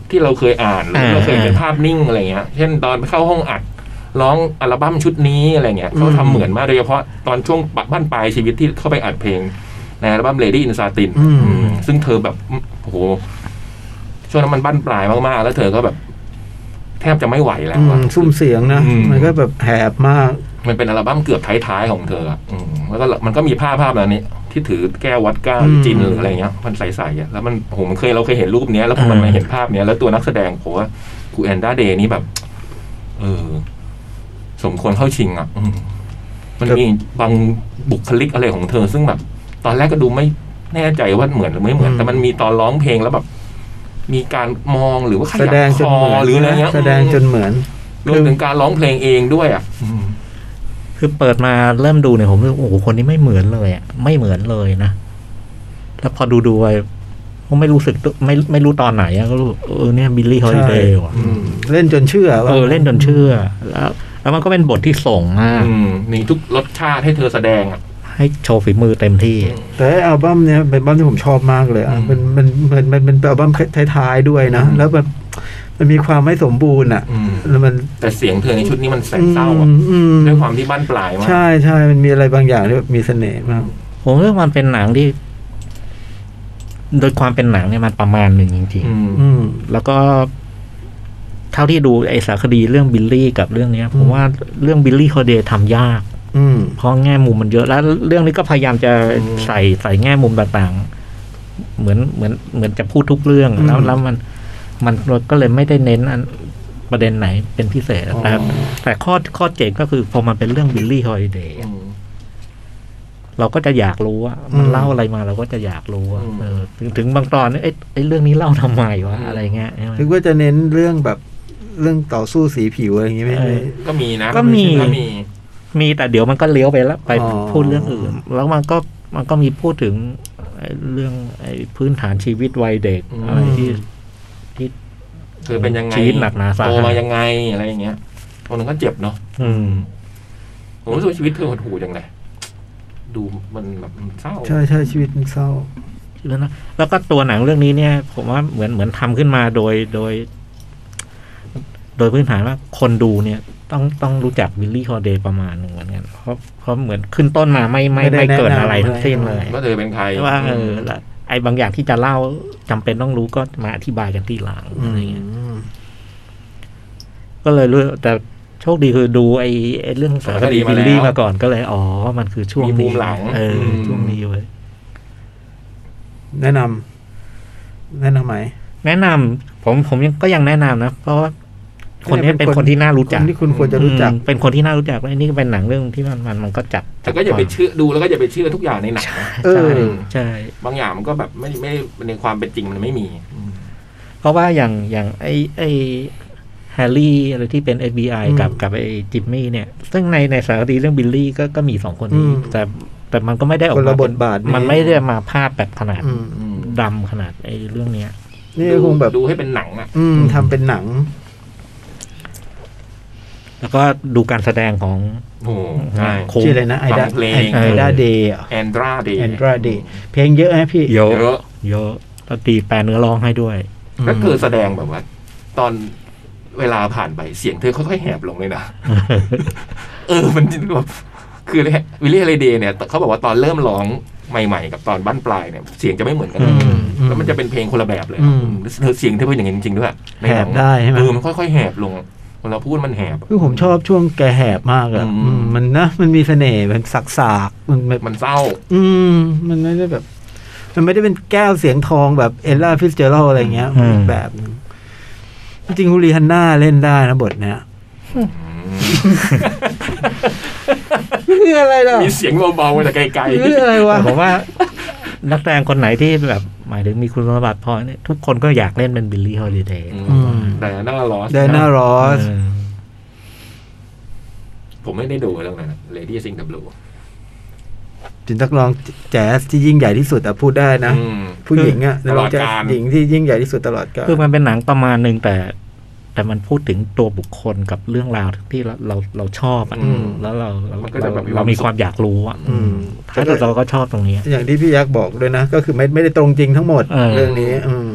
ที่เราเคยอ่านหรือ
อ่า
เราเคยเป็น
อ่า
ภาพนิ่งอะไรเงี้ย เช่นตอนเข้าห้องอัด ร้องอัลบั้มชุดนี้อะไรเงี้ยเขาทำเหมือนมากโดยเฉพาะตอนช่วงบ้านปลายชีวิตที่เข้าไปอัดเพลง ในอัลบั้ม Lady in Satin
อืม
อืมซึ่งเธอแบบโอ้โหช่วงนั้นมันบั้นปลายมากๆ แล้วเธอก็แบบ แทบจะไม่ไหวแล้ว
อืม
อะ
ซุ่มเสียงนะ
อืม
มันก็แบบแหบมาก
มันเป็นอัลบั้มเกือบท้ายๆของเธออะอืมแล้วก็มันก็มีภาพภาพนั้นนี้ ที่ถือแก้ววัดก้าหรือจิน
อืม
หรืออะไรเงี้ย มันใสๆอะแล้วมันโหมันเคยเราเคยเห็นรูปเนี้ย แล้วพอมันมาเห็นภาพเนี้ย แล้วตัวนักแสดงผมว่ากูแอนด้าเดย์นี่แบบ เออ สมควรเข้าชิงอ่ะอืมมันมีบางบุคลิกอะไรของเธอ ซึ่งแบบ ตอนแรกก็ดูไม่แน่ใจว่าเหมือนหรือไม่เหมือน แต่มันมีตอนร้องเพลงแล้วแบบ มีการมองหรือว่าข
แส
ยับ
ดงจน
คอ
เหมือน
หรืออะไรเงี้ย
แสดงจนเหมือน
รวมถึงการร้องเพลงเองด้วยอ่ะอืม
คือเปิดมาเริ่มดูเนี่ยผมรู้สึกโอ้โหคนนี้ไม่เหมือนเลยอะไม่เหมือนเลยนะ แล้วพอดูดูไปผมไม่รู้สึกตัวไม่ไม่รู้ตอนไหนอะก็รู้เออเนี่ยบิลลี่ฮอลิเด
ใช่
ย์ว่ะ
อืมเล่นจนเชื่อว่า
เออเล่นจนเชื่อ แล้ว แล้วมันก็เป็นบทที่ส่งมาก
อืมมีทุกรสชาติให้เธอแสดงอ่ะ
ให้โชว์ฝีมือเต็มที่
แต่ไอ้อัลบั้มเนี้ยเป็นอัลบั้มที่ผมชอบมากเลย
อื
อ่ะ
ม
มันมันมันมันเป็นอัลบั้มท้ายๆด้วยนะ
อืม
แล้วมันมันมีความไม่สมบูรณ์อ่ะ แล้วมัน
แต่เสียงเธอในชุดนี้มันแสนเศร้าอ่ะ
มอืม
ด้วยความที่บ้านปลายมาก
ใช่ใช่มันมีอะไรบางอย่างที่แบบมีเสน่ห์มาก
ผมเรื่องมันเป็นหนังที่ โดยความเป็นหนังเนี่ยมันประมาณหนึ่งจริง
อืม
อืม
ๆ แล้วก็ เท่าที่ดูไอสารคดีเรื่องบิลลี่กับเรื่องเนี้ย ผ
อื
ม
ม
ว่าเรื่องบิลลี่ฮอลิเดย์ทำยาก
อืม
เพราะแง่มุมมันเยอะแล้วเรื่องนี้ก็พยายามจะ
อืม
ใส่ใส่แง่มุมต่างๆ เหมือนเหมือนเหมือนจะพูดทุกเรื่อง
อืม
แล้วแล้วมันมันก็เลยไม่ได้เน้นอันประเด็นไหนเป็นพิเศษแต่แต่ข้อข้อเจ๋งก็คือพอมันเป็นเรื่องบิลลี่ฮอลิเดย์
อืม
เราก็จะอยากรู้ว่า
อื
มั
ม
นเล่าอะไรมาเราก็จะอยากรู้ว่า
อืม
เออถึงถึงบางตอนเนี่ยเอ๊ะไอ้เรื่องนี้เล่าทำไมวะ
อืม
อะไรเงี้ยใช่ไหม
นึกว่าจะเน้นเรื่องแบบเรื่องต่อสู้สีผิวอะไรอย่างงี้ไหม
เออ
ก็มีนะ
ก็มี
ก็มี
มีแต่เดี๋ยวมันก็เลี้ยวไปแล้วไป
อ๋อ
พูดเรื่องอื่น แล้วมันก็มันก็มีพูดถึงไอ้เรื่องไอ้พื้นฐานชีวิตวัยเด็ก
อืม
อะไรที่
เธอเป็นยังไง
ชีวิตหนักหนาสาหัส
โตมายังไงอะไรอย่างเงี้ยคนนึงก็เจ็บเนาะ
อืม
ผมรู้สึกว่าชีวิตเธอหดหู่จังเลยดูมันแบบมันเศร้า
ใช่ใช่ชีวิตมันเศร้า
แล้วนะแล้วก็ตัวหนังเรื่องนี้เนี่ย ผมว่าเหมือนเหมือนทำขึ้นมาโดยโดย โดยพื้นฐานว่าคนดูเนี่ย ต้องต้องรู้จักวิลลี่ฮอเดย์ประมาณหนึ่งเหมือนกันเพราะเพราะเหมือนขึ้นต้นมาไม่ไม่
ไม่
ไม่
ได้
เกิด
แนะนำ
อะไรทั้งสิ้นเลย
ว่าเธอเป็นใคร
ว่าเออแล้วไอ้บางอย่างที่จะเล่าจำเป็นต้องรู้ก็มาอธิบายกันทีหลัง
อื
อะไร
ม
เงี้ย ก็เลยรู้แต่โชคดีคือดูไอ้ไอ้เรื่องสารคดีบิลลี่มาก่อนก็เลยอ๋อ มันคือช่วง
มีภู
นี้
มิหลัง
เออช่วงนี้เว้ย
แนะนำแนะนำไหม
แนะนำผมผมยังก็ยังแนะนำนะ เพราะว่าคนนี้เป็นคนที่น่ารู้จัก
คนที่คุณควรจะรู้จัก
อืมเป็นคนที่น่ารู้จักแล้วนี่ก็เป็นหนังเรื่องที่มันมันมันก็จับ
แต่ก็อย่าไปเชื่อดูแล้วก็อย่าไปเชื่อทุกอย่างในหนังนะ
เออ
ใช่ใช่
บางอย่างมันก็แบบไม่ไม่ในความเป็นจริงมันไม่มีอืม
เพราะว่าอย่างอย่างไอไอแฮร์รี่อะไรที่เป็น FBI
อืม
กับกับไอจิมมี่เนี่ย ซึ่งในในสารคดีเรื่องบิลลี่ก็ก็มีสองคนนี้
อืม
แต่แต่มันก็ไม่ได้ออก
คนละ
มเป็
บทบาทนี่
มันไม่ได้มาภาพแบบขนาด
อืม
อืม
ดำขนาดไอเรื่องเนี้ย
นี่คงแบบ
ดูให้เป็นหนังอ่ะ
อืมทำเป็นหนัง
แล้วก็ดูการแสดงของ
โอ้โหใช่
โอ้
ชื่ออะไรนะ ไอดา
ฟังเพลง
ไอดาเดย์
แอนดราเดย์
แอนดราเดย์เพลงเยอะนะพี่
เยอะ
เยอะ
เยอะแล้วตีแปลเนื้อร้องให้ด้วย
ก็คือแสดงแบบว่า ตอน เวลาผ่านไปเสียงเธอค่อยๆแหบลงเลยนะ เออมันแบบคือวิลลี่เฮเดย์เนี่ยเขาบอกว่าตอนเริ่มร้องใหม่ๆ กับตอนบ้านปลายเนี่ยเสียงจะไม่เหมือนกันเลย
อืม
แล้วมันจะเป็นเพลงคนละแบบเลย
อืม
เธอเสียงเธอเป็นอย่างนี้จริงๆด้วยในนัง
แหบได้ใช่ไหม
เออมันค่อยๆแหบลงเวลาพูดมันแหบ
คือผมชอบช่วงแกแหบมากอะ
อืม
อืมมันนะ มันมีเสน่ห์มันสักสากๆมันแบบ
มันเศร้า
อืม มันไม่ได้แบบ มันไม่ได้เป็นแก้วเสียงทองแบบเอลล่าฟิสเจอรัลอะไรเงี้ย
อืม
อีกแบบหนึ่งจริงๆฮูลีฮันน่าเล่นได้นะบทเนี้ยคืออะไรล่ะ
มีเสียงเบาๆมาจากไกล
คืออะไรวะ
แต่ผมว่านักแสดงคนไหนที่แบบหมายถึงมีคุณสมบัติพอเนี่ยทุกคนก็อยากเล่นเป็นบิลลี่ฮอลิเดย์
ๆ
อืม
แต่หน้าล้อ
ไดนารอส
ผมไม่ได้ดูเรื่องนั้นเลดี้ซิงดับลู
เป็นนักร้องแจ๊สที่ยิ่งใหญ่ที่สุดอะพูดได้นะ ผู้หญิงอะนักร้องแจ๊สหญิงที่ยิ่งใหญ่ที่สุดตลอดกาล
คือมันเป็นหนังประมาณหนึ่งแต่ แต่มันพูดถึงตัวบุคคลกับเรื่องราวที่เราเราเราชอบอะแล้วเราเราเราเรามีความอยากรู้อ่ะ
อืม
ถ้าเกิดเราก็ชอบตรงนี้
อย่างที่พี่ยักษ์บอกด้วยนะ ก็คือไม่ไม่ได้ตรงจริงทั้งหมด
เออ
เรื่องนี้ อืม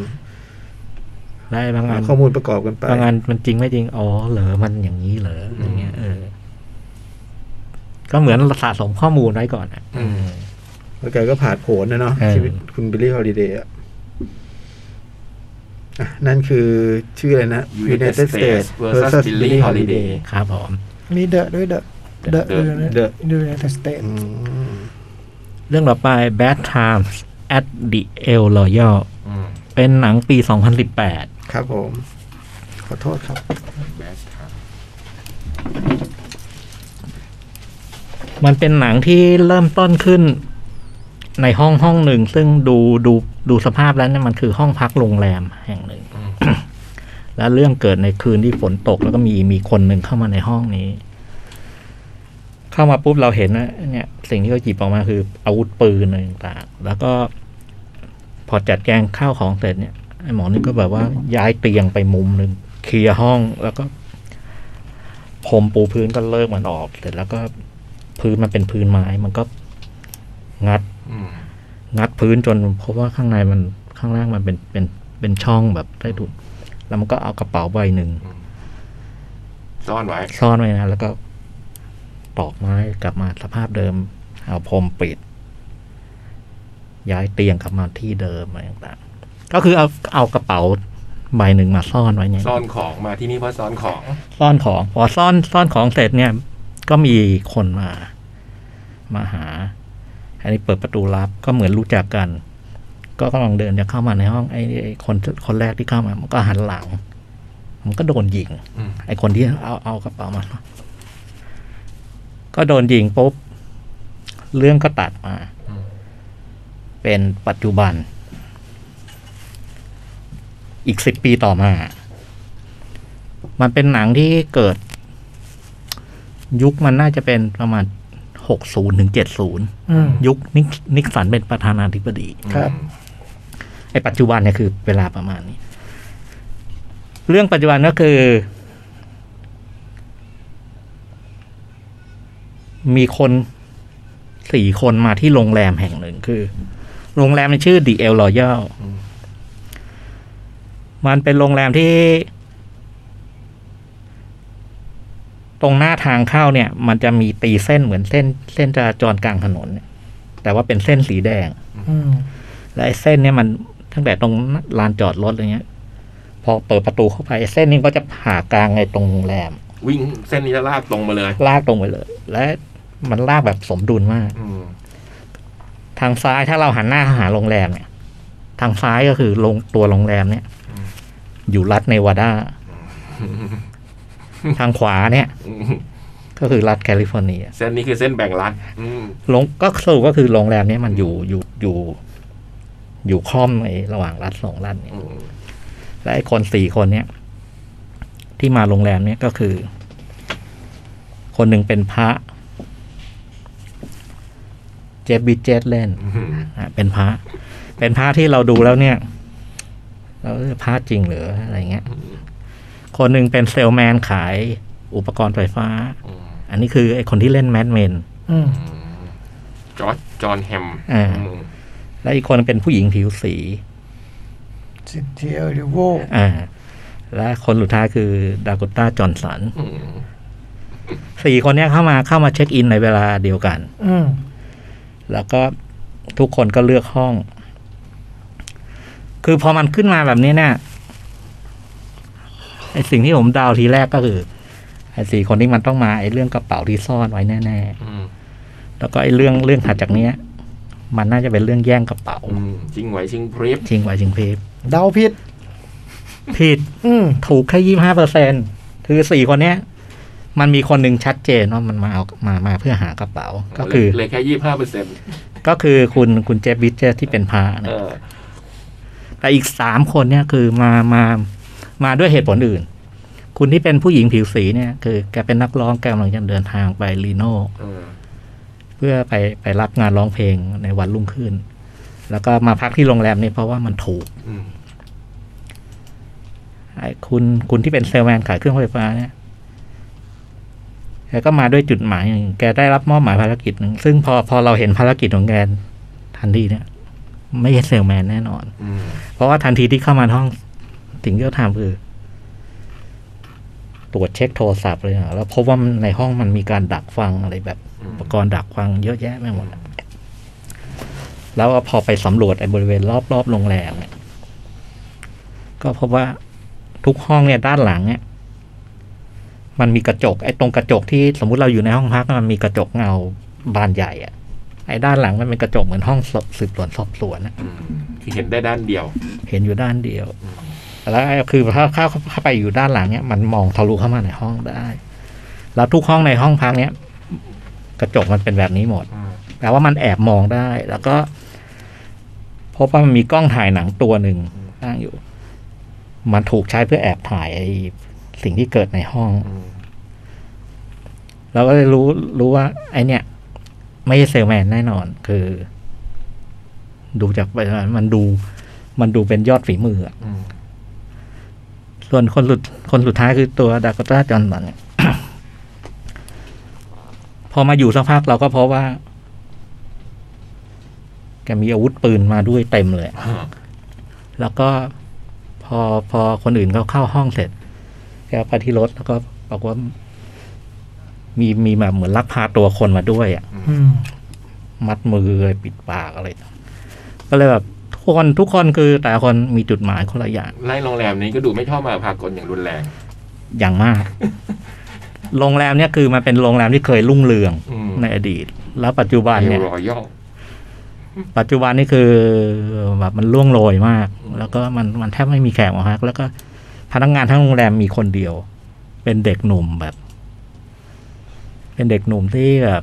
ได้บางอัน
ข้อมูลประกอบกันไป
บางอันมันจริงไม่จริง อ๋อ เหรอ มันอย่างนี้เหรออย่างเงี้ย เออ ก็เหมือนสะสมข้อมูลไว้ก่อนอะ
แล้วแกก็ผ่านผลนะเนาะ
เออ
ชีวิตคุณบิลลี่ฮอลิเดย์อะอ่ะนั่นคือชื่ออะไรนะ
United States versus Billie Holiday
ครับผม
มีเดอะด้วยเดอะเดอะ
The
ด้วย
The
ดูในเตสเตท
อืม
เรื่องต่อไป Bad Times at the El Royal เป็นหนังปี 2018
ครับผม ขอโทษครับ
แบสครับ
มันเป็นหนังที่เริ่มต้นขึ้น ในห้องห้องหนึ่ง ซึ่งดูดูดูสภาพแล้วเนี่ยมันคือห้องพักโรงแรมแห่งหนึ่ง
อืม
แล้วเรื่องเกิดในคืนที่ฝนตก แล้วก็มีมีคนหนึ่งเข้ามาในห้องนี้ เข้ามาปุ๊บเราเห็นนะเนี่ย สิ่งที่เขาหยิบออกมาคืออาวุธปืนอะไรต่างๆแล้วก็ พอจัดแจงข้าวของเสร็จเนี่ยไอ้หมอนี่ก็แบบว่าย้ายเตียงไปมุมหนึ่งเคลียร์ห้องแล้วก็พรมปูพื้นก็เลิกมันออกเสร็จแล้วก็ พื้นมันเป็นพื้นไม้มันก็งัด
อืม
งัดพื้นจนพบว่าข้างในมันข้างล่างมันเป็นเป็นเป็นช่องแบบใต้ถุนแล้วมันก็เอากระเป๋าใบหนึ่ง
ซ่อนไว้
ซ่อนไว้นะแล้วก็ตอกไม้กลับมาสภาพเดิม เอาพรมปิด ย้ายเตียงกลับมาที่เดิมอะไรต่างๆ ก็คือเอาเอากระเป๋าใบหนึ่งมาซ่อนไว้เนี่ย
ซ่อนของมาที่นี่เพราะซ่อนของ
ซ่อนของ พอซ่อนซ่อนของเสร็จเนี่ย ก็มีคนมา มาหา อันนี้เปิดประตูลับก็เหมือนรู้จักกัน ก็กำลังเดินจะเข้ามาในห้องไอ้ไอ้คนคนแรกที่เข้ามา มันก็หันหลัง มันก็โดนยิง
อืม
ไอ้คนที่เอาเอากระเป๋ามาก็โดนยิงปุ๊บ เรื่องก็ตัดมา
อืม
เป็นปัจจุบัน อีกสิบปีต่อมา มันเป็นหนังที่เกิด ยุคมันน่าจะเป็นประมาณหกศูนย์ถึงเจ็ดศูนย์
อืม
ยุคนิกนิกสันเป็นประธานาธิบดี
ครับ
ไอ้ปัจจุบันเนี่ยคือเวลาประมาณนี้ เรื่องปัจจุบันก็คือ มีคนสี่คนมาที่โรงแรมแห่งหนึ่งคือ โรงแรมในชื่อดีเอลรอยัล
อืม
มันเป็นโรงแรมที่ ตรงหน้าทางเข้าเนี่ย มันจะมีตีเส้นเหมือนเส้น เส้นจราจรกลางถนนเนี่ยแต่ว่าเป็นเส้นสีแดง
อืม
แล้วไอ้เส้นเนี่ยมันตั้งแต่ตรงลานจอดรถอะไรเงี้ย พอเปิดประตูเข้าไปไอ้เส้นนี้ก็จะผ่ากลางในตรงโรงแรม
วิ่งเส้นนี้จะลากตรงมาเลย
ลากตรงไปเลย และมันลากแบบสมดุลมาก
อืม
ทางซ้ายถ้าเราหันหน้าหาโรงแรมเนี่ย ทางซ้ายก็คือลงตัวโรงแรมเนี่ย อยู่รัฐเนวาดา ทางขวาเนี่ย
อืม
ก็คือรัฐแคลิฟอร์เนีย
เส้นนี้คือเส้นแบ่งรัฐอืม
ลงก็สรุปก็คือโรงแรมเนี้ยมันอยู่อยู่อยู่ อยู่คล่อมในระหว่างรัฐสองรัฐเนี่ย
อืม
และไอ้คนสี่คนเนี่ย ที่มาโรงแรมเนี่ยก็คือ คนหนึ่งเป็นพระ เจฟบิเจตเล่น
อืม
อ่ะเป็นพระ เป็นพระที่เราดูแล้วเนี่ย เราเออพระจริงเหรืออะไรเงี้ย คนหนึ่งเป็นเซลแมนขายอุปกรณ์ไฟฟ้า
อืม
อันนี้คือไอ้คนที่เล่นแมดเมน
อืม
จอร์จจอห์นแฮม
อ่า
อืม
และอีกคนเป็นผู้หญิงผิวสี
สิทธิเอริโว
อ่า และคนสุดท้ายคือดาก o ต้าจอห์นสัน
อืม
สี่คนเนี้ยเข้ามาเข้ามาเช็คอินในเวลาเดียวกัน
อืม
แล้วก็ทุกคนก็เลือกห้อง คือพอมันขึ้นมาแบบนี้เนี่ยไอสิ่งที่ผมเดาวทีแรกก็คือไอสี่คนนี้มันต้องมาไอเรื่องกระเป๋าที่ซ่อนไว้แน่
อืม
ๆแล้วก็ไอเรื่องเรื่องถัดจากเนี้ย มันน่าจะเป็นเรื่องแย่งกระเป๋า
อืมชิงไหวชิงพริบ
จริงไว้จริงเพบ
เดาผิด
ผิด
อืม
ถูกแค่ยี่ห้าเปอร์เซ็นคือสี่คนเนี้ย มันมีคนหนึ่งชัดเจนว่ามันมาเอามามาเพื่อหากระเป๋า ก็คือ
เลยแค่ยี่ห้าเปอร์เซ็นต์
ก็คือคุณคุณเจฟวิทเจอร์ที่เป็นพาเนี่ย
เออ
แต่อีกสามคนเนี่ยคือมามามาด้วยเหตุผลอื่น คุณที่เป็นผู้หญิงผิวสีเนี่ย คือแกเป็นนักร้องแกกำลังจะเดินทางไปลีโน่
เออ
เพื่อไปไปรับงานร้องเพลงในวันรุ่งขึ้น แล้วก็มาพักที่โรงแรมนี่เพราะว่ามันถูก
อืม
ไอ้คุณคุณที่เป็นเซลแมนขายเครื่องไฟฟ้าเนี่ยแกก็มาด้วยจุดหมายหนึ่งแกได้รับมอบหมายภารกิจหนึ่งซึ่งพอพอเราเห็นภารกิจของแกทันทีเนี่ย ไม่ใช่เซลแมนแน่นอน
อืม
เพราะว่าทันทีที่เข้ามาห้องสิ่งที่เขาทำคือ ตรวจเช็คโทรศัพท์เลยอะแล้วพบว่ามันในห้องมันมีการดักฟังอะไรแบบ อุปกรณ์ดักฟังเยอะแยะไปหมดอะแล้วก็พอไปสำรวจไอ้บริเวณรอบรอบๆโรงแรมเนี่ยก็พบว่าทุกห้องเนี่ยด้านหลังเนี่ยมันมีกระจก ไอ้ตรงกระจกที่สมมุติเราอยู่ในห้องพักมันมีกระจกเงาบานใหญ่อะไอ้ด้านหลังมันเป็นกระจกเหมือนห้องสืบสวนสอบสวนอะ
อืมคือเห็นได้ด้านเดียว
เห็นอยู่ด้านเดียว แล้วคือถ้าเข้าเข้าไปอยู่ด้านหลังเนี่ยมันมองทะลุเข้ามาในห้องได้ แล้วทุกห้องในห้องพักเนี่ยกระจกมันเป็นแบบนี้หมด
อืม
แปลว่ามันแอบมองได้ แล้วก็พบว่ามันมีกล้องถ่ายหนังตัวหนึ่งตั้งอยู่ มันถูกใช้เพื่อแอบถ่ายไอ้สิ่งที่เกิดในห้อง
อืม
เราก็เลยรู้รู้ว่า ไอเนี่ย ไม่ใช่เซลแมนแน่นอน คือ ดูจากไปแล้วมันดู มันดูเป็นยอดฝีมืออะ
อืม
ส่วนคนสุดคนสุดท้ายคือตัวดากต้าจอห์นสันเนี่ย *coughs* พอมาอยู่สักพักเราก็เพราะว่า แกมีอาวุธปืนมาด้วยเต็มเลยอะ
อ่า
แล้วก็พอพอคนอื่นเขาเข้าห้องเสร็จ แกไปที่รถแล้วก็บอกว่า มีมีแบบเหมือนลักพาตัวคนมาด้วยอ่ะ
อืม
มัดมือเลยปิดปากอะไรต่างก็เลยแบบทุกคนทุกคนคือแต่ละคนมีจุดหมายคนละอย่าง
ไล่โรงแรมนี้ก็ดูไม่ชอบมาพากลอย่างรุนแรง
อย่างมาก โรงแรมเนี่ยคือมันเป็นโรงแรมที่เคยรุ่งเรือง
อืม
ในอดีต แล้วปัจจุบัน
นิ
เนี่
วย รอยัล
ปัจจุบันนี่คือแบบมันล่วงโรยมาก แล้วก็มันมันแทบไม่มีแขกมาพักแล้วก็พนักงานทั้งโรงแรมมีคนเดียว เป็นเด็กหนุ่มแบบ เป็นเด็กหนุ่มที่แบบ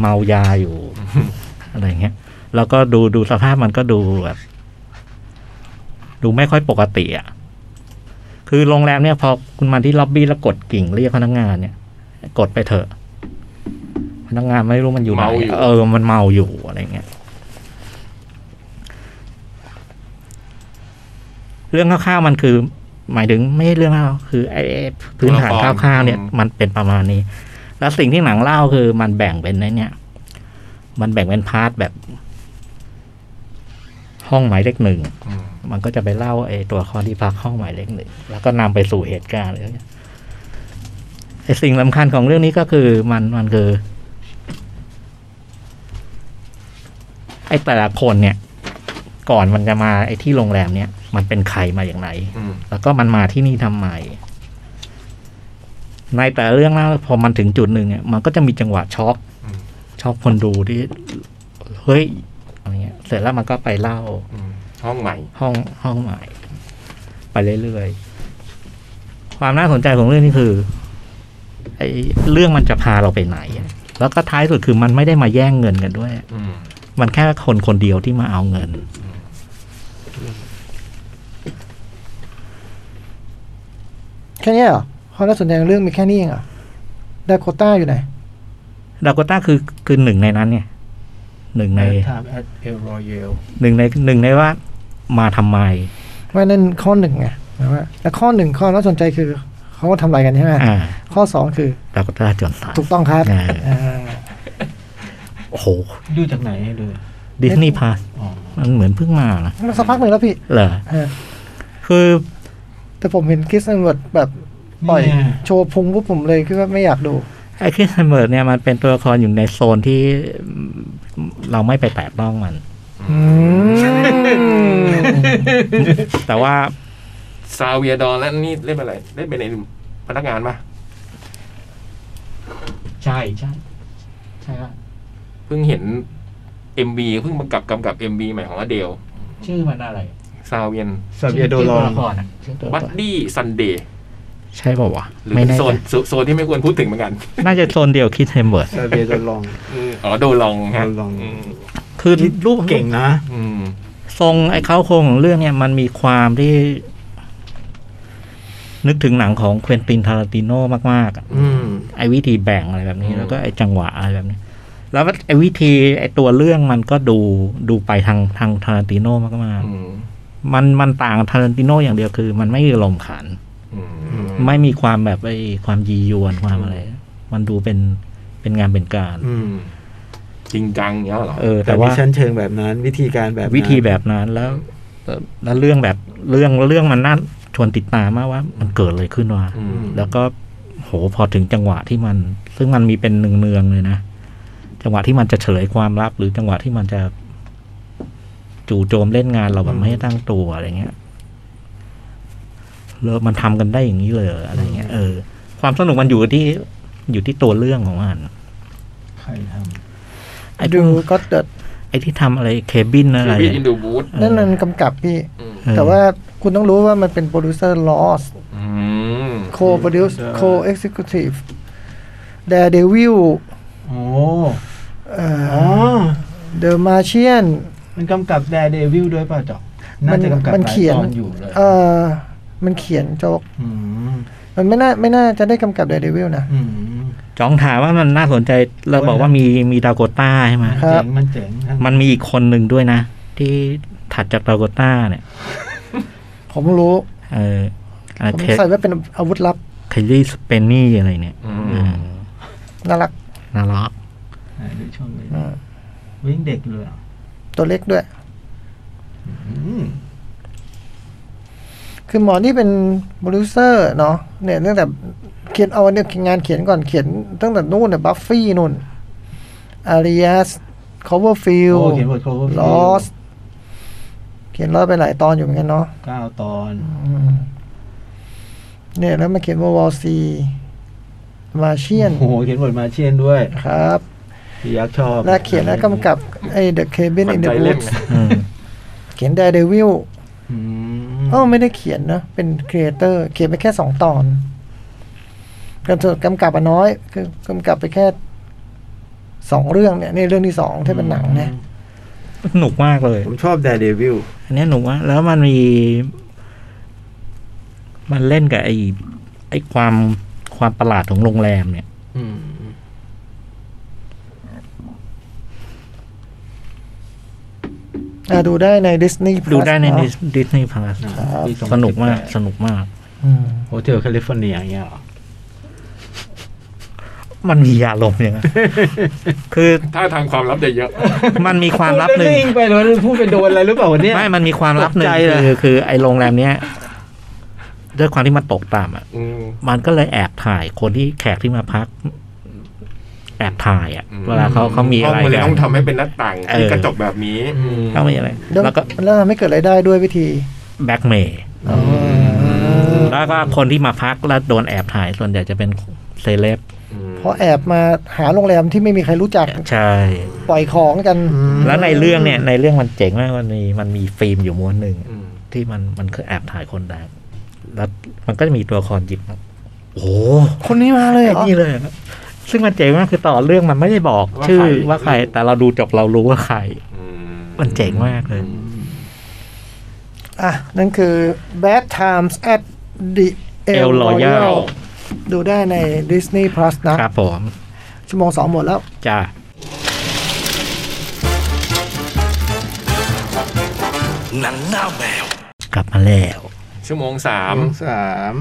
เมายา *laughs* อยู่ อะไรเงี้ย แล้วก็ดูดูสภาพมันก็ดูแบบ ดูไม่ค่อยปกติอ่ะ คือโรงแรมเนี่ยพอคุณมาที่ล็อบบี้แล้วกดกิ่งเรียกพนักงานเนี่ย กดไปเถอะ พนักงานไม่รู้มันอยู่ไหนเออมันเมาอยู่อะไรเงี้ย เรื่องคร่าวๆมันคือ หมายถึงไม่ใช่เรื่องคร่าวคือไอ้ไอ้พื้นฐานคร่าวๆเนี่ย มันเป็นประมาณนี้ แล้วสิ่งที่หนังเล่าคือมันแบ่งเป็นไอ้เนี่ย มันแบ่งเป็นพาร์ทแบบ ห้องหมายเลขหนึ่ง
อืม
มันก็จะไปเล่าไอ้ตัวละครที่พักห้องหมายเลขหนึ่ง แล้วก็นำไปสู่เหตุการณ์อะไรอย่างเงี้ยไอ้สิ่งสำคัญของเรื่องนี้ก็คือมันมันคือ ไอ้แต่ละคนเนี่ย ก่อนมันจะมาไอ้ที่โรงแรมเนี่ย มันเป็นใครมาอย่างไร
อืม
แล้วก็มันมาที่นี่ทำไม ในแต่ละเรื่องเล่าพอมันถึงจุดหนึ่งเนี่ยมันก็จะมีจังหวะช็อกช็อกคนดูที่เฮ้ยอะไรเงี้ย เสร็จแล้วมันก็ไปเล่า
อืมห้องใหม่
ห้องห้องใหม่ไปเรื่อยๆ ความน่าสนใจของเรื่องนี้คือไอ้เรื่องมันจะพาเราไปไหนอะแล้วก็ท้ายสุดคือมันไม่ได้มาแย่งเงินกันด้วย
อืม
มันแค่คนคนเดียวที่มาเอาเงิน
แค่เนี้ยเหรอความน่าสนใจของเรื่องมีแค่นี้เองเหรอดาโคต้าอยู่ไหน
ดาโกต้าคือคือหนึ่งในนั้นเนี่ยหนึ่งใน
ถามแอดเอลรอยัล
หนึ่งในหนึ่งในว่ามาทำไม
ว่านั่นข้อหนึ่งไงหมายว่าแต่ข้อหนึ่งข้อน่าสนใจคือเขาทำอะไรกันใช่ไหม
อ่า
ข้อสองคือ
ดาโกต้าจอห์นสัน
ถูกต้องครับ
อ่า
อ่า
โอ้โห
ดูจากไหนให้ดู
ดิสนีย์พาส
อ๋อ
มันเหมือนเพิ่งมานะ
มาสักพักหนึ่งแล้วพี่
เหรอ
อ่า
คือ
แต่ผมเห็นคริสเอมเวิร์ดแบบปล่อย
เนี่ย
โชว์พุงปุ๊บผมเลยคิดว่าไม่อยากดู
ไอ้คริสเฮมเมิร์ดเนี่ยมันเป็นตัวละครอยู่ในโซนที่อืมเราไม่ไปแตะต้องมัน
อืม
แต่ว่า
ซาเวียดอนแล้วนี่เล่นเป็นอะไรเล่นเป็นไอ้พนักงานปะ
ใช่ใช่ใช่ละ
เพิ่งเห็นเอ็มบีเพิ่งกำกับกำกับเอ็มบีใหม่ของอเดล
ชื่อมันอะไร
ซาเวียน
ซาเบียโดลอน
ชื่ตัวะครอะชื่อตัวละค
บั
ร
ดดี้ซันเดย์
ใช่ป่าววะ
หรือ
ไม่แน่
โซ
ใจ
นโซนที่ไม่ควรพูดถึงเหมือนกัน
น่าจะโซนเดียวคริสเฮมเมิร์ด
ซาเบียโดลอง
อืมอ๋อโดลองฮะ
โดลอง
ม
คือรูป
เก่งนะ
อืม
ทรงไอ้เข้าโครงของเรื่องเนี่ยมันมีความที่ นึกถึงหนังของเควินตินทาราติโนมากๆอะ
อืม
ไอ้วิธีแบ่งอะไรแบบนี้
อืม
แล้วก็ไอ้จังหวะอะไรแบบนี้ แล้วมันไอ้วิธีไอ้ตัวเรื่องมันก็ดูดูไปทางทางทารันติโนมาก
อืม
ๆมันมันต่างทารันติโนอย่างเดียวคือ มันไม่มีลมณ์ขัน
อืม
ไม่มีความแบบไอ้ความยียวนความอะไร มันดูเป็นเป็นงานเป็นการ
อืม
จริงจังเงี้ยเหรอ
เออ
แต่
แต่
ว่า
ว่า
ชั้นเชิงแบบนั้น วิธีการแบบนั้น
วิธีแบบนั้นแล้วแล้วแล้วเรื่องแบบเรื่องเรื่องมันน่าชวนติดตามมากว่า มันเกิดอะไรขึ้นวะ
อืม
แล้วก็โหพอถึงจังหวะที่มัน ซึ่งมันมีเป็นเนืองๆเลยนะ จังหวะที่มันจะเฉลยความลับ หรือจังหวะที่มันจะจู่โจมเล่นงานเราแบบไม่ให้ตั้งตัวอะไรเงี้ยแล้วมันทำกันได้อย่างนี้เลยเหรออะไรเงี้ยเออความสนุกมันอยู่ที่อยู่ที่ตัวเรื่องของมัน
ใครท
ไอ้พ
ดู
วก
ก็เดด
ไอ้ที่ทำอะไรเคบินอะไร
บิดอินดูบูธ
นั่นมันกำกับพี่
เออ
แต่ว่าคุณต้องรู้ว่ามันเป็นโปรดิวเซอร์ลอส
อืม
โคโปรดิวซ์โคเอ็กซิคิวทีฟเดเดวิล
ำโอ้
อ๋อ
เดอะมาเชียน
มันกำกับแดร์เดวิลด้วยเปล่ะจ๊อกน่าจะกำกับ
มันเขียน
หลาตออยู่เลย
เออมันเขียนโจก
อืม
มันไม่น่าไม่น่าจะได้กำกับเดเดวิลนะ
อืม
จ้องถามว่ามันน่าสนใจเราบอกว่ามีมีดาโกต้าใช่ไหม
มัน
ครั
เจ๋
บ
งมันเจ๋ง
มันมีอีกคนหนึ่งด้วยนะ ที่ถัดจากดาโกต้าเนี่ย
ผมรู้
เอออ่ะ
ผม
เค
ใส่ไว้เป็นอาวุธลับ
เคลลี่สเปนนี่อะไรเนี่ย
อืม
เออ
น่ารัก
น่ารัก
ไหนดูช่วงนี้
อืม
วิ่งเด็กเลยเหรอ
ตัวเล็กด้วย
อืม
คือหมอนี่เป็นโปรดิวเซอร์เนาะเนี่ยตั้งแต่เขียนเอาเนี่ยงานเขียนก่อนเขียนตั้งแต่นู่นเนี่ยบัฟฟี่นู่นอาริยสคอเวอร์ฟิล
โอ้เขียนบทโคเวอร์
ลอสเขียนลอสไปหลายตอนอยู่เหมือนกันเนาะ
เก้าตอน
อืมเนี่ยแล้วมาเขียนว่าวอลซีมาเชียน
โอ้โหเขียนบทมาเชียนด้วย
ครับ
พี่ยักษ์ชอบ
และเขียนและกำกับไอ้เดอะเคเบิน
ส
อิ
น
นเด
ใจ
อะบู
เล่น
ธ
นะ
เอ
*laughs*
อ
เขียนแดเดวิล
อืม
อ้อไม่ได้เขียนนะ เป็นครีเอเตอร์เขียนไปแค่สองตอนกำกับกำกับอะน้อย คือกำกับไปแค่สองเรื่องเนี่ยนี่เรื่องที่สองที่เป็นหนังนะ
สนุกมากเลย
ผมชอบแดเดวิล
อันเนี้ยหนุกว่ากแล้วมันมี มันเล่นกับไอ้ไอ้ความความประหลาดของโรงแรมเนี่ย
อ่ะดูได้ในดิสนีย์
ดูได้ในดิสนีย์พาร์
หนัง
ครับ
ปี
สนุกมาก
2018
สนุกมาก
โฮเทลแคลิฟอร์เนียอย่างเงี้ยเหรอ
มันมียาลม
*laughs*
อย่างนั้น คือ
ถ้าทางความลับจะเยอะ
มันมีความลับหนึ่ง
พูดแล้วงไปแล้วพูดไปโดนอะไรหรือเปล่าวันเนี้ย
ไม่ มันมีความลับหนึ่
ต
ง
กใจเลย
คือคือไอ้โรงแรมเนี้ยด้วยความที่มันตกต่ำอ่ะ
อืม
มันก็เลยแอบถ่ายคนที่แขกที่มาพัก แอบถ่ายอ่ะ
อืม
เวลาเขาเขามี
ห้
อะ
อง
ไร
มันเลย
กัน
ต้องทำให้เป็นหน้าต่าง
เออ
ที่กระจกแบบนี้
เขามีอะไร
แล้ว
แล้วก็
แล้วทำให้เกิดรายได้ด้วยวิธี
แบ็กเมย์
อ๋อ
แล้วก็คนที่มาพักแล้วโดนแอบถ่ายส่วนใหญ่จะเป็นเซเลบ
ม
เพราะแอบมาหาโรงแรมที่ไม่มีใครรู้จัก
ใช่
ปล่อยของกัน
แล้วในเรื่องเนี่ย ในเรื่องมันเจ๋งมากมันมีมันมีฟิล์มอยู่ม้วนหนึ่ง
อืม
ที่มันมันคือแอบถ่ายคนดังแล้วมันก็จะมีตัวละครหยิบมาโอ้โห
คนนี้มาเลยเหรอ
ไอ้นี่เลยครับซึ่งมันเจ๋งมากคือต่อเรื่องมันไม่ได้บอก ชื่อว่าใคร แต่เราดูจบเรารู้ว่าใคร
อื
มันเจ๋งมากเลย
อ่ะ นั่นคือ Bad Times at the
El
El
Royale
Royale ดูได้ใน Disney Plus นะ
ครับผม
ชั่วโมงสองหมดแล้ว
จ้า
nắng nao mèo
กลับมาแล้ว
ชั่วโมงสาม
สาม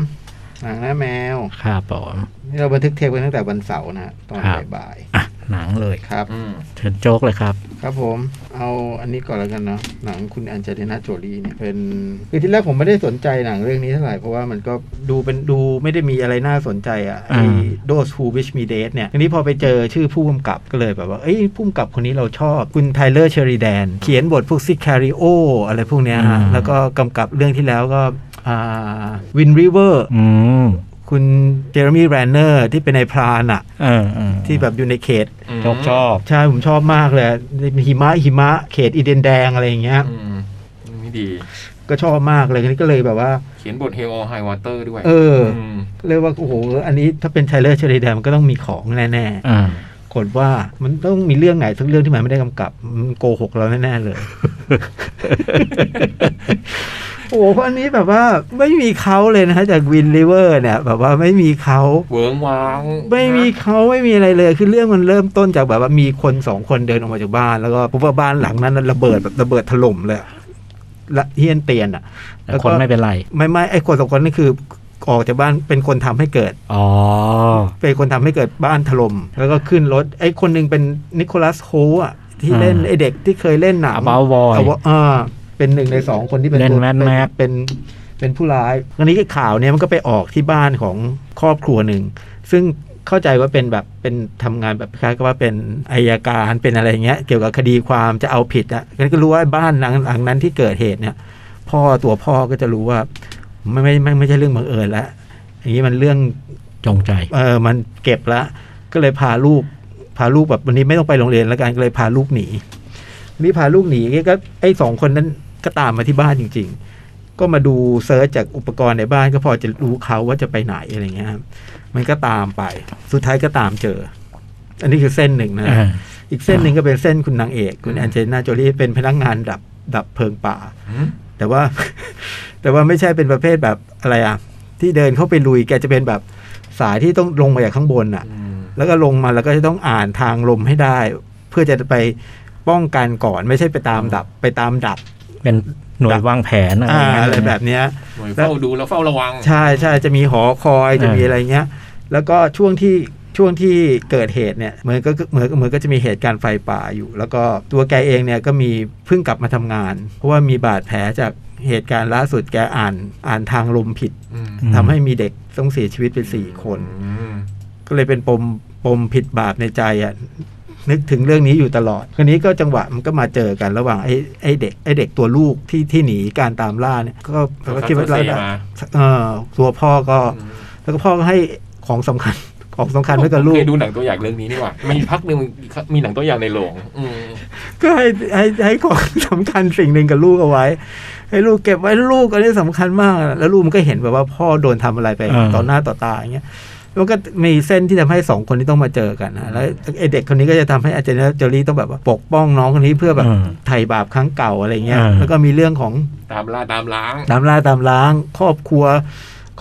หนังหน้าแมว
ครับผม
นี่เราบันทึกเทปกันตั้งแต่วันเสาร์นะฮะตอนบ่าย
อ่ะ หนังเลย
ครับ
อืม
เชิญโจ๊กเลยครับ
ครับผมเอาอันนี้ก่อนแล้วกันเนาะหนังคุณแอนเจลิน่าโจลีเนี่ยเป็นคือที่แรกผมไม่ได้สนใจหนังเรื่องนี้เท่าไหร่เพราะว่ามันก็ดูเป็นดูไม่ได้มีอะไรน่าสนใจอะไอ้
อ่า
Those Who Wish Me Dead เนี่ยทีนี้พอไปเจอชื่อผู้กำกับก็เลยแบบว่าเอ้ยผู้กำกับคนนี้เราชอบคุณไทเลอร์เชอรีแดนเขียนบทพวกซิคาริโออะไรพวกเนี้ยฮะ
อืม
แล้วก็กำกับเรื่องที่แล้วก็วินริเวอร์
อืม
คุณเจอร์มีแรนเนอร์ที่เป็นนายพรานอะ
เออเออ
ที่แบบอยู่ในเขต
โจ๊กชอบ
ใช่ ผมชอบมากเลยหิมะหิมะเขตอีเดนแดงอะไรอย่างเงี้ย
อืมไม่ดี
ก็ชอบมากเลยทีนี้ก็เลยแบบว่า
เขียนบท Hell or High Water ด้วย
เออ
ม
เรียกว่า โอ้โห อันนี้ถ้าเป็นไทเลอร์เชอรีแดนมันก็ต้องมีของแน่
อ่า
ๆกดว่ามันต้องมีเรื่องไหนสักเรื่องที่มันไม่ได้กำกับมันโกหกเราแน่ๆเลย
*laughs*
โอ้โหอันนี้แบบว่าไม่มีเขาเลยนะฮะจากวินริเวอร์เนี่ย แบบว่าไม่มีเขา
เวิร์งว้าง
ไม่มีเขาไม่มีอะไรเลย คือเรื่องมันเริ่มต้นจากแบบว่ามีคนสองคนเดินออกมาจากบ้าน แล้วก็พบว่าบ้านหลังนั้นนะระเบิดแบบระเบิดถล่มเลยละเฮียนเตียนอ่ะ
แต่คนไม่เป็นไร
ไม่ไม่ไอ้คนสองคนนี่คือออกจากบ้านเป็นคนทำให้เกิด
อ๋อ
เป็นคนทำให้เกิดบ้านถล่มแล้วก็ขึ้นรถ ไอ้คนหนึงเป็นนิโคลัสโฮอ่ะที่เล่น
อ่า
ไอ้เด็กที่เคยเล่นหนัง
About Boy
เอาว่าอ่าเป็นหนึ่งในสองคนที่เป็น
เล่น
ตัว
Mad
เป็น
Max
เป็นเป็นผู้ร้ายอันนี้ข่าวเนี้ยมันก็ไปออกที่บ้านของครอบครัวหนึ่ง ซึ่งเข้าใจว่าเป็นแบบเป็นทำงานแบบคล้ายๆกับว่าเป็นอายการเป็นอะไรอย่างเงี้ยเกี่ยวกับคดีความจะเอาผิดอ่ะงั้นก็รู้ว่าบ้านหลังหลังนั้นที่เกิดเหตุเนี่ย พ่อตัวพ่อก็จะรู้ว่าไม่ไม่ไม่ไม่ใช่เรื่องบังเอิญละอย่างนี้มันเรื่อง
จงใจ
เออ มันเก็บละก็เลยพาลูก พาลูกแบบวันนี้ไม่ต้องไปโรงเรียนแล้วกันก็เลยพาลูกหนีนี่พาลูกหนีก็ไอ้สองคนนั้นก็ตามมาที่บ้านจริง ๆ ก็มาดูเซิร์ชจากอุปกรณ์ในบ้านก็พอจะรู้เขาว่าจะไปไหนอะไรเงี้ยครับมันก็ตามไป สุดท้ายก็ตามเจอ อันนี้คือเส้นหนึ่งนะ
อ่า
อีกเส้นหนึ่งก็เป็นเส้นคุณนางเอก คุณแอนเจลิน่าโจลี่เป็นพนักงานดับดับเพลิงป่า
อืม
แต่ว่า *laughs* แต่ว่าไม่ใช่เป็นประเภทแบบอะไรอ่ะ ที่เดินเข้าไปลุยแกจะเป็นแบบสายที่ต้องลงมาจากข้างบนอ่ะ
อืม
แล้วก็ลงมาแล้วก็จะต้องอ่านทางลมให้ได้ เพื่อจะไปป้องกันก่อนไม่ใช่ไปตามดับไปตามดับ
เป็นหน่วยวางแผนอะไร
อา
ย่างเงี้ย
อะไรแบบเนี้ย
หน่วยเฝ้าดูแล้วเฝ้าระวัง
ใช่ใช่จะมีหอคอยจะมีอะไรเงี้ย แล้วก็ช่วงที่ช่วงที่เกิดเหตุเนี่ยเหมือนก็เหมือนเหมือนก็จะมีเหตุการณ์ไฟป่าอยู่ แล้วก็ตัวแกเองเนี่ยก็มีเพิ่งกลับมาทำงาน เพราะว่ามีบาดแผลจากเหตุการณ์ล่าสุดแกอ่านอ่านทางลมผิด
อืม
อืม
ทำให้มีเด็กต้องเสียชีวิตไปสี่คน
อืม
ก็เลยเป็นปมปมผิดบาปในใจอ่ะนึกถึงเรื่องนี้อยู่ตลอดคนนี้ก็จังหวะมันก็มาเจอกันระหว่างไอ้ไอ้เด็กไอ้เด็กตัวลูกที่ที่หนีการตามล่าเนี่ยก็ก็คิด
เร
ว่าเรา
ได้
ได้เอ่อตัวพ่อก็ แล้วก็พ่อก็ให้ของสำคัญ ของสำคัญไว้กับลู
เค
ก
ยดูหนังตัวอย่างเรื่องนี้นี่หว่ามีพักหนึ่งมีหนังตัวอย่างในโรงอืม
ก็ให้ให้ให้ของสำคัญสิ่งหนึ่งกับลูกเอาไว้ ให้ลูกเก็บไว้ลูกอันนี้สำคัญมาก แล้วลูกมันก็เห็นแบบว่าพ่อโดนทำอะไรไป
อ่า
ต่อหน้าต่อตาอย่างเงี้ยแล้วก็มีเส้นที่ทำให้สองคนนี้ต้องมาเจอกันนะแล้วไอเด็กคนนี้ก็จะทำให้อาจารย์เจอรี่ต้องแบบว่าปกป้องน้องคนนี้เพื่อแบบ
อืม
ไถ่บาปครั้งเก่าอะไรเงี้ย
อ่า
แล้วก็มีเรื่องของ
ตามล่าตามล้าง
ตามล่าตามล้างครอบครัว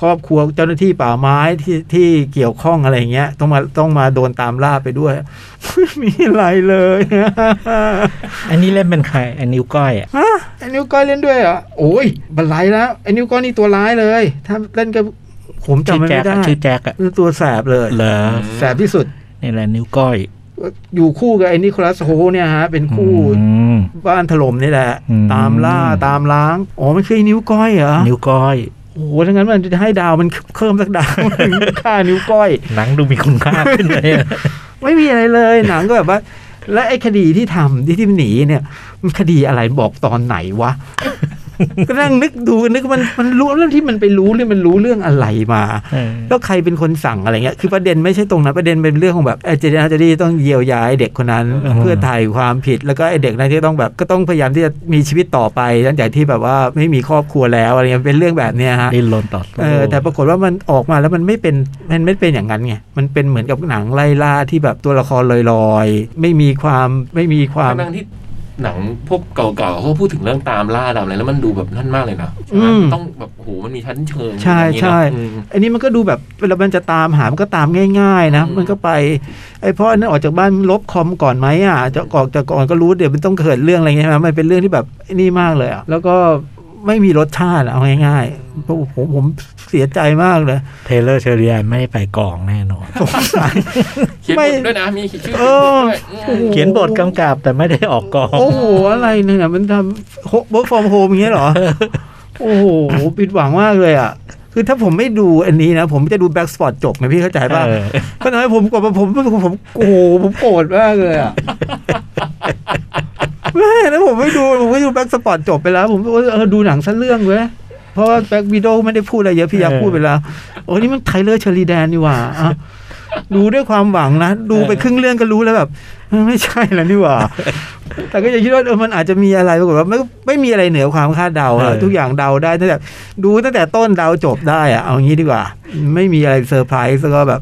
ครอบครัวเจ้าหน้าที่ป่าไม้ที่ที่เกี่ยวข้องอะไรเงี้ย ต้องมาต้องมาโดนตามล่าไปด้วย *laughs* ไม่มีอะไรเลย
อันนี้เล่นเป็นใครไอ้นิ้วก้อยอ่ะ
ฮะไอ้นิ้วก้อยเล่นด้วยเหรอโอ้ยบันไลแล้วไอ้นิ้วก้อยนี่ตัวร้ายเลย ถ้าเล่นกับผมจำ
ชื่อ
มัน
แจ็
ไม่
ค
ได้
อะชื่อแจ็คอะ
คือตัวแสบเลย
เหรอ
แสบที่สุด
นี่แหละนิ้วก้อย
อยู่คู่กับไอ้นิโคลัสโฮเนี่ยฮะ เป็นคู่
อืม
บ้านถล่มนี่แหละ
อืม
ตามล่าตามล้างอ๋อมันคือไอ้นิ้วก้อยเหรอ
นิ้วก้อย
โอ้โหถ้างั้นมันจะให้ดาวมันเพิ่มสักดาว หนึ่ง *laughs* ค่านิ้วก้อย
หนังดูมีคุณค่าขึ้นเลยอะ
ไม่มีอะไรเลย หนังก็แบบว่า และไอ้คดีที่ทำที่ที่หนีเนี่ย มันคดีอะไรบอกตอนไหนวะ ก็นั่งนึกดูนึกมันมันรู้เรื่องที่มันไปรู้เรื่องมันรู้เรื่องอะไรมา
เออ
แล้วใครเป็นคนสั่งอะไรเงี้ย คือประเด็นไม่ใช่ตรงนั้นประเด็นเป็นเรื่องของแบบไอ้เจเนอาจดีต้องเยียวยาไอ้เด็กคนนั้น
อืม
เพื่อไถ่ความผิด แล้วก็ไอ้เด็กนั้นที่ต้องแบบก็ต้องพยายามที่จะมีชีวิตต่อไปหลังจากที่แบบว่าไม่มีครอบครัวแล้วอะไรเงี้ยเป็นเรื่องแบบเนี้ยฮะ
ดิ้นรนต่อสู้
เออแต่ปรากฏว่ามันออกมาแล้วมันไม่เป็นมันไม่เป็นอย่างนั้นไงมันเป็นเหมือนกับหนังไล่ล่าที่แบบตัวละครลอยๆ ไม่มีความไม่มีความ
ทั้งๆที่หนังพวกเก่าๆเขาพูดถึงเรื่องตามล่าตามอะไรแล้วมันดูแบบนั่นมากเลยนะใช่ไหม
อืม
ต้องแบบโหมันมีชั้นเชิง
ใช่ใช่
อย่างนี้เนอะอืม
อันนี้มันก็ดูแบบเวลามันจะตามหา มันก็ตามง่าย ๆ นะ
อืม
มันก็ไปไอ้พ่อนั้นออกจากบ้านลบคอมก่อนไหมอ่ะจะออกจากก่อนก็รู้เดี๋ยวมันต้องเกิดเรื่องอะไรเงี้ยใช่ไหมมันเป็นเรื่องที่แบบไอ้นี่มากเลยอ่ะแล้วก็ ไม่มีรสชาติเอาง่ายๆผมผมผมเสียใจมากเลย *laughs*
เทเลอร์เชอรียนไม่ได้ไปกองแน่นอน
สงสาร
เขียน
ไม่
บทด้วยนะ มีชื่อ
เออ
ด้วย
โอ้โห
เขียนบทกำกับแต่ไม่ได้ออกกอง
โอ้โห อะไรเนี่ยมันทำ work from home อย่างเงี้ย
*laughs*
เหรอ โอ้โหผิดหวังมากเลยอ่ะ คือถ้าผมไม่ดูอันนี้นะ ผมจะดู Back Spot จบไหมพี่เข้าใจป่ะ
เออ
ก็น้อยผมกดมาผมผมผมโอ้โหผมโกรธมากเลยอ่ะ *laughs* แม่แล้วผมไม่ดู ผมก็ดู Back Spot จบไปแล้ว ผมก็เออดูหนังสั้นเรื่องเว้ยเพราะว่าแบ็กวิดโอไม่ได้พูดอะไรเยอะพี่ยักษ์พูดไปแล้ว โอ้นี่มันไทเลอร์เชอรีแดนนี่หว่าอ่ะดูด้วยความหวังนะ ดูไปครึ่งเรื่องก็รู้แล้วแบบเออไม่ใช่แล้วนี่หว่า แต่ก็จะคิดว่าเออมันอาจจะมีอะไรปรากฏว่าไม่ไม่มีอะไรเหนือความคาดเดาอะ
เออ
ทุกอย่างเดาได้ตั้งแต่ดูตั้งแต่ต้นเดาจบได้อะเอางี้ดีกว่า ไม่มีอะไรเซอร์ไพรส์แล้วก็แบบ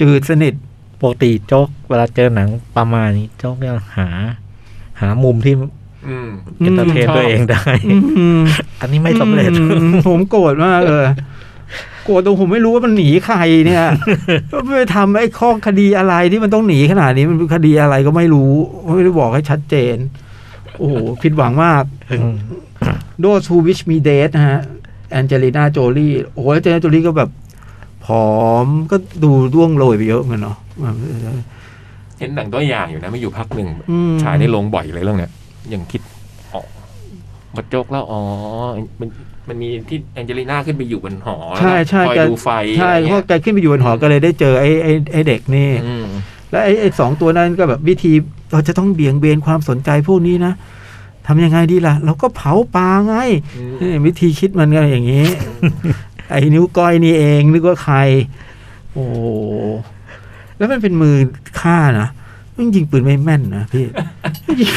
จืดสนิท
ปกติโจ๊กเวลาเจอหนังประมาณนี้โจ๊กจะหา หามุมที่
อืม
อืม
เอนเตอร์เทน
ชอบ
ตัวเองได้
อืม
*laughs* อันนี้ไม่สำเร็จ
อืมผมโกรธมากเลยโกรธตรงผมไม่รู้ว่ามันหนีใครเนี่ยไม่ไปทำไอ้ข้อคดีอะไรที่มันต้องหนีขนาดนี้มันคดีอะไรก็ไม่รู้ไม่ได้บอกให้ชัดเจน โอ้โหผิดหวังมาก Those Who Wish Me Dead นะฮะแอนเจลิน่าโจลี่โอ้ยแอนเจลิน่าโจลี่ก็แบบ ผอมก็ดูร่วงโรยไปเยอะเหมือนกันเนาะแบบ
เห็นหนังตัวอย่างอยู่นะไม่อยู่พักหนึ่ง
อืม
ฉายในโรงบ่อยเลยเรื่องเนี้ยยังคิดออกมาโจกแล้วอ๋อมันมันมีที่แองเจลิน่าขึ้นไปอยู่บนหอ
ใช่ใช่
แล้วคอย
แก
ดูไฟ
ใช่
อะไร
เพ
เงี้
ราะ
ย
แกขึ้นไปอยู่บนหอก็เลยได้เจอไอ้ไอ้ไอ้เด็กนี่
อืม
แล้วไอ้ไอ้สองตัวนั้นก็แบบวิธีเราจะต้องเบี่ยงเบนความสนใจพวกนี้นะทำยังไงดีล่ะ เราก็เผาปลาไงนี่วิธีคิดมันก็อย่างนี้ *laughs* ไอ้นิ้วก้อยนี่เองนึกว่าใคร โอ้โหแล้วมันเป็นมือฆ่านะมันยิงปืนไม่แม่นนะพี่ *laughs* ยิง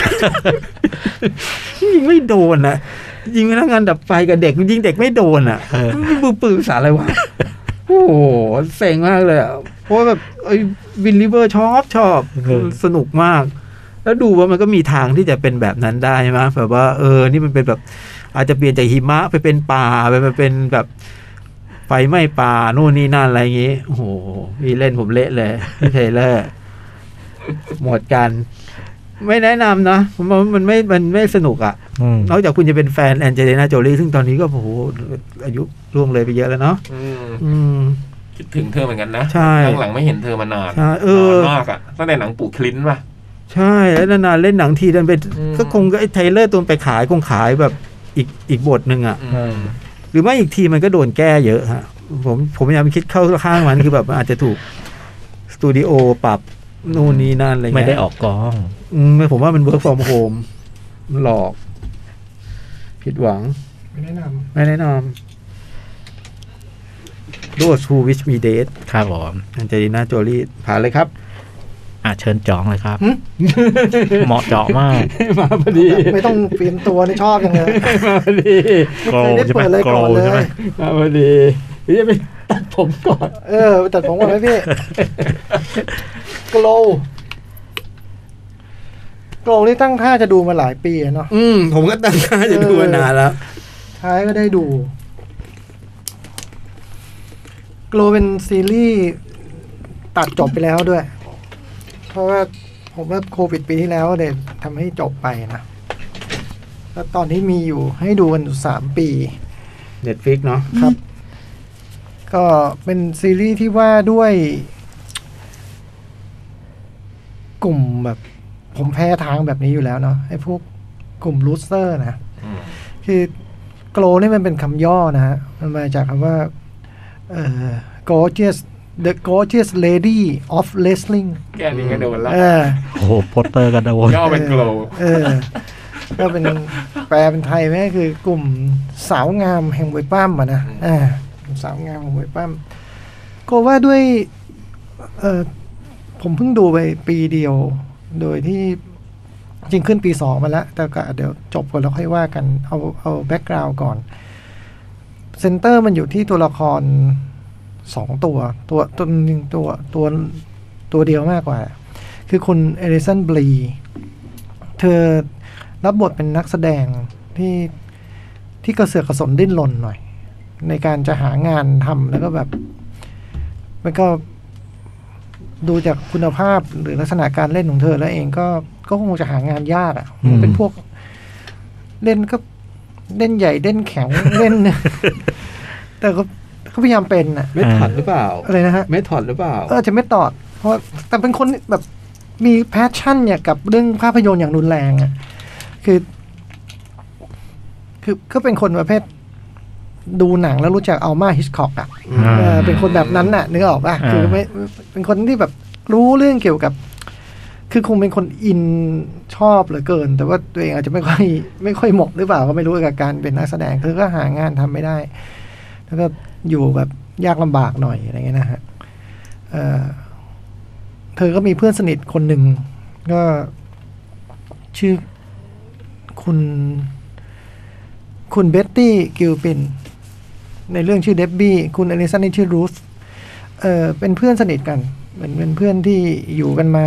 ยิงไม่โดนนะยิงพนักงานดับไฟกับเด็กยิงเด็กไม่โดนอ่ะมันปืนปืนสารอะไรวะ โอ้โหเซ็งมากเลยอ่ะเพราะว่าแบบไอ้วินลิเวอร์ชอบชอบ
เออ
สนุกมาก แล้วดูว่ามันก็มีทางที่จะเป็นแบบนั้นได้ใช่ไหมแบบว่าเออ นี่มันเป็นแบบ อาจจะเปลี่ยนจากหิมะไปเป็นป่าไปเป็นแบบไฟไหม้ป่านู่นนี่นั่นอะไรอย่างงี้โอ้โหมีเล่นผมเละเลยพี่เทเลอร์ หมดกัน ไม่แนะนำนะผมว่ามันไม่มันไม่สนุกอ่ะ นอกจากคุณจะเป็นแฟนแอนเจลิน่าโจลี่ซึ่งตอนนี้ก็โอ้โหอายุล่วงเลยไปเยอะแล้วเนาะ
อืม
อืม
คิดถึงเธอเหมือนกันนะ
ใช่
หลังๆไม่เห็นเธอมานาน
ใช่เออ
นานมากอะตั้งแต่หนังปู่คลิ้นป่ะ
ใช่แล้วนานๆเล่นหนังทีดันไป
อืม
ก็คงไอ้ไทเลอร์ตัวไปขายคงขายแบบอีกอีกบทหนึ่งอ่ะ
อืม
หรือไม่อีกทีมันก็โดนแก้เยอะฮะ ผมผมพยายามคิดเข้าข้างมันคือแบบอาจจะถูกสตูดิโอปรับนู่นนี่นั่นอะไรเงี้ย
ไม่ได้ออกกอง
อืมผมว่ามันเวิร์กฟอร์มโฮมนหลอก ผิดหวัง
ไม่แนะน
ไม่แนะนำดูชูวิชมีเดท
ครับผม
อันเจลิน่าโจลี่ผ่านเลยครับ
อ่ะเชิญจ่องเลยครับ เหมาะเจาะมาก
มาพอดี
ไม่ต้องเปลี่ยนตัวนี่ชอบจังเลย
มาพอดี
ไม่เคยได้เปิดเลย
โก
ก่อน
ล
เล
ใช่ไหม
ย
มาพอดีเดี๋ยวจะไปตัดผมก่อน
เออแต่ผมว่าไหมพี่ โกลโกลนี่ตั้งท่าจะดูมาหลายปีอะเนาะ
อืม ผมก็ตั้งใจจะดูมานานแล้ว
ท้ายก็ได้ดูโกลเป็นซีรีส์ตัดจบไปแล้วด้วย เพราะว่าผมว่าโควิดปีที่แล้วเนี่ยทำให้จบไปนะ แล้วตอนนี้มีอยู่ให้ดูกันอยู่สามปี
เน็ตฟิกเนาะ
ครับ ก็เป็นซีรีส์ที่ว่าด้วย กลุ่มแบบ ผมแพ้ทางแบบนี้อยู่แล้วเนาะไอ้พวกกลุ่มลูเซอร์นะ
อืม
คือโกลนี่มันเป็นคำย่อนะฮะ มันมาจากคำว่าเอ่อ gorgeous the gorgeous lady of wrestling
แก้นี้ก็โดนละ
เออ
โอ้โหโปสเตอร์กันโดน
ย่อเป็นโกล
เออ ก็เป็นแปลเป็นไทยไหมคือกลุ่มสาวงามแห่งมวยปั้มอ่ะนะอ่ากลุ่มสาวงามแห่งมวยปั้มก็ว่าด้วย เออผมเพิ่งดูไปปีเดียว โดยที่จริงขึ้นปีสองมาแล้วแต่ก็เดี๋ยวจบก่อนแล้วค่อยว่ากัน เอาเอาแบ็กกราวก่อนเซนเตอร์มันอยู่ที่ตัวละครสองตัว ตัวตัวหนึ่งตัวตัวตัวเดียวมากกว่า คือคุณเอริสันบลี เธอรับบทเป็นนักแสดงที่ที่กระเสือกกระสนดิ้นรนหน่อย ในการจะหางานทำแล้วก็แบบมันก็ดูจากคุณภาพหรือลักษณะการเล่นของเธอแล้วเองก็ก็คงจะหางานยากอะ่ะมันเป็นพวก เล่นก็ เล่นใหญ่เล่นแข็งเล่น *laughs* แต่ก็เขาพยายามเป็นอะ
ไม่ถอดหรือเปล่า
อะไรนะฮะ
ไม่ถอดหรือเปล่า
ก็อาจจะไม่ตอด เพราะแต่เป็นคนแบบมีแพชชั่นเนี่ยกับเรื่องภาพยนตร์อย่างรุนแรงอะคือ คือก็เป็นคนประเภท ดูหนังแล้วรู้จักอัลมาฮิชคอกอะ
อ่า
เออเป็นคนแบบนั้นน่ะนึกออกป่ะ
อ่า
คือไม่เป็นคนที่แบบรู้เรื่องเกี่ยวกับ คือคงเป็นคนอินชอบเหลือเกิน แต่ว่าตัวเองอาจจะไม่ค่อย ไม่ค่อยเหมาะหรือเปล่าก็ไม่รู้กับการเป็นนักแสดงคือก็หางานทำไม่ได้ แล้วก็อยู่แบบยากลำบากหน่อยอะไรเงี้ยนะฮะเออเธอก็มีเพื่อนสนิทคนหนึ่งก็ ชื่อคุณ คุณเบ็ตตี้กิลปิน ในเรื่องชื่อเดบบี้คุณอลิสันนี่ชื่อรูสเออเป็นเพื่อนสนิทกันเหมือนเป็นเพื่อนที่อยู่กันมา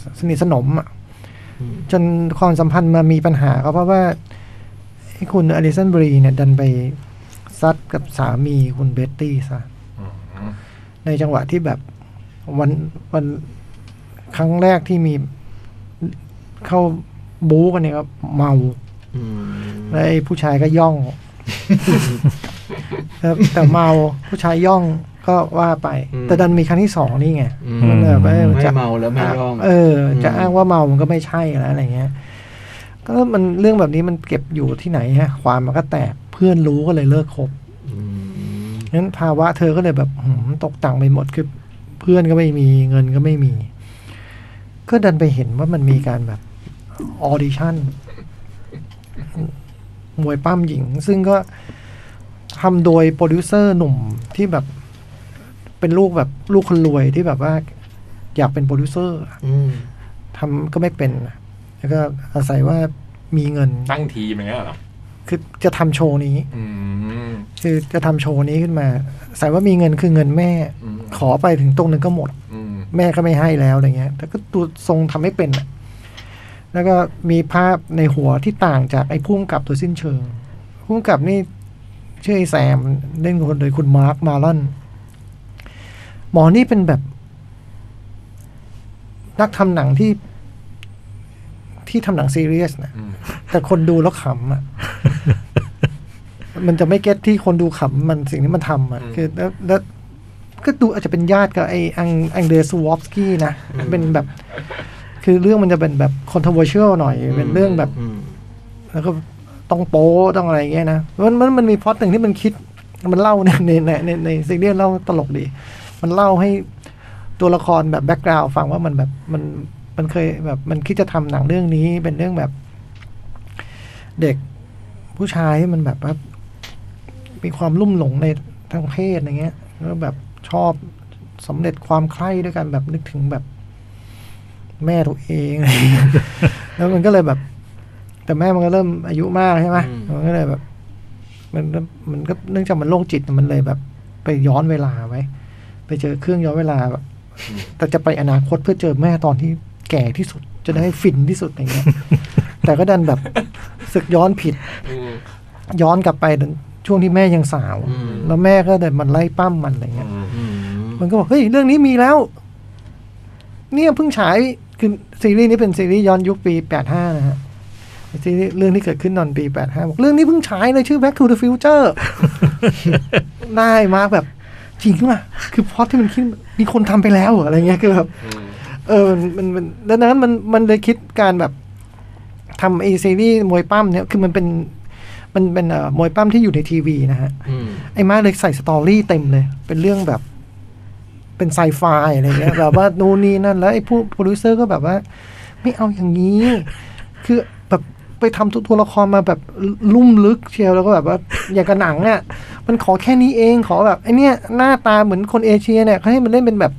สสนิทสนมอะจนความสัมพันธ์มามีปัญหาก็เพราะว่าไอ้คุณอลิสันบรีเนี่ย ดันไปซัดกับสามีคุณเบตตี้ซะในจังหวะที่แบบวันวันครั้งแรกที่มีเข้าบู๊กันเนี่ยก็เมา แล้วไอ้ผู้ชายก็ย่
*laughs*
อง ครับแต่เมาผู้ชายย่องก็ว่าไป
อืม
แต่ดันมีครั้งที่สองนี่ไง
อืม
มันแบบเออ
ไม่
จะ
เมาแล้วไม่ย่อง
เออ จะ
อืม
อ้างว่าเมามันก็ไม่ใช่แล้วอะไรเงี้ย ก็มันเรื่องแบบนี้มันเก็บอยู่ที่ไหนฮะ ความมันก็แตกเพื่อนรู้ก็เลยเลิกคบ
ม
งั้นภาวะเธอก็เลยแบบหืมตกต่างไปหมดคือเพื่อนก็ไม่มีเงินก็ไม่มี ก็ดันไปเห็นว่ามันมีการแบบออดิชั่นมวยปั้มหญิง ซึ่งก็ทำโดยโปรดิวเซอร์หนุ่มที่แบบเป็นลูกแบบลูกคนรวยที่แบบว่า อยากเป็นโปรดิวเซอร์อะ
อืม
ทำก็ไม่เป็นอะแล้วก็อาศัยว่ามีเงิน
ตั้งทีมอย่างเงี้ยเหรอ
คือจะทำโชว์นี้
อืม
คือจะทำโชว์นี้ขึ้นมาอาศัยว่ามีเงินคือเงินแม่
อืม
ขอไปถึงตรงนึงก็หมด
อืม
แม่ก็ไม่ให้แล้วอะไรเงี้ย แต่ก็ดูทรงทำให้เป็นอะแล้วก็มีภาพในหัวที่ต่างจากไอ้พุ่มกับตัวสิ้นเชิงพุ่มกับนี่ชื่อไอ้แซมเล่นคนโดยคุณมาร์คมาลอน หมอนี่เป็นแบบ นักทำหนังที่ ที่ทำหนังซีเรียสนะ
อืม
แต่คนดูแล้วขำอ่ะ *laughs* มันจะไม่เก็ตที่คนดูขำมันสิ่งที่มันทำอ่ะ คือแล้วแล้วก็ดูอาจจะเป็นญาติกับไอ้อังอังเดรสวอฟสกี้นะ เป็นแบบ คือเรื่องมันจะเป็นแบบคอน t r o v e r s i a l หน่อย เป็นเรื่องแบบ
ม
แล้วก็ต้องโป๊ต้องอะไรอย่างเงี้ยนะมันมันมันมีพล็อตหนึ่งที่มันคิด มันเล่าในในในในในซีรีส์เล่าตลกดี มันเล่าให้ตัวละครแบบแบ็กกราวฟังว่ามันแบบมันมันเคยแบบมันคิดจะทำหนังเรื่องนี้เป็นเรื่องแบบ เด็กผู้ชายที่มันแบบว่ามีความลุ่มหลงในทางเพศอะไรเงี้ยแล้วแบบชอบสำเร็จความใคร่ด้วยกันแบบนึกถึงแบบแม่ตัวเอง แล้วมันก็เลยแบบ แต่แม่มันก็เริ่มอายุมากใช่ไหมมันก็เลยแบบ มันก็มันก็เนื่องจากมันโรคจิตมันเลยแบบ ไปย้อนเวลาไว้ ไปเจอเครื่องย้อนเวลาแบบ แต่จะไปอนาคตเพื่อเจอแม่ตอนที่แก่ที่สุด จะได้ฟินที่สุดอย่าง *laughs* เงี้ย แต่ก็ดันแบบศึกย้อนผิด
อืม
ย้อนกลับไปช่วงที่แม่ยังสาว แล้วแม่ก็เดินมันไล่ปั้มมันอะไรเงี้ย
อืม
อืม
มันก็บอกเฮ้ยเรื่องนี้มีแล้ว เนี่ยเพิ่งฉายคือซีรีส์นี้เป็นซีรีส์ย้อนยุคปีแปดห้านะฮะซีรีส์เรื่องที่เกิดขึ้นตอนปีแปดห้าบอกเรื่องนี้เพิ่งฉายเลยชื่อ Back to the Future *laughs* ได้มากแบบจริงขึ้นมาคือพล็อตที่มันคิดมีคนทำไปแล้วเหรออะไรเงี้ยคือแบบ
อืม
เออมันมันมันดังนั้นมันมันเลยคิดการแบบทำไอซีรีส์มวยปั้มเนี่ยคือมันเป็นมันเป็นเอ่อมวยปั้มที่อยู่ในทีวีนะฮะ
อืม
ไอ้มาร์คเลยใส่สตอรี่เต็มเลย เป็นเรื่องแบบ เป็นไซไฟอะไรเงี้ย *laughs* แบบว่านู่นนี่นั่น แล้วไอ้ผู้โปรดิวเซอร์ก็แบบว่า ไม่เอาอย่างนี้ คือแบบไปทำตัวตัวละครมาแบบลุ่มลึกเชียวแล้วก็แบบว่า อย่างกับหนังอะ่ะ มันขอแค่นี้เองขอแบบไอเนี้ยหน้าตาเหมือนคนเอเชียเนี่ยเขาให้มันเล่นเป็นแบบ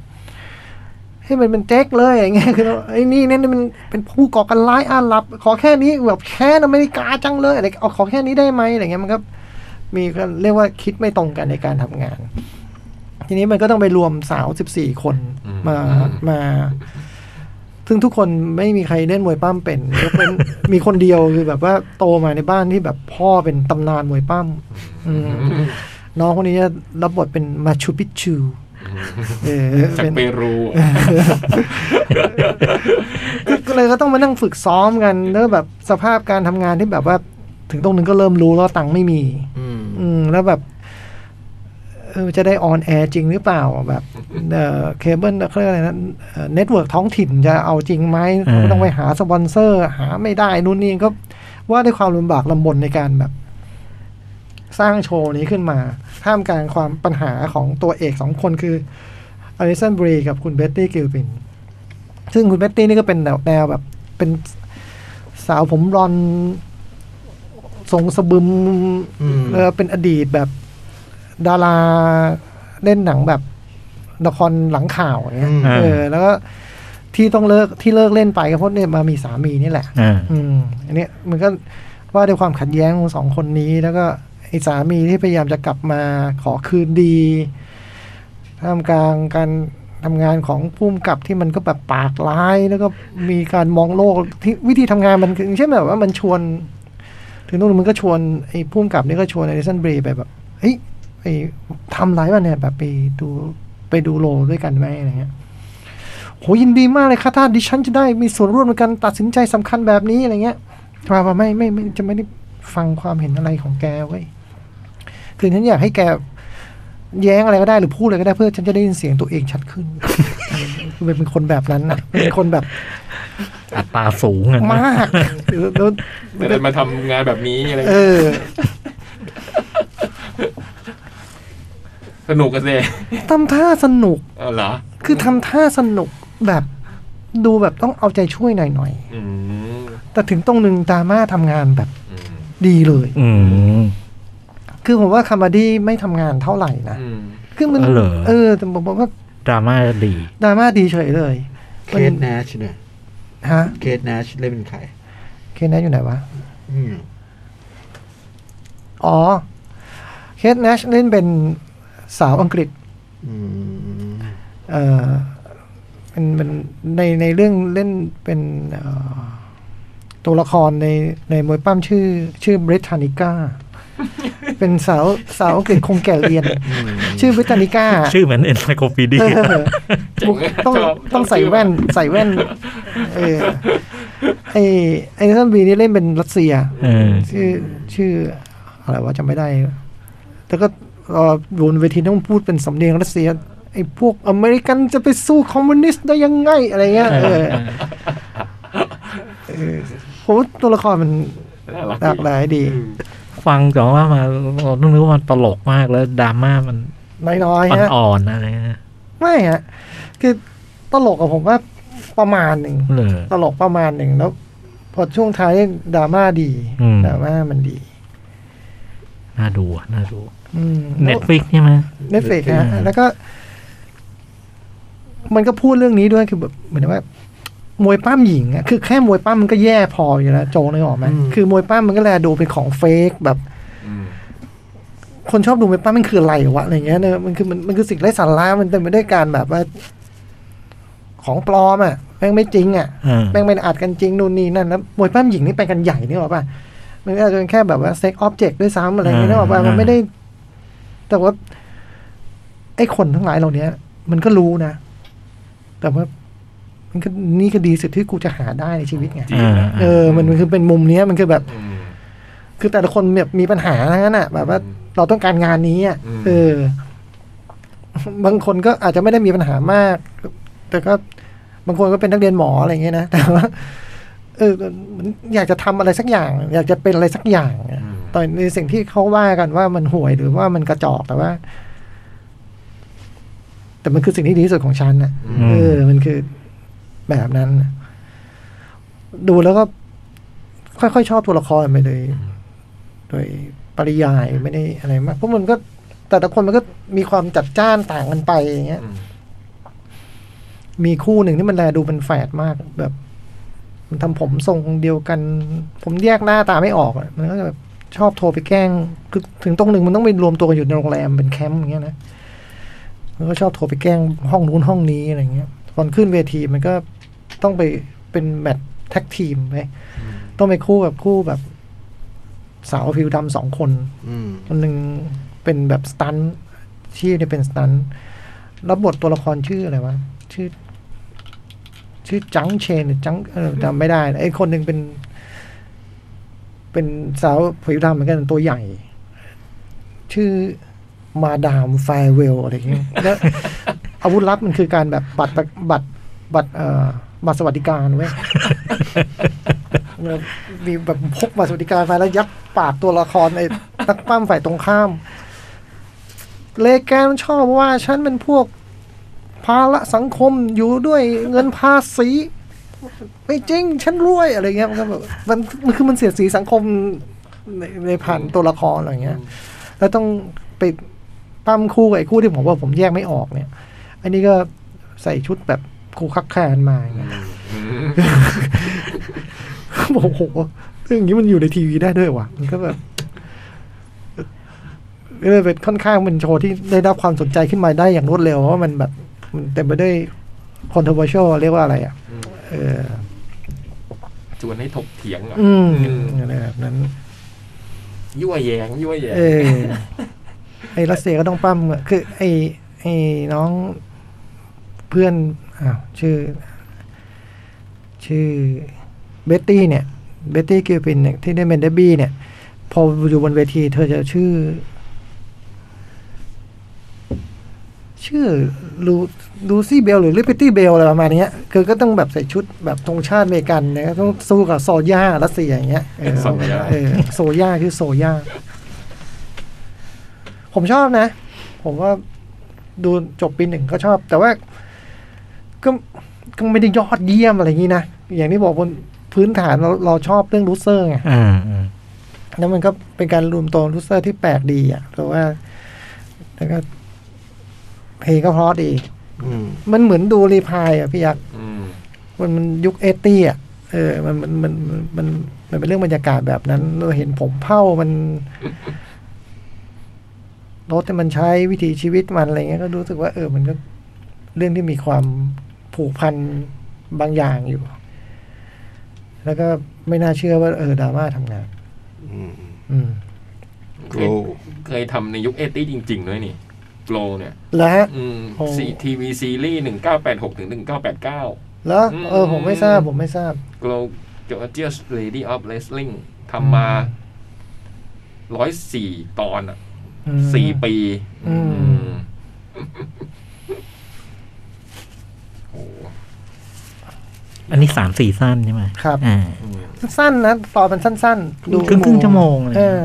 ให้มันเป็นแจ็คเลยอย่างเงี้ยคือไอ้นี่เนี่ยมันเป็นผู้ก่อการร้ายอาหรับ ขอแค่นี้แบบแค่นอเมริกาจังเลยอะไรเอาขอแค่นี้ได้ไหมอะไรเงี้ยมันก็ มีก็เรียกว่าคิดไม่ตรงกันในการทำงาน ทีนี้มันก็ต้องไปรวมสาวสิบสี่คน
อืม
มามา ซึ่งทุกคนไม่มีใครเล่นมวยปั้มเป็นยกเว้น มีคนเดียวคือแบบว่าโตมาในบ้านที่แบบพ่อเป็นตำนานมวยปั้มอืมน้องคนนี้จะรับบทเป็นมาชูปิชูเออ
จาก
เป็น
เปรูอะ
ก็เลยก็ต้องมานั่งฝึกซ้อมกันแล้วแบบสภาพการทำงานที่แบบว่า ถึงตรงนึงก็เริ่มรู้แล้ววาตังค์ไม่มี
อืม
อืมแล้วแบบเออจะได้ออนแอร์จริงหรือเปล่าแบบเออเคเบิลเขาเรียกอะไรนะเน็ตเวิร์กท้องถิ่นจะเอาจริงไหม
เออ
ต้องไปหาสปอนเซอร์ หาไม่ได้นู่นนี่ก็ว่าด้วยความลำบากลำบนในการแบบ สร้างโชว์นี้ขึ้นมา ท่ามกลางความปัญหาของตัวเอกสองคนคืออลิสันบรีกับคุณเบตตี้กิลปิน ซึ่งคุณเบตตี้นี่ก็เป็นแนวแนวแบบ เป็นสาวผมรอนทรงสะบึม
อืม
เออเป็นอดีตแบบดาราเล่นหนังแบบละครหลังข่าวอย่างเงี้ย
อืม
เออ แล้วก็ที่ต้องเลิกที่เลิกเล่นไปก็เพราะเนี่ยมามีสามีนี่แหละ
อ่า
อืม อันเนี้ยมันก็ว่าด้วยความขัดแย้งของสองคนนี้ แล้วก็ไอ้สามีที่พยายามจะกลับมาขอคืนดีท่ามกลางการทำงานของผู้กำกับที่มันก็แบบปากร้าย แล้วก็มีการมองโลกที่วิธีทำงานมันคืออย่างเช่นแบบว่ามันชวน ถึงนู่นมันก็ชวนไอ้ผู้กำกับนี่ก็ชวนไอริสันเบรไปแบบเฮ้ยไปทำไรวะเนี่ยแบบไปดูไปดูโลด้วยกันไหมอะไรเงี้ย โหยินดีมากเลยค่ะถ้าดิฉันจะได้มีส่วนร่วมในการตัดสินใจสำคัญแบบนี้อะไรเงี้ยว่าว่าไม่ไม่ไม่จะไม่ได้ฟังความเห็นอะไรของแกเว้ยคือฉันอยากให้แกแย้งอะไรก็ได้หรือพูดอะไรก็ได้เพื่อฉันจะได้ยินเสียงตัวเองชัดขึ้น คือเป็นคนแบบนั้นนะเป็นคนแบบ
อัตราสูงอะนะ
มากแล้
แต่
ว
ได้มาทำงานแบบนี้อะไร
เออ
สนุกกันเลย
ทำท่าสนุก
เอาเหรอ
คือทำท่าสนุกแบบดูแบบต้องเอาใจช่วยหน่อย
อืม
ๆ แต่ถึงตรงหนึ่งดราม่าทำงานแบบ
อืม
ดีเลย
อืม
คือผมว่าคามาดี้ไม่ทำงานเท่าไหร่นะ
อืม
คือมัน
อ๋อเหรอ
เออ แต่ผมบอกว่า
ดราม่าดี
ดราม่าดีเฉยเลย
เคสแนชเนี่ย
ฮะ
เคสแนชเล่นเป็นใคร
เคสแนชอยู่ไหนวะ
อืม
อ๋อ เคสแนชเล่นเป็นสาวอังกฤษ
อืม
เออเป็นเป็นในในเรื่องเล่นเป็นเอ่อตัวละครในในมวยปั้มชื่อ ชื่อบริทานิก้า เป็นสาวสาวอังกฤษคงแก่เรียน ชื่อบริทานิก้า
ชื่อเหมือนเอ็นไซโคปี
*laughs*
เดีย
เออต้องต้องใส่แว่นใส่แว่น *laughs* เออไอไอเนสันบีนี่เล่นเป็นรัสเซีย
เออ
ชื่อชื่ออะไรวะจำไม่ได้ แต่ก็เอ่อบนเวทีต้องพูดเป็นสำเนียงรัสเซีย ไอพวกอเมริกันจะไปสู้คอมมิวนิสต์ได้ยังไง อะไรเงี้ยเออเออโหตัวละครมัน
น่ารัก
หลากหลายดี
อืม
*laughs* ฟังจากว่ามาเราต้องนึกว่ามันตลกมากแล้วดราม่ามัน
น้อยๆฮะ
อ่อนๆอะไรนะ
ไม่ฮะคือตลกอะผมว่าประมาณหนึ่ง
เลย
ตลกประมาณหนึ่งแล้ว พอช่วงท้ายดราม่าดี
อืม
ดราม่ามันดี
น่าดูอะน่าดู
อืม
Netflix ใช่ไหม
เน็ตฟลิกนะ
อืม
แล้วก็ มันก็พูดเรื่องนี้ด้วยคือแบบเหมือนว่า มวยปั้มหญิงอะคือแค่มวยปั้มมันก็แย่พออยู่แล้วโจงเลยออกไหมคือมวยปั้มมันก็แลดูเป็นของเฟกแบบ
อืม
คนชอบดูมวยปั้มมันคืออะไรวะอะไรเงี้ยเนอะมันคือมันมันคือสิ่งไร้สาระมันเต็มไปด้วยการแบบว่า ของปลอมอะแม่งไม่จริงอะ
อ่า
แม่งเป็นอัดกันจริงนู่นนี่นั่นแล้วมวยปล้ำหญิงนี่ไปกันใหญ่นี่หรอกป่ะมันก็อาจจะเป็นแค่แบบว่าเซ็กออบเจกต์ด้วยซ้ำอะไรอย่างเงี้ย
อ่า
นึกออกป่ะมัน
อ่า
ไม่ได้ แต่ว่า ไอ้คนทั้งหลายเหล่าเนี้ย มันก็รู้นะ แต่ว่า มันก็นี่ก็ดีสุดที่กูจะหาได้ในชีวิตไง
จริง
อ่า
เออมันมันคือเป็นมุมเนี้ยมันคือแบบ
อืม
คือแต่ละคนแบบมีปัญหาทั้งนั้นอ่ะ แบบว่า
อืม
เราต้องการงานนี้อ่ะ
อืม
เออ บางคนก็อาจจะไม่ได้มีปัญหามาก แต่ก็บางคนก็เป็นนักเรียนหมออะไรอย่างเงี้ยนะ *laughs* แต่ว่าเออเหมือนอยากจะทำอะไรสักอย่าง อยากจะเป็นอะไรสักอย่างอะตอนในสิ่งที่เขาว่ากันว่ามันห่วยหรือว่ามันกระจอกแต่ว่า แต่มันคือสิ่งที่ดีที่สุดของฉันน่ะ
อื
เอ
ม
อ มันคือแบบนั้นน่ะดูแล้วก็ค่อยๆชอบตัวละครไปเลย โดยปริยายไม่ได้อะไรมากเพราะมันก็แต่ละคนมันก็มีความจัดจ้านต่างกันไปอย่างเงี้ย
อืม
มีคู่หนึ่งที่มันแลดูเป็นแฝดมากแบบ มันทำผมทรงเดียวกัน ผมแยกหน้าตาไม่ออกอะมันก็จะแบบชอบโทรไปแกล้งคือถึงตรงหนึ่งมันต้องไปรวมตัวกันอยู่ในโรงแรมเป็นแคมป์อย่างเงี้ยนะมันก็ชอบโทรไปแกล้งห้องนู้นห้องนี้อะไรเงี้ยตอนขึ้นเวทีมันก็ต้องไปเป็นแมตช์แท็กทีมไปต้องไปคู่กับคู่แบบสาวผิวดำสองคน
อืม
คนหนึ่งเป็นแบบสตันท์ชื่อเนี่ยเป็นสตันท์รับบทตัวละครชื่ออะไรวะ ชื่อ ชื่อจังเชนหรือจังเออจำไม่ได้นะไอ้คนหนึ่งเป็น เป็นสาวผิวดำเหมือนกันตัวใหญ่ ชื่อมาดามแฟร์เวลอะไรอย่างเงี้ยแล้ว *laughs* อาวุธลับมันคือการแบบบัตรประบัตรบัตรเอ่อบัตรสวัสดิการเว้ย แล้วมีแบบพกบัตรสวัสดิการไปแล้วยัดปากตัวละครไอ้นักปั้มฝ่ายตรงข้าม เลแกนชอบว่าฉันเป็นพวกภาระสังคมอยู่ด้วยเงินภาษี ไม่จริง ฉันรวยอะไรเงี้ยมันก็แบบมันมันคือมันเสียดสีสังคมในในผ่านตัวละครอะไรเงี้ย แล้วต้องไปปั้มคู่กับไอ้คู่ที่ผมว่าผมแยกไม่ออกเนี่ย อันนี้ก็ใส่ชุดแบบคู่คักแคลนมาอย่างเงี้ย
อืม
*laughs* บอกโอ้โหเรื่องอย่างนี้มันอยู่ในทีวีได้ด้วยวะมันก็แบบก็เลยเป็นค่อนข้างเป็นโชว์ที่ได้รับความสนใจขึ้นมาได้อย่างรวดเร็วเพราะว่ามันแบบ มันเต็มไปด้วย controversial เรียกว่าอะไรอ่ะ เออ
ชวนให้ถกเถียงเหรอ
อืม
อืม
อะไรแบบนั้น
ยั่วแยงยั่วแยง
เออ ไอรัสเซียก็ต้องปั้มอะคือ ไอไอน้องเพื่อนอ้าวชื่อ ชื่อเบตตี้เนี่ย เบตตี้กิลปินเนี่ยที่ได้เป็นเดบบี้เนี่ย พออยู่บนเวที เธอจะชื่อ ชื่อลูลูซี่เบลหรือลิปตี้เบลอะไรประมาณเนี้ย คือก็ต้องแบบใส่ชุดแบบธงชาติอเมริกันเนี่ยก็ต้องสู้กับโซย่ารัสเซียอย่างเงี้ยเออเออโซย่าชื่อโซย่า ผมชอบนะ ผมว่าดูจบปีหนึ่งก็ชอบ แต่ว่าก็ก็ไม่ได้ยอดเยี่ยมอะไรอย่างนี้นะ อย่างที่บอกบนพื้นฐานเราเราชอบเรื่องรูเซอร์ไง
อ่าอ่า
แล้วมันก็เป็นการรวมตัวรูเซอร์ที่แปลกดีอ่ะแต่ว่าแล้วก็เพลงก็เพราะดี
อืม
มันเหมือนดูรีพายอ่ะพี่ยักษ์
อืม
มันมันยุคเอตี้อ่ะเออมันมันมันมันมันมันเป็นเรื่องบรรยากาศแบบนั้นเราเห็นผมเผ่ามันรถที่มันใช้วิถีชีวิตมันอะไรเงี้ยก็รู้สึกว่า เออ มันก็เรื่องที่มีความผูกพันบางอย่างอยู่ แล้วก็ไม่น่าเชื่อว่า เออดราม่าทำงาน
อืม
อืม
เคยเคยทำในยุคเอตี้จริง ๆ ด้วยนี่โกลเนี่ย
แล้วฮะ
อืม
โอ้
ซีทีวีซีรีส์หนึ่งเก้าแปดหกถึงหนึ่งเก้าแปดเก้า
แล้วเออ
อืม
ผมไม่ทราบผมไม่ทราบ
โกลจอร์เจียสเลดี้ออฟเลสลิงทำมาร้อยสี่ตอนอ่ะสี่ปี
อืม
มโอ้โห
อันนี้สามสี่สั้นใช่ไหม
ครับ
อ่า
อืม
สั้นๆนะตอนมันสั้นๆดู
ครึ่งครึ่งชั่วโมงเลย
เออ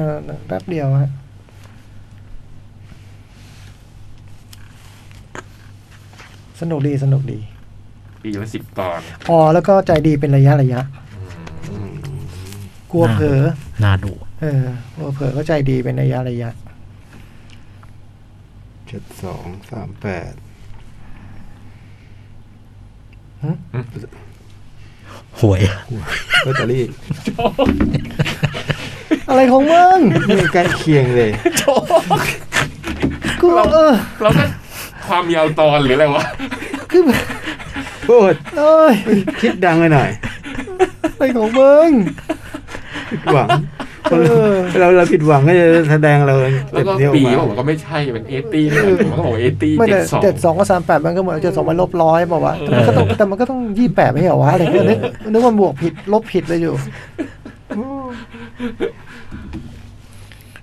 แป๊บเดียวฮะสนุกดีสนุกดี
ปีละสิบตอน
อ๋อแล้วก็ใจดีเป็นระยะระยะ กลัวเผลอ
น่าดู
เออกลัวเผลอก็ใจดีเป็นระยะระยะ
เจ็ดสองสามแปด
หวย
ลอตเตอรี่
อะไรของมึง
นี่ใกล้เคียงเลย
กูเออ
เราก็ความยาวตอนหรืออะไรวะ
คือ
พูด
เอ้ย
คิดดังไปหน่อย
อะไรของมึ
*laughs*
ง
ผิดหวัง
เออ
เราเราผิดหวังก็จะแสดงเรา
แล้วก็
เต็มเหนี่ยว
ปี
มา
ผมก็ไม่ใช่เป็นเอตี้นะผมก็บอกเอตี้
ไม่
เจ็ดสอง
แต่เจ็ดสองก็สามแปดมันก็เหมือนเจ็ดสองมันลบร้อยบอกว่า
เออ
ก็ต้องแต่มันก็ต้องยี่แปดไม่ใช่เหรอวะอะไรเงี้ยนึกนึกว่าบวกผิดลบผิดเลยอยู่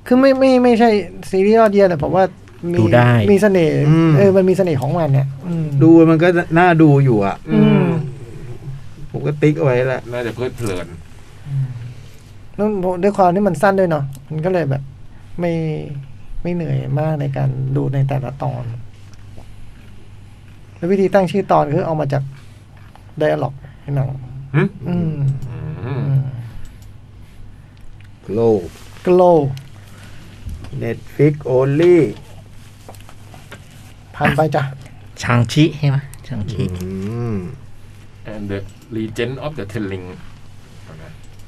คือไม่ไม่ไม่ใช่ซีรีส์ยอดเยี่ยมแต่ผมว่ามี
ดูได้
มีเสน่ห์เออมันมีเสน่ห์ของมันเนี่ยอืม
ดูมันก็น่าดูอยู่อ่ะ
อืม
ผมก็ติ๊กเอาไว้ละ
น่าจะเพลิดเพลิน
แล้วด้วยความที่มันสั้นด้วยเนาะมันก็เลยแบบ ไม่ไม่เหนื่อยมากในการดูในแต่ละตอน แล้ววิธีตั้งชื่อตอนคือเอามาจากไดอะล็อกในหนัง
หึ
อืม
อืม
โลก
กโล
Netflix only
ผ่านไปจ้ะ
ชางชิใช่ไหมชางชิ
อืม
and the legend of the telling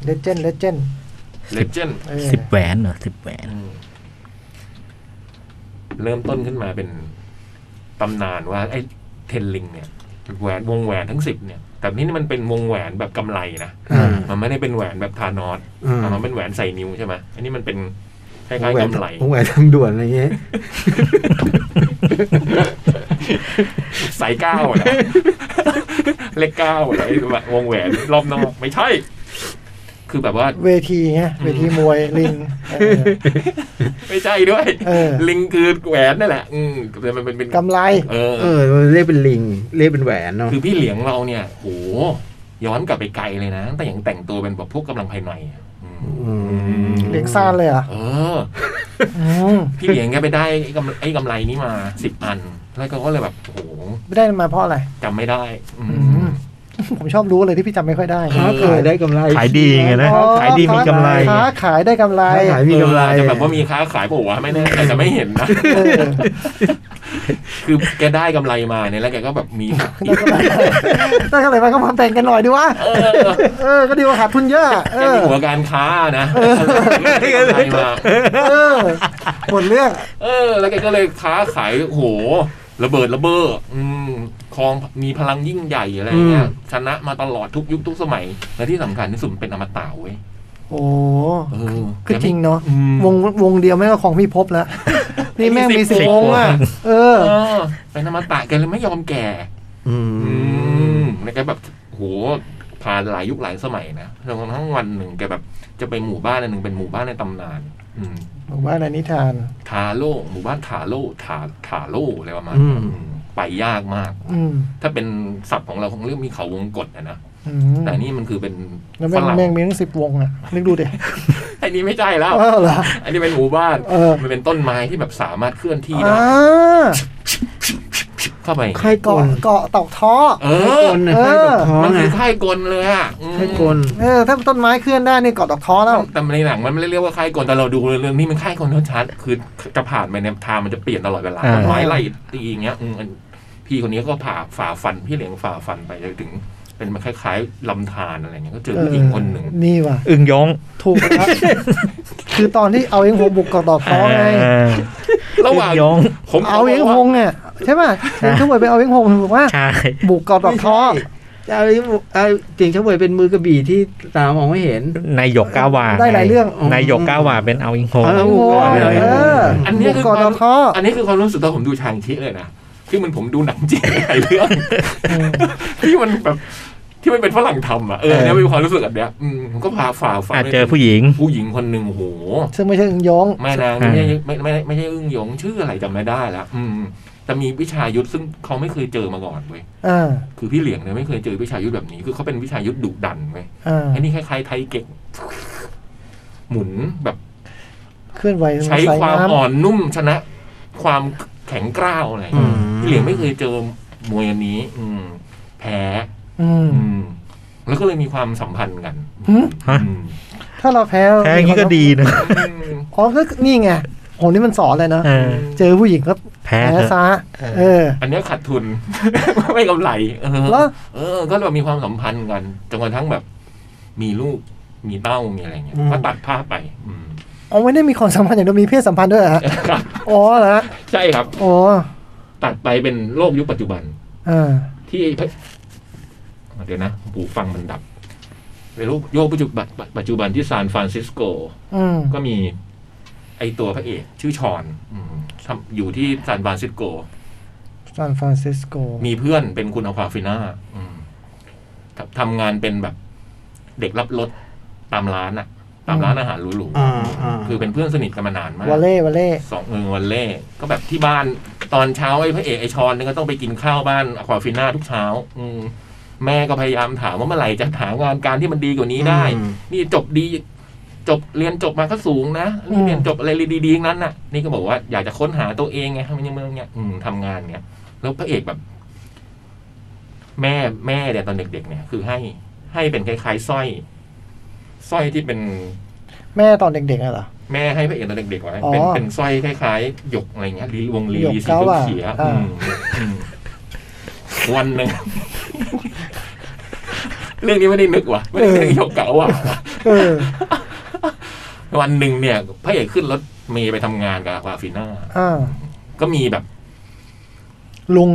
เลเจนด์เลเจนด์
legend
สิบแหวนเหรอสิบแหวน
อืมเริ่มต้นขึ้นมาเป็นตำนานว่า ไอ้เทนลิงเนี่ยแหวนวงแหวนทั้งสิบเนี่ย แต่นี่มันเป็นวงแหวนแบบกำไรนะ
อ่า
มันไม่ได้เป็นแหวนแบบทานอส
อืม
อ่ะมันเป็นแหวนใส่นิ้วใช่ไหมอันนี้มันเป็นค
ผ
ล้ายๆ
มแหวน
กำไร
ผมแหวนทางด่วนอะไรเงี้ย
สายเก้าอะนะ
*laughs*
เลขเก้าอะไรวงแหวนรอบนอก ไม่ใช่ คือแบบว่า
เวทีไงเวทีมวยลิงเออ
ไม่ใช่ด้วย
เออ
ลิงคือแหวนนั่นแหละ อืมแต่มันเป็นเป็น
กำไร
เออ
เออเรียกเป็นลิงเรียกเป็นแหวนเนาะ
คือพี่เหลียงเราเนี่ยโหย้อนกลับไปไกลเลยนะแต่ยังแต่งตัวเป็นแบบพวกกำลังภายในอะอืม
อืม
เหล็กซ่านเลยเหรอ่ะ
เออ พี่เหลียงแกไปได้ไอ้กำไอ้กำไรนี้มาสิบอัน แล้วก็เลยแบบโห
ไม่ได้มาเพราะอะไร
จำไม่ได้ อืม
อืม ผมชอบรู้อะไรที่พี่จำไม่ค่อยได้
ค้าขายได้กำไร
ขายดีไงนะ
อ๋อ
ขายดีมีกำไร
ค้าขายได้กำไร
ค้าขาย มีกำไร
เอออาจจะแบบว่ามีค้าขายเปล่าวะไม่แน่แต่จะไม่เห็นนะ
เออ
คือแกได้กำไรมาเนี่ยแล้วแกก็แบบมี
ได้กำไรได้กำไรมันก็มาแบ่งกันหน่อยดิวะ
เออ
เออก็ดีกว่าขาดทุนเยอะเอ
แกมี
อ
หัวการค้านะได้กำไรมา
เออหมดเรื่อง
เออ แล้วแกก็เลยค้าขายโห ระเบิดระเบ้ออืมคลองมีพลังยิ่งใหญ่อะไรเงี้ยชนะมาตลอดทุกยุคทุกสมัย และที่สำคัญที่สุดมันเป็นอมตะเว้ย
โอ้
เออ
ก็จริงเนาะ
อืม
วงวงเดียวแม่งก็ของพี่พบแล้ว
*laughs*
นี่แม่งมีสิบ
สิบ
วงอ่ะ เออ
เออเป็นอมตะแกเลยไม่ยอมแก่
อืม
อืมแล้วแกแบบโหผ่านหลายยุคหลายสมัยนะจนกระทั่งวันหนึ่งแกแบบจะไปหมู่บ้านอันหนึ่งเป็นหมู่บ้านในตำนาน อืม
บอกว่าในนิทาน
ทาโร่หมู่บ้านทาโร่ทาทาโร่อะไรประมาณ
อื
นั้น
ม
อืมไปยากมาก
อืม
ถ้าเป็นศัพท์ของเราคงเรียกมีเขาวงกฏนะนะ
อืม
แต่นี่มันคือเป็น
แล้ว
ฝ
แม่ง
รั่ง
แม่งมีทั้งสิบวงอ่ะ นึกดูเด็
ไอ้นี่ไม่ใช่แล้ว
เออเหรอ
อันนี้เป็นหมู่บ้าน
เออ
มันเป็นต้นไม้ที่แบบสามารถเคลื่อนที่ได้
อ่า
เข้าไป
ค่ายก
เกาะ
ล
เกาะตอกท้อ
เอ
ค่ายก
อ
ลนะ
เออ
ค่ายดอกท้อ
มัน
ไง
คือค่ายกลเลยอ่ะอืม
ค่ายกล
เออ ถ้าต้นไม้เคลื่อนได้นี่เกาะตอกท้อแล้ว
แต่ในหนังมันไม่ได้เรียกว่าค่ายกลแต่เราดูเรื่องนี้มันค่ายกลชัดๆคือจะผ่านไปเนี่ยทางมันจะเปลี่ยนตลอดเวลา
อ่า
ต้นไม้ไล่ตีอย่างเงี้ยอืมอันพี่คนนี้ก็ผ่าฝ่าฟันพี่เหลียงฝ่าฟันไปจนถึง เป็นมันคล้ายๆลำธารอะไรเงี้ยก็เจอผู้หญิงคนหนึ่ง
นี่ว่ะ
อึ่งยง
ถูกแล้ว *laughs* คือตอนที่เอาเองหงบุกเกาะตอกท้อไง
เออ
ระหว่าง
อึ่งยง
ผม
เอาเองหงเนี่ยใช่ป่ะคือเขาบอกไปเอาเองหงถูกป่ะ
ใช่
บุกเกาะตอกท้อ
จะเอาเอาจริงเฉวยเป็นมือกระบี่ที่ตามองไม่เห็น
นายหยกก้าวา
ได้หลายเรื่อง
นายหยกก้าวาเป็นเอาอิงโฮ
เอาอิง
โอ้
โฮ
โหเออ
อันเนี้ยคือ
บุก
ค
เกาะต
วา
อ
ม
กท้อ
อันนี้คือความรู้สึกตอนผมดูชางชิเลยนะ ที่มันผมดูหนังจีนหลายเรื่อง ที่มันแบบ ที่มันเป็นฝรั่งทำอ่ะเออ
เออ
เนี่ยมีความรู้สึกแบบเนี้ยอืมผมก็พาฝ่าฝ่า
อาจเจอผู้หญิง
ผู้หญิงคนหนึ่งโอ้โห
ซึ่งไม่ใช่อึงยง
แม่นาง
อ่า
ไม่ใช่ไม่ไม่ไม่ไม่ใช่อึ้งหยงชื่ออะไรจำไม่ได้ละอืม แต่มีวิชายุทธซึ่งเขาไม่เคยเจอมาก่อนเว้ย
อ่า
คือพี่เหลียงเนี่ยไม่เคยเจอวิชายุทธแบบนี้ คือเขาเป็นวิชายุทธดุดันเว้ย
อ่า
ไอันนี้คล้ายๆไทยเก่งหมุนแบบ
เคลื่อนไหว
ใช้
สย
ความ
น้ำ
อ่อนนุ่มชนะ ความแข็งกร้าวอะไร
อืม
พี่เหลียงไม่เคยเจอมวยอันนี้ อืม แพ้
อืม
อืม แล้วก็เลยมีความสัมพันธ์กัน
หืม
ฮะ
อืม
ถ้าเราแพ้
แค่อย่างนี้ก็ดีนะ
อ๋อก็นี่ไงโหนี่มันสอนเลยเนอะ
เออ
เจอผู้หญิงก็
แพ้
แพ้
เถอะ
ซะเออ
อันเนี้ยขาดทุน *laughs* ไม่กำไร เออ
แล้ว
เออ ก็เลยมีความสัมพันธ์กันจนกระทั่งแบบ มีลูก มีเต้ามีอะไรเงี้ย
อืม
ก็ตัดภาพไป อืม *laughs*
เอาไม่ได้มีความสัมพันธ์อย่างเดียวมีเพศสัมพันธ์ด้วยเหรอฮะ
ครับ
อ๋อเหรอฮะ
ใช่ครับ
อ๋อ
ตัดไปเป็นโลกยุคปัจจุบัน
เออ
ที่พระเดี๋ยวนะหูฟังมันดับในโลกโยกปัจจุบันปัจจุบันที่ซานฟรานซิสโก
อืม
ก็มี ไอตัวพระเอกชื่อชอนอืมทำอยู่ที่ซานฟรานซิสโก
ซานฟรานซิสโก
มีเพื่อนเป็นคุณอควาฟิน่าอืมทำทำงานเป็นแบบเด็กรับรถตามร้านอะตามร้านอาหารหรู
อ่าอ่า
ๆคือเป็นเพื่อนสนิทกันมานานมาก
วอลเล่วอลเล่
สองเมืองวันเล่ก็แบบที่บ้านตอนเช้าไอ้พระเอกไอชอนเนี่ยก็ต้องไปกินข้าวบ้านอควาฟิน่าทุกเช้า อืมแม่ก็พยายามถามว่าเมื่อไหร่จะหางานการที่มันดีกว่านี้ได้
อืม
นี่จบดี จบเรียนจบมาก็สูงนะนี่เรียนจบอะไรดีๆทั้งนั้นน่ะ นี่ก็บอกว่าอยากจะค้นหาตัวเองไงทำไมยังเมืองเนี่ยอืมทำงานเนี่ยแล้วพระเอกแบบ แม่แม่เนี่ยตอนเด็ก ๆ เนี่ย คือให้ให้เป็นคล้ายๆสร้อยสร้อยที่เป็น
แม่ตอนเด็กๆอะเหรอ
แม่ให้พระเอกตอนเด็กๆไว้
อ๋อ
เป็นเป็นสร้อยคล้ายๆหยกอะไรเงี้ยลีวงลี
หยก
สีเขียว
เก้าอะ
เขียว
อ่า
อืมอืมวันหนึ่
*laughs*
ง เรื่องนี้ไม่ได้นึกว่ะไม่ได้นึกหยกเก่าว่ะ
เออ
วันหนึ่งเนี่ยพระเอกขึ้นรถเมย์ไปทำงานกับควาฟีน่า
อ่า
ก็มีแบบ
ลุง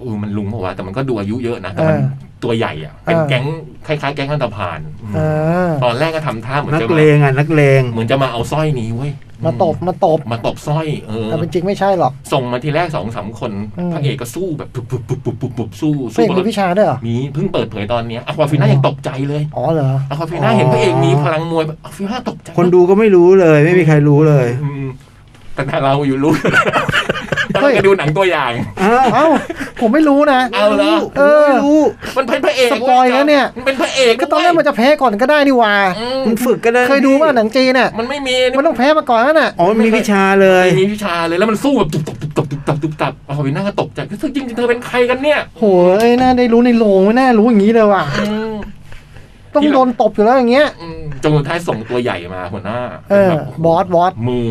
เออมันลุงเพราะว่าแต่มันก็ดูอายุเยอะนะแต่มัน
เออ
ตัวใหญ่อะเป็น
เออ
แก๊งคล้ายๆ แก๊งอันตพาน
อ่า
ตอนแรกก็ทำท่าเหมือน
นัก
จะ
เลงอ่ะนักเลง
เหมือนจะมาเอาสร้อยนี้เว้ย
มาตบมาตบ
มาตบสร้อยเออ
แต่เป็นจริงไม่ใช่หรอก
ส่งมาทีแรกสองสามคน
อืม
พระเอกก็สู้แบบปุบปุบปุบปุบปุบปุบสู้
เพื่
สู้
อนมีวิชาด้วยเหรอ
มีเพิ่งเปิดเผยตอนเนี้ยอะควาฟิน่ายังตกใจเลย
อ๋อเหรอ
อะควาฟิน่าเห็นพระเอกมีพลังมวยอะควาฟิน่าตกใจ
คนดูก็ไม่รู้เลย ไม่มีใครรู้เลย
อืมแต่เราอยู่
*laughs*
รู้ เรา
เฮ้ย
ก็ดูหนังตัวอย่าง
อ้าว
เอ้าผมไม่รู้นะ
เอาเหรอ
เออ
ไม่รู้
มันเป็นพระเอก
สปอยแล้วเนี่ย
มันเป็นพระเอก
ก็ตอนแรกมันจะแพ้ก่อนก็ได้นี่หว่า
อืม
มันฝึกก็ได้
เคยดูว่าหนังจีนน่ะ
มันไม่มี
มันต้องแพ้มาก่อนนั่นน่ะ
อ๋อมันมีวิชาเลย
มีวิชาเลยแล้วมันสู้แบบตุบตับตุบตับตุบตับตุบตับอาวิน่าก็ตกใจคือจริงๆเธอเป็นใครกันเนี่ย
โหเอ้ยน่าได้รู้ในโรงไม่น่ารู้อย่างนี้เลยว่ะ
อืม
ต้องโดนตบอยู่แล้วอย่างเงี้ย
อืมจนสุดท้ายส่งตัวใหญ่มาหัวหน้า
เออ
แบบโโห
บอสบอส
มือ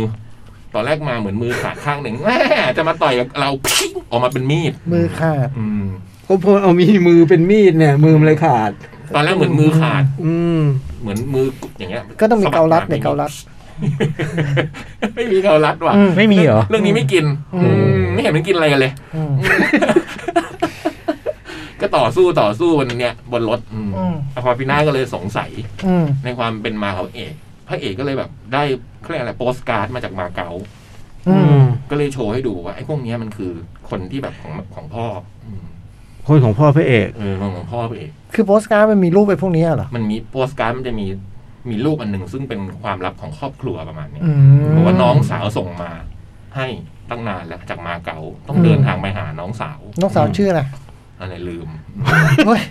ตอนแรกมาเหมือนมือขาดข้างหนึ่งแม่จะมาต่อยกับเราพิ้งออกมาเป็นมีด
มือขาด
อืม
ก็พอเอามีมือเป็นมีดเนี่ย มือมันเลยขาด
ตอนแรกเหมือนมือขาด
อืม
เหมือนมืออย่างเงี้ย
ก็ต้องมีเกาลัดเนี่ยเกาลัด
ไม่มีเกาลัดว่ะ
อืม
ไม่มีเหรอ
เรื่องนี้ไม่กิน
อื
อื
ม
มไม่เห็นมันกินอะไรกันเลย
อืม
ก็ต่อสู้ต่อสู้บนเนี้ยบนรถอืม
อืม
อควาฟิน่าก็เลยสงสัย
อืม
ในความเป็นมาของเอก พระเอกก็เลยแบบได้เขาเรียกอะไรโปสการ์ดมาจากมาเก๊า
อื
อื
ม
ม
ก็เลยโชว์ให้ดูว่าไอ้พวกเนี้ยมันคือคนที่แบบของของพ่ออืม
คนของพ่อพระเอก
เออของพ่อพระเอก
คือโพสการ์ดมันมีรูปไปพวกนี้เหรอ
มันมีโปสการ์ดมันจะมีมีรูปอันหนึ่งซึ่งเป็นความลับของครอบครัวประมาณเนี้ย
อืม
บอกว่าน้องสาวส่งมา ให้ตั้งนานแล้วจากมาเก๊าต้อง
อืม
เดินทางไปหาน้องสาว
น้องสาวชื่ออะไร
อะไรลื
*laughs*
ม
เฮ้ย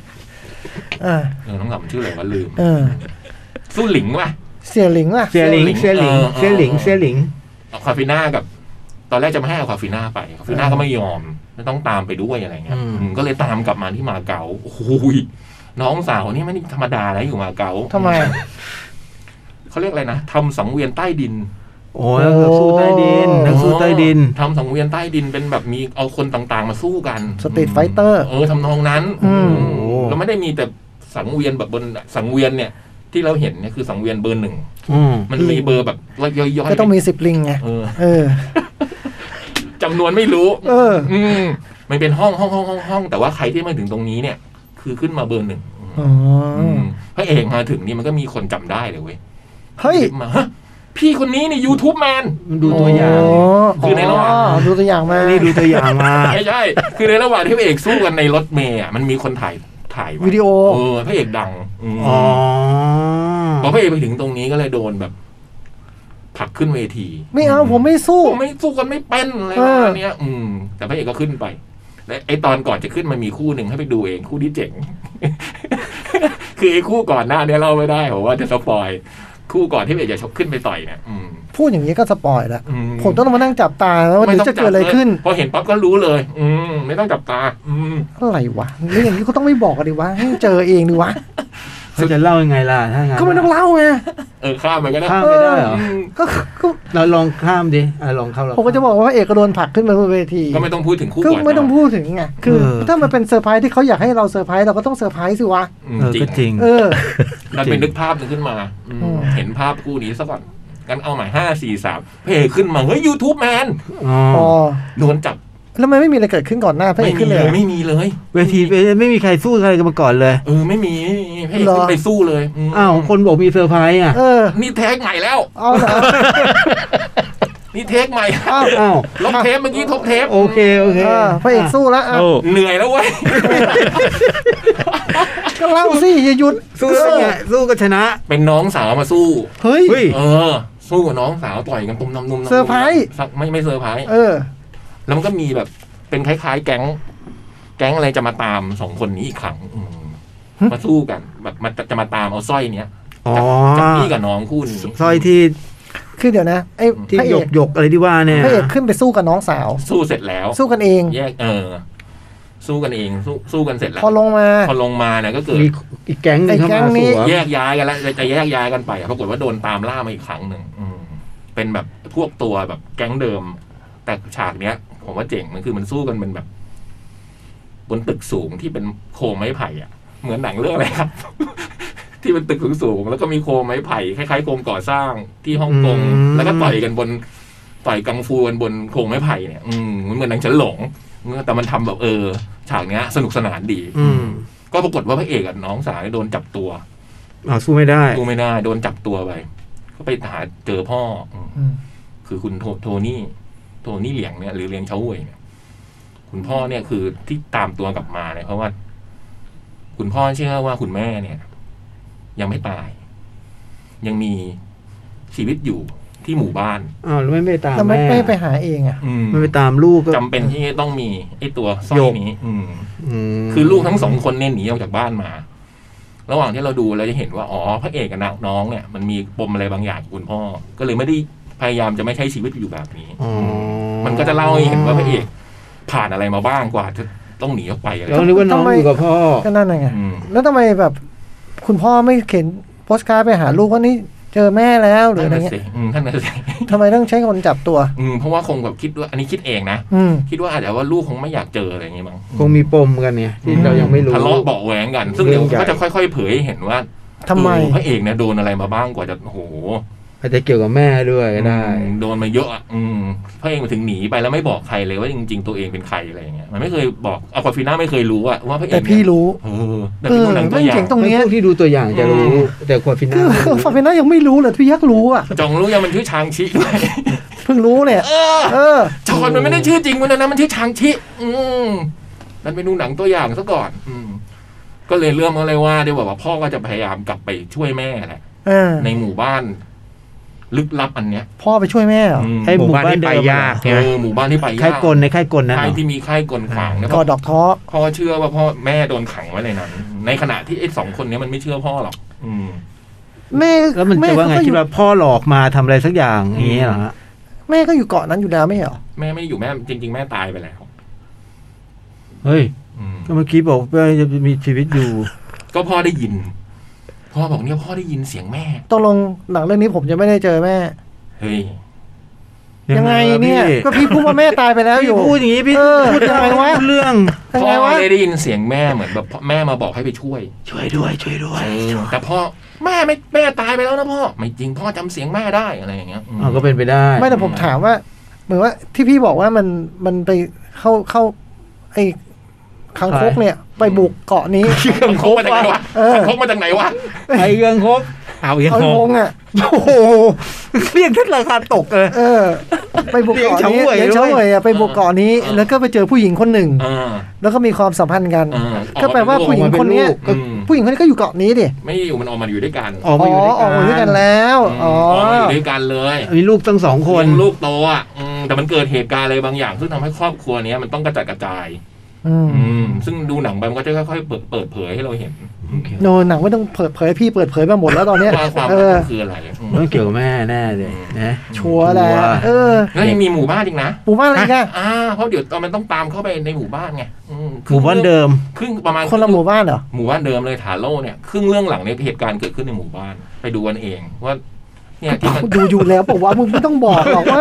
อ่า
เออน้องสาวมันชื่ออะไรวะลืม
เออ
สู้หลิงวะ
เสียหลิงอ่ะ
เสียหลิงเสียหลิง
เออเออ
เสียหลิงเสียหลิง
เอาคาฟิน่ากับ ตอนแรกจะไม่ให้เอาคาฟิน่าไปคาฟิน่าก็ไม่ยอมไม่ต้องตามไปด้วยอะไรเงี้ย
อืม
อืมก็เลยตามกลับมาที่มาเก๊าโอ้โหยน้องสาวนี่ไม่ได้ธรรมดานะอยู่มาเก๊า
ทำไม
เขาเรียกอะไรนะทำสังเวียนใต้ดิน
โอ้ยนักสู้ใต้ดินนักสู้ใต้ดิน
ทำสังเวียนใต้ดินเป็นแบบมีเอาคนต่างๆ มาสู้กัน
สตรีทไฟเตอร์
เออทำนองนั้น
อืม
อืมแล้วไม่ได้มีแต่สังเวียนแบบบนสังเวียนเนี่ย ที่เราเห็นเนี่ยคือสังเวียนเบอร์หนึ่ง
อืม
มันมีเบอร์แบบย่อยๆ
ก็ต้องมีสิบลิงไง
เออ
เออ
จำนวนไม่รู้
เออ
อืมมันเป็นห้องห้องห้องห้องห้องแต่ว่าใครที่มาถึงตรงนี้เนี่ย คือขึ้นมาเบอร์หนึ่ง
อ๋ออ
อืมพระเอกมาถึงนี่มันก็มีคนจำได้เลยเว้ย
เฮ้ย
รีบมาฮะพี่คนนี้นี่ยูทูบแมน
มันดูตัวอย่าง
คือในระหว่าง
ดูตัวอย่างมา
นี่ดูตัวอย่างมา
ไม่ใช่ คือในระหว่างที่พระเอกสู้กันในรถเมย์อ่ะมันมีคนถ่ายถ่ายไ
วิดีโอ
เออพระเอกดังอืม
อ๋อ
พอพระเอกไปถึงตรงนี้ก็เลยโดนแบบผลักขึ้นเวที
ไม่เอาผมไม่สู้
สู้ไม่สู้กันไม่เป็นอะไร
เอ
ประ
อ
มาณเนี้ย อืม แต่พระเอกก็ขึ้นไปและไอตอนก่อนจะขึ้นมันมีคู่หนึ่งให้ไปดูเองคู่ที่เจ๋ง *laughs* คือไอ้คู่ก่อนหน้าเนี้ยเล่าไม่ได้ผมว่าจะสปอยคู่ก่อนที่พระเอกจะชกขึ้นไปต่อยเนี่ยอืม
พูดอย่างนี้ก็สปอยล์ละ
อื
ผมต้องมานั่งจับตาแล้วว่าเดี๋ยวจะเกิดอะไรขึ้น
ม่ต้งจับเลยพอเห็นปั๊บก็รู้เลย อืมไม่ต้องจับตา อืม
อะไรวะเรื่องอย่างนี้ก็ต้องไม่บอกกันดิวะ ให้เจอเองดิวะ
เขาจะเล่ายังไงล่ะ ถ้างั้น
ก็ไม่ต้องเล่าไง
เออข้ามไปก็ได้
ข้ามไม่ได้เหรอ
อืม
ก็ก็
เราลองข้ามดิอ่ะลองเข้าลอง
ผมก็จะบอกว่าพระเอกก็โดนผลักขึ้นมาบนเวที
ก็ไม่ต้องพูดถึงคู่
ก็
ก่อน
ไม่ต้องพูดถึงไง คือ ถ้ามันเป็นเซอร์ไพรส์ที่เขาอยากให้เราเซอร์ไพรส์เราก็ต้องเซอร์ไพรส์สิวะ
อืม
เออ
จริ
ก็
ง
จริง
เออ
ดันเป็นนึกภาพหนึงขึ้นมาอืม
อืม
เห็นภาพคู่นี้ซะก่อนกันเอาใหม่ห้าสี่สามพระเอกขึ้นมาเฮ้ยยูทูบแมน
อ๋อ
อ๋อ
โดนจับ
แล้วมันไม่มีอะไรเกิดขึ้นก่อนหน้าพระเอ
ไม่
ก
มี
ขึ้น
เล
เลย
ย
เหรอ
ไม่มีเลย
เวทีไม่มีใครสู้อะไรกันมาก่อนเลย
เออไม่มีไม่มีให้
เหรอ
ขึ้นไปสู้เลยม
อ้าว คนบอกมีเซอร์ไพรส์อ่ะ
เออ
นี่เทคใหม่แล้ว
เอาเหรอ
นี่เทคใหม่
อ้าว
อ้าว
ลบเทปเมื่อกี้ทบเทป
โอเคโอเค
เออพระเอกสู้แล้วอ่ะ
โอ้
เหนื่อยแล้วเว้ย
ก็เล่าสิอย่าหยุด
สู้แล้วไงสู้ก็ชนะ
เป็นน้องสาวมาสู้
เฮ้ย
เฮ้ย
เออ สู้กับน้องสาวต่อยกันตุมน้ำนุ่มน้ำ
เซอร์ไพรส์
สักไม่ไม่เซอร์ไพรส์
เออ
แล้วมันก็มีแบบเป็นคล้าย ๆ แก๊ง แก๊งอะไรจะมาตามสองคนนี้อีกครั้งอืม
หึ
มาสู้กันแบบมันจะมาตามเอาสร้อยเนี้ย
อ๋อ
จากจากพี่กับน้องคู่นี้
สร้อยที่
คือเดี๋ยวนะไอ้
ที่
พระ
ห
เอย ก
กหยกอะไรที่ว่าเนี่ย
พระเอกขึ้นไปสู้กับน้องสาว
สู้เสร็จแล้ว
สู้กันเอง
แยก เออ สู้กันเองสู้สู้กันเสร็จแล้ว
พอลงมา
พอลงมาเนี่ยก็เกิด
มีอีกแก๊งหนึงเข้ามา
ไอ้แก๊งนี้
สู้
แย
อะ
กย้ายกันแล้วจะแยกย้ายกันไปอะปรากฏว่าโดนตามล่ามาอีกครั้งหนึ่งอืมเป็นแบบพวกตัวแบบแก๊งเดิม แต่ฉากเนี้ย ผมว่าเจ๋งมันคือมันสู้กันเป็นแบบ บนตึกสูงที่เป็นโคมไม้ไผ่อะเหมือนหนังเรื่องอะไรครับ *laughs* ที่เป็นตึกสูงๆแล้วก็มีโคมไม้ไผ่คล้ายๆโคมก่อสร้างที่ฮ่องกงแล้วก็ต่อยกันบนต่อยกังฟูกันบนโคมไม้ไผ่เนี่ย อืมมันเหมือนหนังฉันหลงแต่มันทำแบบเออ ฉากเนี้ย สนุกสนานดี
อืม
ก็ปรากฏว่าพระเอกกับน้องสาวเนี่ยโดนจับตัว
เอาสู้ไม่ได้
กูไม่น่าโดนจับตัวไปก็ไปหาเจอพ่ออืม
อืม
คือคุณโทโทนี่ โทนี่เหลียงเนี่ยหรือเหลียงเฉาเวยเนี่ยคุณพ่อเนี่ยคือที่ตามตัวกลับมาเนี่ยเพราะว่า คุณพ่อเชื่อว่าคุณแม่เนี่ย ยังไม่ตาย ยังมีชีวิตอยู่ที่หมู่บ้าน
อ้าวแล้วไม่ไปตาม
แล้วไม่
แม่
ไม่ไปหาเองอ่ะ
อืม
ไม่ไปตามลูกก็
จำเป็นที่จะต้องมีไอ้ตัวสร้อ
โย
ย
ก
นี้ อืม
ม
คือลูกทั้งสองคนเนี่ยหนีออกจากบ้านมา ระหว่างที่เราดูเราจะเห็นว่าอ๋อพระเอกกับน้องเนี่ย มันมีปมอะไรบางอย่างกับคุณพ่อ ก็เลยไม่ได้พยายามจะไม่ใช้ชีวิตอยู่แบบนี้
อ๋อ
มันก็จะเล่าให้เห็นว่าพระเอกผ่านอะไรมาบ้างกว่าจะต้องหนีออกไปอะไร
แล้วนึกว่าน้อง
ทำไม
อยู่กับพ่อ
ก็นั่นไง
อืม
แล้วทำไมแบบคุณพ่อไม่เขียนโพสต์การ์ดไปหาลูกว่านี่เจอแม่แล้วหรือ
ท่าน
อะไร
น่ะ
เงี้ย
สิอืมท่านน่ะสิ
ทำไมต้องใช้คนจับตัว
อืมเพราะว่าคงแบบคิดว่าอันนี้คิดเองนะ
อืม
คิดว่าอาจจะว่าลูกคงไม่อยากเจออะไรอย่างงี้มั้ง
คงมีปมกันเนี่ย ที่เรายังไม่รู้
ทะเลาะเบาะแหวงกัน ซึ่งเดี๋ยวก็จะค่อย ๆ เผยให้เห็นว่า
ทำไม
เออพระเอกเนี่ยโดนอะไรมาบ้างกว่าจะโอ้โห
อาจจะเกี่ยวกับแม่ด้วยก็ได้
อืมโดนมาเยอะอ่ะอืมพระเอกมาถึงหนีไปแล้วไม่บอกใครเลยว่าจริง ๆ ตัวเองเป็นใครอะไรอย่างเงี้ยมันไม่เคยบอกอะควาฟิน่าไม่เคยรู้อะว่าพระเอก
แต่พี่รู้
เออแต่พี่รู้หนังตัวอ
เออแม่ง
ย่า
เจ๋
ง
งตรง เนี้ย
พวกที่ดูตัวอย่างจะรู้
อืม
แต่ควดฟิ
คือ
น่าไม่รู้
ฟาเฟน่ายังไม่รู้เลยพี่ยักษ์รู้อ่ะ
จองรู้ยังมันชื่อชางชิ *laughs* ด้วย
เพิ่งรู้เนี่ย
เออ
เออ
จอนมันไม่ได้ชื่อจริงมันนะมันชื่อชางชิ อืมนั่นไปดูหนังตัวอย่างซะก่อน อืม ก็เลยเรื่องก็เลยว่าได้บอกว่าพ่อก็จะพยายามกลับไปช่วยแม่แหละ
เออ
ในหมู่บ้าน ลึกลับอันเนี้ย
พ่อไปช่วยแม่เหรอ
อืม
ไอ้หมู่บ้านที่ไปยาก
เอ
ใช่ไหม
อหมู่บ้านที่ไปยาก
ค่ายกลในค่ายกลนะ
ค่ายที่มีค่ายกลขวางเนี่ย
กอดดอกท้อ
พ่อเชื่อว่าพ่อแม่โดนขังไว้ในนั้น ในขณะที่ไอ้สองคนเนี้ยมันไม่เชื่อพ่อหรอก อืม
แม่
แล้วมัน
แม่
จะว่าไง
ก็อ
คิด
ยู่
ว่าพ่อหลอกมาทำอะไรสักอย่างอย่างนี้เหรอฮะ
แม่ก็อยู่เกาะนั้นอยู่แล้วไม่เหรอ
แม่ไม่ได้อยู่แม่จริง ๆ แม่ตายไปแล้ว
เฮ้ย
อืม
ก็เมื่อกี้บอกว่าจะมีชีวิตอยู่
ก็พ่อได้ยิน พ่อบอกเนี่ยพ่อได้ยินเสียงแม่
ตกลงหลังเรื่องนี้ผมจะไม่ได้เจอแม่
เฮ้ย
ยังไงเนี่ย ก็พี่พูดว่าแม่ตายไปแล้ว
พี่
อยู่
พูดอย่างนี้พี่
เออ
พูด
ยังไงวะ
เรื่อง
ยัง
พ่อ
ไงวะ
ได้ได้ยินเสียงแม่เหมือนแบบพ่อแม่มาบอกให้ไปช่วย
ช่วยด้วย ช่วยด้วย
เออแต่พ่อแม่ไม่แม่ตายไปแล้วนะพ่อ ไม่จริงพ่อจำเสียงแม่ได้อะไรอย่างเงี้ยม
อ๋อก็เป็นไปได้
ไม่แต่ผมถามว่า เหมือนว่าที่พี่บอกว่ามันมันไปเข้าเข้า ไอ้คังคกเนี่ย ไปบุกเกาะนี้
ขังคกมาจากไหนวะ
เออ
ขังคกมาจากไหนวะ
ไอ้เรื่องครบ
เอาอีก
เอา
ง
ง
ง
งอ่ะ
โอ้โห เรียกท่านราคาตกเลย
เออ ไปบุกเกาะนี้
เลี้
เลี้
ย
ย
ง
ง
เฉา
เฉา
เห
เห
ว่
วย ยอะไปบุกเกาะนี้ แล้วก็ไปเจอผู้หญิงคนหนึ่ง
อ่า
แล้วก็มีความสัมพันธ์กัน
อ่า
ก็แปลว่าผู้หญิงคนเนี้ย
อืม
ผู้หญิงคนนี้ก็อยู่เกาะนี้ดิ
ไม่อยู่มันออกมาอยู่ด้วยกัน
ออก
อ๋
มา
อ
อยู่ด้วย
ออกมาด้วยกันแล้ว อ๋อ
กมาอยู่ด้วยกันเลย
มีลูกตั้งสองคน
เลี้ยงลูกโตอ่ะอืมแต่มันเกิดเหตุการณ์อะไรบางอย่าง ซึ่งทำให้ครอบครัวเนี้ยมันต้องกระจัดกระจาย
อืม
อืม ซึ่งดูหนังไปมันก็จะค่อยๆเปิดเปิดเผยให้เราเห็น
โนหนังไม่ต้องเปิดเผยพี่เปิดเผยมาหมดแล้วตอนเนี้ย
ว่าความ
เออ
มันคืออะไรอืม
ต้องเกี่ยวกับแม่แน่เลยนะ
ชัวร์แหละ
ชัวร์
เออ
แล้วยังมีหมู่บ้านอีกนะ
ปู่บ้านอะไรกัน
อ่าเพราะเดี๋ยวตอนมันต้องตามเข้าไปในหมู่บ้านไงอื
หมู่บ้านเดิม
ครึ่งประมาณ
คนละหมู่บ้านเหรอ
หมู่บ้านเดิมเลยถาโล่เนี่ยครึ่งเรื่องหลังเนี่ยเหตุการณ์เกิดขึ้นในหมู่บ้าน ไปดูกันเองว่า เนี่ยที่มัน
ดูอยู่แล้วบอกว่ามึงไม่ต้องบอกหรอกว่า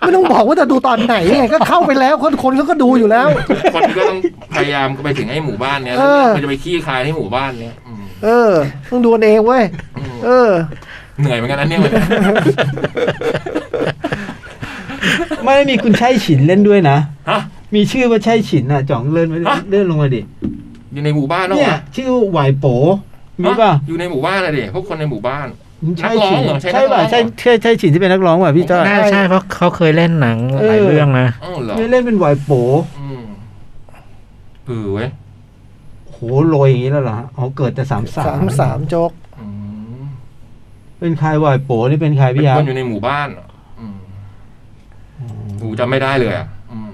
ไม่ต้องบอกว่าจะดูตอนไหนไงก็เข้าไปแล้วคนคนเขาก็ดูอยู่แล้ว
คนก็ต้องพยายามไปถึงไอ้หมู่บ้านเนี้ย
เออ
มันจะไปขี้คายให้หมู่บ้านเนี้ยอืม
เออต้องดูกันเองเว้ย
อืม
เออ
เหนื่อยเหมือนกันนะเนี่ย
ไม่มีคุณชัยฉินเล่นด้วยนะ
ฮะ
มีชื่อว่าชัยฉินอ่ะจ่องเลื่อนไว้
ฮะ
เลื่อนลงมาดิ
อยู่ในหมู่บ้านแล้ว
เนี่ย
อ่ะ
ชื่อหวายโป มีป่ะ
ฮะอยู่ในหมู่บ้านอะดิพวกคนในหมู่บ้าน นัก
ชัย
ร้อง
ฉิน
เหรอใช่นักร้อง
ใช่ป่ะใช่
เหรอ
ใช่ชัยฉินที่เป็นนักร้องป่ะพี่จ้อย
น่าใช่เพราะเขาเคยเล่นหนังหลาย
เออ
เรื่องนะ
อ้าวเหรอ
ไม่เล่นเป็นหวายโป
อืมเออเว้ย
โหลอยอย่างนี้แล้วเหรอฮะอ๋อเกิดแต่สามสา
สาม มสามโจก
อืม
เป็นใครหวายโปนี่เป็นใคร
เป็น
พี่ยา
คนอยู่ในหมู่บ้านเหรออืมกูจำไม่ได้เลยอ่ะอืม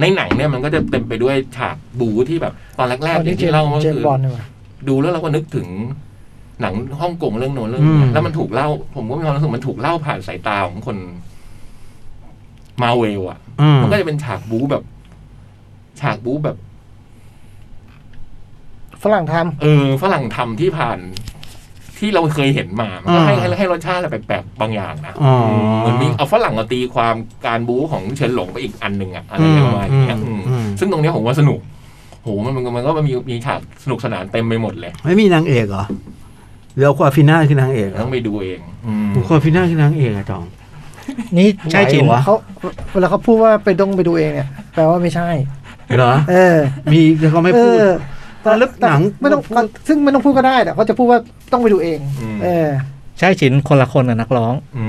ในหนังเนี่ยมันก็จะเต็มไปด้วยฉากบูที่แบบ ตอนแรก
ตอ
ๆอ
น
ย่า
นี้
ง
เจ
ที่
ม
เล่าก็
เจม
คือ
ส์บอลเนี่ยว่ะ
ดูแล้วเราก็นึกถึง หนังฮ่องกงเรื่องโน้นเรื่องนี้แล้วมันถูกเล่า ผมก็มีความรู้สึกมันถูกเล่าผ่านสายตาของคนมาเวลอ่ะ
อืม
มันก็จะเป็นฉากบูแบบ ฉากบูแบบ
ฝรั่งท
เออฝรั่งทำที่ผ่าน ที่เราเคยเห็นมา มันก็ให้ให้ให้รสชาติอะไรแปลกๆบางอย่างนะ
อ๋อ
เหมือนมีเอาฝรั่งมาตีความการบู๊ของเฉินหลงไปอีกอันหนึ่งอะอะไรประมาณเนี้ย
อืม
อืม
อืม
ซึ่งตรงเนี้ยผมว่าสนุกโหมันมันมันก็มีมีฉากสนุกสนานเต็มไปหมดเลย
ไม่มีนางเอกเหรอเดี๋ยวควาฟิน่าคือนางเอกเหรอ
ต้องไปดูเอง อืม
ควาฟิน่าคือนางเอกอะจอง
นี่ใช่จริง
ไหวเหรอ
ำเขาเวลาเขาพูดว่าไปดงไปดูเองเนี่ยแปลว่าไม่ใช่
เหรอ
เออ
มีแต่เขาไม่พูด
เออ
ตอนเลิกหนัง
ไม่ต้อง
พูด
ซึ่งไม่ต้องพูดก็ได้แต่เขาจะพูดว่าต้องไปดูเอง
อืม
เออ
ใช่ชินคนละคนกับนักร้อง
อื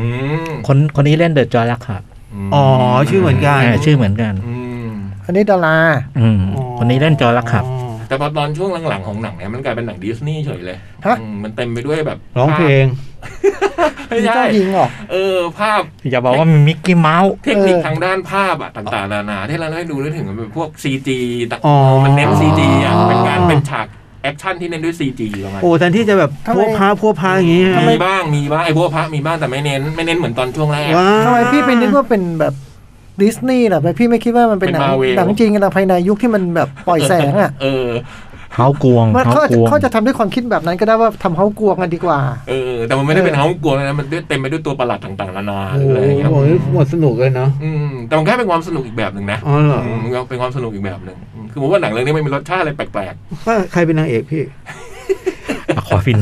ม
คนคนนี้เล่นเดอะจอยลักค่ะ
ม
อ๋อชื่อเหมือนกัน
อ่าชื่อเหมือนกัน
อืม
อันนี้ดารา
อืมคนนี้เล่นจอยลักครับ
อ๋อ
แต่พอตอนช่วงหลังๆของหนังเนี่ยมันกลายเป็นหนังดิสนีย์เฉยเลย
ฮะ
อืมมันเต็มไปด้วยแบบ
ร้องเพลง
ไม่
มี
ใช่
เจ้าหญิงเหรอ
เออภาพ
อย่าบอกว่ามีมิกกี้เมาส์
เทคนิค
เออ
ทางด้านภาพอะต่างๆ นานาที่เราได้ดูแล้วถึงแบบพวกซีจีต่าง
อ๋อ
มันเน้นซีจีอะเป็นการเป็นฉากแอคชั่นที่เน้นด้วยซีจีประมาณ
โอ้แทนที่จะแบบ
ทำไม
พวกพาพวกพาอย่างงี้
ทำไม
มีบ้างมีบ้างไอ้พวกพระมีบ้างแต่ไม่เน้น ไม่เน้นเหมือนตอนช่วงแรก
ว้า
ทำไมพี่ไปนึกว่าเป็นแบบดิสนีย์ล่ะไปพี่ไม่คิดว่ามันเป็นหนัง
เป็น Marvel
หนังจริงหนังภายในยุคที่มันแบบปล่อยแสงอ่ะ
เออ
เฮากวง
มัน
เฮา
เขา
กวง
เขาจะทำด้วยความคิดแบบนั้นก็ได้ว่าทำเขากลัวกันดีกว่า
เออ แต่มันไม่ได้เป็นเฮากลัวนะมันด้วยเต็มไปด้วยตัวประหลาดต่างๆ นานาห
โอ้
รืออะไรอย่างเงี้ย
โหหมดสนุกเลยเนาะ
อืมแต่มันแค่เป็นความสนุกอีกแบบหนึ่งนะ
อ๋อเหรอ
มมันก็เป็นความสนุกอีกแบบหนึ่งอืมคือผมว่าหนังเรื่องนี้ไม่มีรสชาติอะไรแปลก
ว่าใครเป็นนางเอกพี่
อะควาฟิน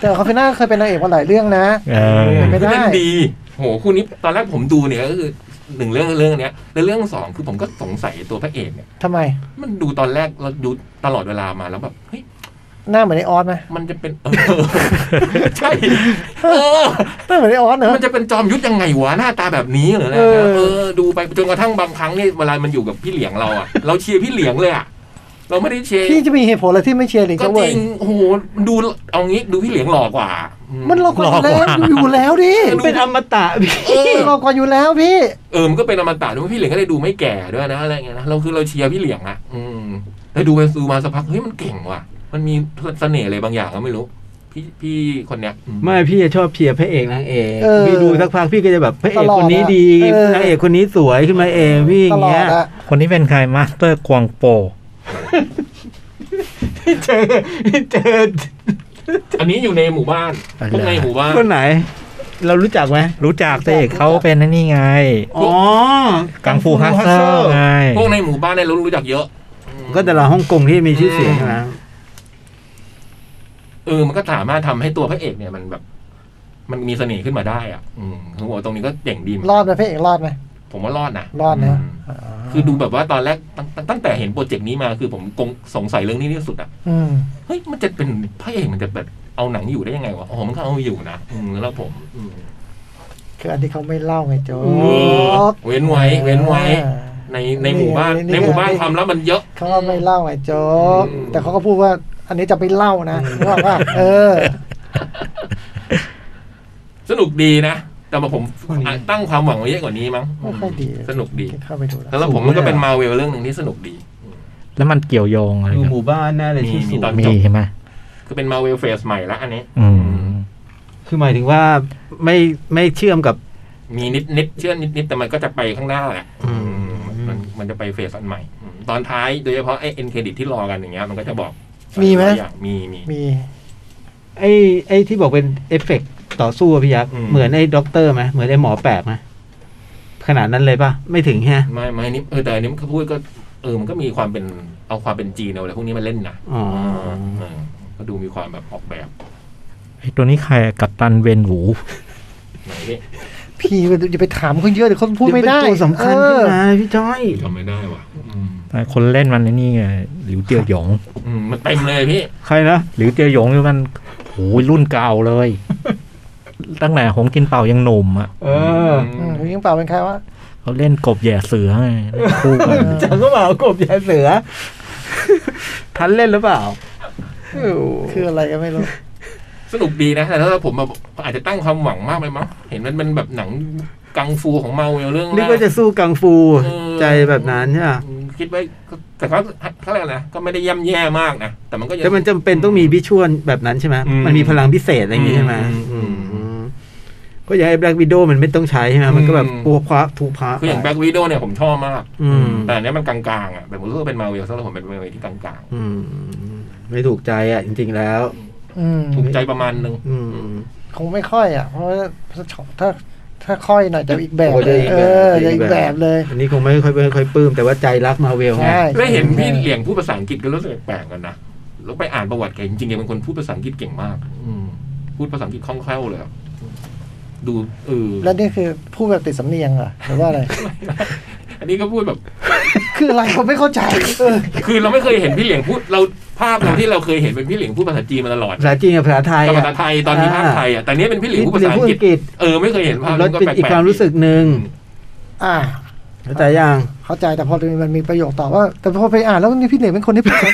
แต่คาเฟน่าเคยเป็นนางเอกมาหลายเรื่องนะ
เอ
ๆ
อ
ไม่ได้
คือเล่นดีโหคู่นี้ตอนแรกผมดูเนี่ยก็คือหนึ่งเรื่องเรื่องเนี้ยแล้วเรื่องสองคือผมก็สงสัยตัวพระเอกเนี่ย
ทำไม
มันดูตอนแรกเราดูตลอดเวลามาแล้วแบบ เฮ้ย
หน้าเหมือนไอออสไหม
มันจะเป็น
*laughs*
เออ ใช่เออ
หน้าเหมือนไอออสเน
มั
อะ
นจะเป็นจอมยุทธยังไงวะ หน้าตาแบบนี้เหรออะไร
เออ
เงี้ยเออ ดูไปจนกระทั่งบางครั้งเนี่ยเวลามันอยู่กับพี่เหลียงเราอะเราเชียร์พี่เหลียงเลยอะเราไม่ได้เชียร์
พี่จะมีเหตุผลอะไรที่ไม่เชียร์หลิง
ก็
เขา
จ
เว้
ริ
ย
งโอ้โหดูเอางี้ดูพี่เหลียงหล่อกว่าอื
มันรอก่อนอยู่แล้วอยู่แล้วดิ
เป็นอมตะพี่
เออ
รอก่อนอยู่แล้วพี่
เออมันก็เป็นอมตะด้วยพี่เหลียงก็ได้ดูไม่แก่ด้วยนะอะไรเงี้ยนะเราคือเราเชียร์พี่เหลียงอะอืมแล้วดูไปดูมาสักพักเฮ้ยมันเก่งว่ะ มันมีเสน่ห์อะไรบางอย่างก็ไม่รู้ พี่พี่คนเนี้ยอื
ไม่พี่จะชอบเชียร์พระเอกนางเอก
เออ
พี่ดูสักพักพี่ก็จะแบบพระเอกคนนี้ดี
ตลอดอะ
นางเอกคนนี้สวยขึ้นมาเองพี่อ
ต
ย่าง
ลอ
เงี้
ด
ย
อะ
คนนี้เป็นใครมาสเตอร์กวางโป
เจอเจอ
*laughs* อันนี้อยู่ในหมู่บ้าน
อะไร
พวกในหมู่บ้าน
คนไหน เรารู้จักไหม
รู้จักเตะเขาเป็นนั่นนี่ไง
อ๋อ
กังฟูฮัสเซอร์ไง
พวกในหมู่บ้านเนี่ยเรารู้จักเยอะ
ก็ดาราฮ่องกงที่มีชื่อเสียงนะ
เออ มันก็สามารถทำให้ตัวพระเอกเนี่ยมันแบบ มันมีเสน่ห์ขึ้นมาได้อ่ะ อืมคือว่าตรงนี้ก็เจ๋งดีเหมือน
ร
กัน
อดไหมพระเอกรอดไหม
ผมว่ารอดนะ
รอดนะ
มคือดูแบบว่าตอนแรกตั้งตั้งตั้งแต่เห็นโปรเจกต์นี้มาคือผมกงสงสัยเรื่องนี้ที่สุดอ่ะ
อืม
เฮ้ย มันจะเป็นพระเอกมันจะแบบเอาหนังอยู่ได้ยังไงวะ อ๋อ มันก็เอาอยู่นะอืมแล้วผมอืม
คืออันที่เขาไม่เล่าไงโจ๊
เออก เว้นไว้ เว้นไว้ ในในหมู่บ้าน ในหมู่บ้านความลับมันเยอะ
เขาก็ไม่เล่าไงโจ๊ก
อืม
แต่เขาก็พูดว่า อันนี้จะไม่เล่านะนึกออกว่าเออ
สนุกดีนะ แต่ว่าผม
คนนี้
อาจตั้งความหวังไว้เยอะกว่านี้มั้ง
ไม่ค่อยดี
สนุกดี
เข้าไปดูแล้ว
แล้วผมมันก็เป็นมาเวลเรื่องหนึ่งที่สนุกดี
แล้วมันเกี่ยวโยงอะไร
อยู่
กัน
หมู่บ้านแน่เลยที่
มี
สู
ตอน
ง
มีใช่ไหม
คือเป็นมาเวลเฟสใหม่ละอันนี้
อืม
คือหมายถึงว่าไม่ไม่เชื่อมกับ
มีนิดนิดเชื่อนิดนิดแต่มันก็จะไปข้างหน้าแหละ
อืม
มันมันจะไปเฟสอันใหม่อืมตอนท้ายโดยเฉพาะไอเอ็นเครดิตที่รอกันอย่างเงี้ยมันก็จะบอก
มีไหม
ลายอย่างมีมี
มี
ไอ้ไอ้ที่บอกเป็นเอฟเฟกต์ต่อสู้อะพี่ยักษ์
อืม
เหมือนไอ้ด็อกเตอร์ไหมเหมือนไอ้หมอแปลกไหมขนาดนั้นเลยปะไม่ถึงฮะ
ไม่ไม่นี่เออแต่อันนี้มันก็พูดก็เออมันก็มีความเป็นเอาความเป็นจีนเอาอะไรพวกนี้มาเล่นนะ
อ๋อ
เออก็ดูมีความแบบออกแบบ
ไอตัวนี้ใครอะกัปตันเวนหวู
ไหนนี่
พี่อย่าไปถามเขาเยอะเดี๋ยวเขาพูดไม่ได้
เยวเป็นตัวสำคัญ
เอ
ขึ้น
อ
มาพี่จ้อย
จำไม่ได้ว่ะอืม
คนเล่นมันไอ้นี่ไงหลิวเตียวหยง
อืมมันเต็มเลยพี่
ใครนะ
หลิวเตียวหยงนี่มันโอ้ยรุ่นเก่าเลย
*laughs*
ตั้งแต่หงกินเป่ายังหนุ่มอ่ะ
เออ
อืมคุณยิ่งเปล่าเป็นใครวะ
เขาเล่นกบแย่เสือไงคู่กัน
จังก็เปล่ากบยาเสือ *laughs* ทันเล่นหรือเปล่า
คืออะไรก็ไม่รู้
สนุกดีนะ แต่ถ้าผมแบบอาจจะตั้งความหวังมากไปมั้ง เห็นมันเป็นแบบหนังกังฟูของมาเวลเรื่องแร
นี่ก็จะสู้กังฟู
เออ
ใจแบบนั้นใช่ปะ
อืมคิดไว้ก็แต่ก็เท่าไหร่นะ ก็ไม่ได้ย่ำแย่มากนะ แต่มันก็ยัง
แต่มันจำเป็นต้องมีวิชวลแบบนั้นใช่ไหม
อืม
มันมีพลังพิเศษอะไรอย่างงี้ใช่ไหม
อืมอืมอืม
อืมก็อย่างไอ้แบล็กวิดโดมันไม่ต้องใช้ใช่ไหมมันก็แบบ
อืม
ปัวพระถูกพระ
คืออย่างแบ็กวีโดเนี่ยผมชอบมาก
อืม
แต่อันเนี้ยมันกลางๆอ่ะแบบผมรู้สึกว่าเป็นมาเวลสำหรับผมเป็นมาเวลที่กลาง
อืมไม่ถูกใจอ่ะ จริง ๆ แล้ว
อืม
ๆ ถูกใจประมาณนึง
อืม
คงไม่ค่อยอ่ะ เพราะว่าถ้าถ้าค่อยหน่อยจะอีกแบบ
โอ้จะอีก
เอ
แบบ
อ
จะ
จะ
อี
อี
ก
ก
แบ
แบบ
บ
เลย
อันนี้คงไม่ค่อยไม่ค่อยปลื้มแต่ว่าใจรักมาเวลไง
ใช่
แล้วเห็นพี่เหลียงพูดภาษาอังกฤษก็รู้สึกแปลกๆกันนะ แล้วไปอ่านประวัติแกจริงๆแกเป็นคนพูดภาษาอังกฤษเก่งมาก อืมพูดภาษาอังกฤษคล่องแคล่วเลยอะดูเออ
แล้วนี่คือพูดแบบติดสำเนียงเหรอหรือว่าอะไร
อันนี้ก็พูดแบบ
*laughs* คืออะไรผมไม่เข้าใจเออ
คือเราไม่เคยเห็นพี่เหลียงพูดเราภาพเราที่เราเคยเห็นเป็นพี่เหลียงพูดภาษาจีนมาตลอด
ภาษาจีนกับภาษาไทย
กับ
อะ
ภาษาไทยตอนนี้ภาคไทยอ่ะแต่เนี้ยเป็นพี่เหลียงพูดภาษาอังกฤษเออไม่เคยเห็นภาพ
ร
มั
ถ
นก็
เป็น
แปลกๆ
อีกความรู้สึกหนึ่ง
อ่า
เข้าใจยัง
เข้าใจแต่พอมันมีประโยคต่อว่า แต่พอไปอ่านแล้วนี่พี่เหน่งเป็นคนที่ ภาษา
*laughs*
อั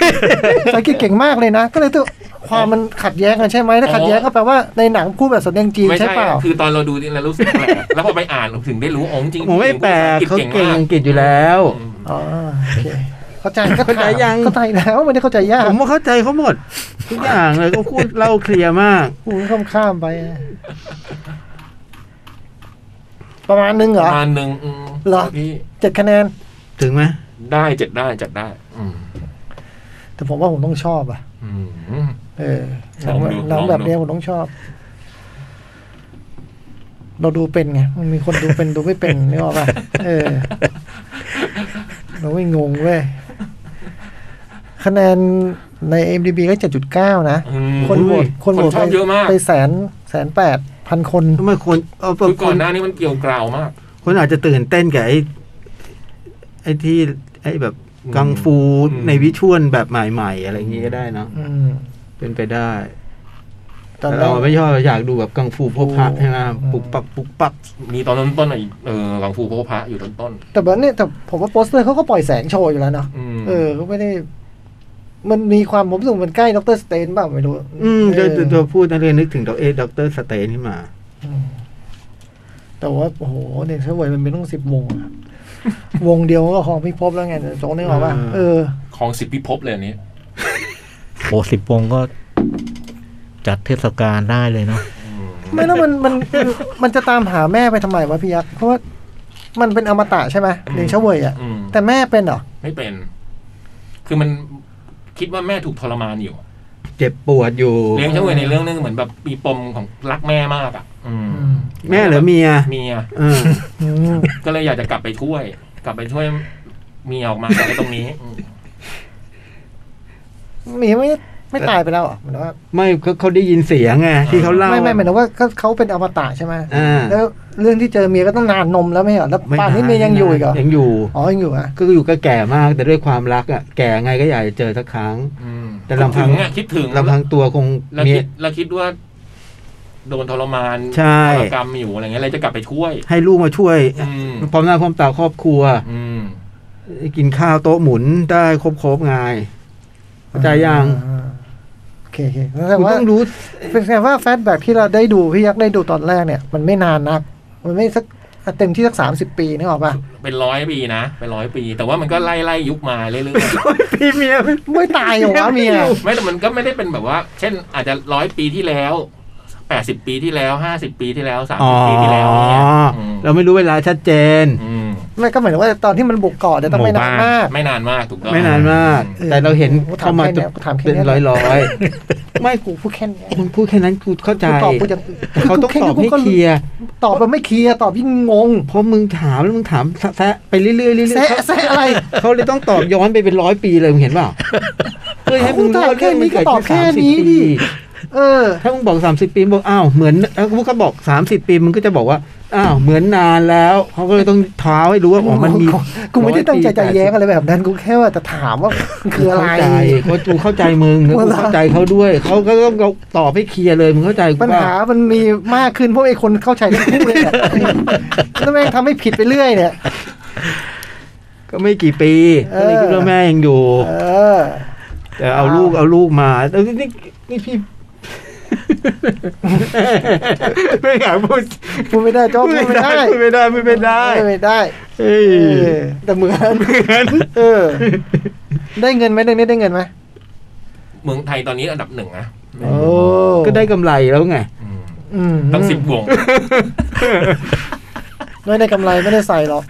งกฤษเก่งมากเลยนะ ก็เลยตัวความมันขัดแย้งกันใช่ไหมถ้าขัดแย้งก็แปลว่าในหนังพูดแบบสำเนียงจีน
ไม่
ใช่
ใช่
เปล่า
คือตอนเราดูนี่เรารู้สึกแปลกแล้วพอไปอ่านถึงได้รู้อ๋อจริง
ผมไม่แปลกเขาเก่งอังกฤษอยู่แล้ว
อ๋อโอเคเข้าใจก็
เข้าใจยัง
เข้าใจแล้วไม่ได้เข้าใจยาก
ผมว่าเข้าใจเขาหมด ทุกอย่างเลยเขาพูดเล่าเคลียร์มาก
ผมข้ามข้ามไป ประมาณนึงเหรอ
มาณหนึ่งอืม
เหรอ
พี่
เจ็ดคะแนน
ถึงไหม
ได้เจ็ดได้จัดได้ อืม
แต่ผมว่าผมต้องชอบอ่ะ
อืม
เออห
ล
นั
อง งดูลองดู
แบบหนังแบบเนี้ยผมต้องชอบ เราดูเป็นไง มันมีคนดูเป็น ดูไม่เป็น *laughs* นี่หรอกป่ะเออ เราไม่งงเว้ย คะแนนใน MDB ก็ 7.9 นะ
อืม
คนโหวตคนโหวต
ชอบเยอะมาก
ไปแสนแสนแปดพันคน
ทำไมคนเอา
คือ
ค
ก่อน
น
หน้านี้มันเกี่ยวกราวมาก
คนอาจจะตื่นเต้นกับไอ้ไอ้ที่ไอ้แบบกังฟู
อืม
ในวิชวลแบบใหม่ๆ อะไรอย่างงี้ก็ได้เนอะ
อืม
เป็นไปได้
ตอน
แต่
แร
เรา
ก
ไม่ชอบเราอยากดูแบบกังฟูพบพระใช่ไหมปุกปักปุกปัก
มีตอนต้นต้นๆอ่ะเออหลังฟูโพพระอยู่ต้นต้น
แต่แบบเนี้ยแต่ผมว่าโปสเตอร์เขาก็ปล่อยแสงโชว์อยู่แล้วเนาะ
ๆอืม
เออเขาไม่ได้ มันมีความผมรู้สึกมันใกล้ดรสเตนบ้างไม่รู้
อืม
เอ
เดี๋ยว
อ
เดี๋ยวพูดนักเรียนนึกถึงดอกเอด็อกเตอร์สเตนขึ้นมา
แต่ว่าโอ้โหเด็กช่วยมันเป็นต้องสิบวงอะวงเดียวก็ของพิภพแล้วไงแต่โจ๊กนึกออกป่ะ
อ่า
เออ
ของสิบพิภพเลยอันนี้
โอ้สิบวงก็ จัดเทศกาลได้เลยเนาะ
ไม่แล้วมันมันมันจะตามหาแม่ไปทำไมวะพี่ยักษ์เพราะว่ามันเป็นอมตะใช่ไหมเด็กช่วยอ่ะ
อืม
แต่แม่เป็นเหรอ
ไม่เป็น คือมันคิดว่าแม่ถูกทรมานอยู่
เจ็บปวดอยู่
เลี้ยงช่วยในเรื่องนึงเหมือนแบบมีปมของรักแม่มากอ่ะ อืม
แม่หรือเมีย
เมีย
เออ
อืม
ก็เลยอยากจะกลับไปช่วย กลับไปช่วยเมียออกมาจากไอ้ตรงนี้อืม
หมีไม่ไม่ตายไปแล้วเหรอเหมือนว่า
ไม่เขาเขาได้ยินเสียงไงที่เขาเล่า
ไม่ไม่เหมือนว่าก็เขาเป็นอมตะใช่ไหม
อ่า
แล้วเรื่องที่เจอเมียก็ต้องนานนมแล้วไม่เหรอแล้ว
ไม่
ป่านนี้
า
เมียยังอยู่อีกเหรอ
ยังอยู่
อ๋อยังอยู่อ่ะ
ก็อยู่ก็แก่มากแต่ด้วยความรักอ่ะแก่ไงก็อยากจะเจอสักครั้ง
อืม
แต่ลำพั
คิ
ง
ดถึอะคิดถึง
ลำพังตัวคง
แล้ว
เมีย
คิดแล้วคิดว่า โดนทรมาน
ใช่
ทรกรรมอยู่อะไรเงี้ยเลยจะกลับไปช่วย
ให้ลูกมาช่วย
อืม
พร้อมหน้าพร้อมตาครอบครัว
อืม
กินข้าวโต๊ะหมุนได้ครบครบๆไงเข้าใจยัง
อ่าโอเคโอเคแสดง
คุณ
ว่า
ต้องรู้ *laughs*
เป็นไงว่าแฟลชแบ็กที่เราได้ดูพี่ยักษ์ได้ดูตอนแรกเนี่ยมันไม่นานนัก มันไม่สักเต็มที่สักสามสิบปีนึกออกปะ
เป็นร้อยปีนะเป็นร้อยปี แต่ว่ามันก็ไล่ไล่ยุคมาเรื่อยๆ
พี่เมียไม่
ไม่ตายเหรอวะ
*laughs*
เมีย
ไม่แต่มันก็ไม่ได้เป็นแบบว่า เช่นอาจจะร้อยปีที่แล้วแปดสิบปีที่แล้วห้าสิบปีที่แล้วสาม
อ๋
สิ
อบ
ปีที่แล้วอย่างเงี้ยอืม
เราไม่รู้เวลาชัดเจน
อืม
ไม่ก็หมายถึงว่าตอนที่มันบุกเกาะเนี่ยต้องไม่นานมาก
ไม่นานมากถูกต้อง
ไม่นานมาก
เออ
แต่เราเห็นเข้ามา
กูถามแค่
เป็น
เนี้ย
ร้อยร้อย
ไม่กูพูดแค่เนี้ย *laughs*
คุณพูดแค่นั้นกูเข้าใจ
กูตอบกูยังอื่น
แต่เขาต้อง
กูแค่
ตอบ
นี้
ให้
กูก็
เคลียร์
ตอบมันไม่เคลียร์ตอบยิ่งงง
เพราะมึงถามแล้วมึงถามแซะไปเรื่อยๆเรื่อยๆ
แซะ
*laughs* เขา
แซะอะไร
เขาเลยต้องตอบย้อนไปเป็นร้อยปีเลยมึงเห็นเปล่าเพื่อให้มึ
กู
งรู้
ถาม
ว่า
แค่
เรื่องมั
นี้
น
ก็
เกิด
ตอบ
ขึ้น
แค่
สามสิบ
นี้
ปี
ดิเออ
ถ้ามึงบอกสามสิบปีบอกอ้าวเหมือนแล้วกูก็บอกสามสิบปีมึงก็จะบอกว่าอ้าวเหมือนนานแล้วเขาก็เลยต้องเท้าให้รู้ว่าอ๋อมันมี
กูไม่ได้ตั้งใจจะแย้งอะไรแบบนั้น กูแค่ว่าจะถามว่ามันคืออะไร
เข้าใจเขากูเข้าใจมึงแล้วกูเข้าใจเขาด้วยเขาก็ต้องตอบให้เคลียร์เลยมึงเข้าใจกู
ปัญ
ป่ะ
หามันมีมากขึ้นเพราะไอ้คนเข้าใจทั้งคู่เลยเนี่ย *laughs* แล้วแม่งทำให้ผิดไปเรื่อยเนี่ย
ก็ไม่กี่ปี
เอ
ก็
อ
เลยคิดว่าแม่ยังอยู่
เออ
แต่เอาลูกเอาลูกมาเออนี่นี่พี่
*laughs*
ไม่อยากพูด
พูดไม่ได้โจ้พูดไม่ได้
พูดไม่ได้พูดไม่ได้
พูดไม่ได้
เฮ้ย
เออแต่เหมือน
เหมือน
เออ ได้เงินไหมเรื่องนี้ได้เงินไหม
เมืองไทยตอนนี้อันดับหนึ่งนะ
โอ้
ก็ได้กำไรแล้วไง
อืม
อืม
ตั้งสิบวง
ไม่ได้กำไรไม่ได้ใส่หรอก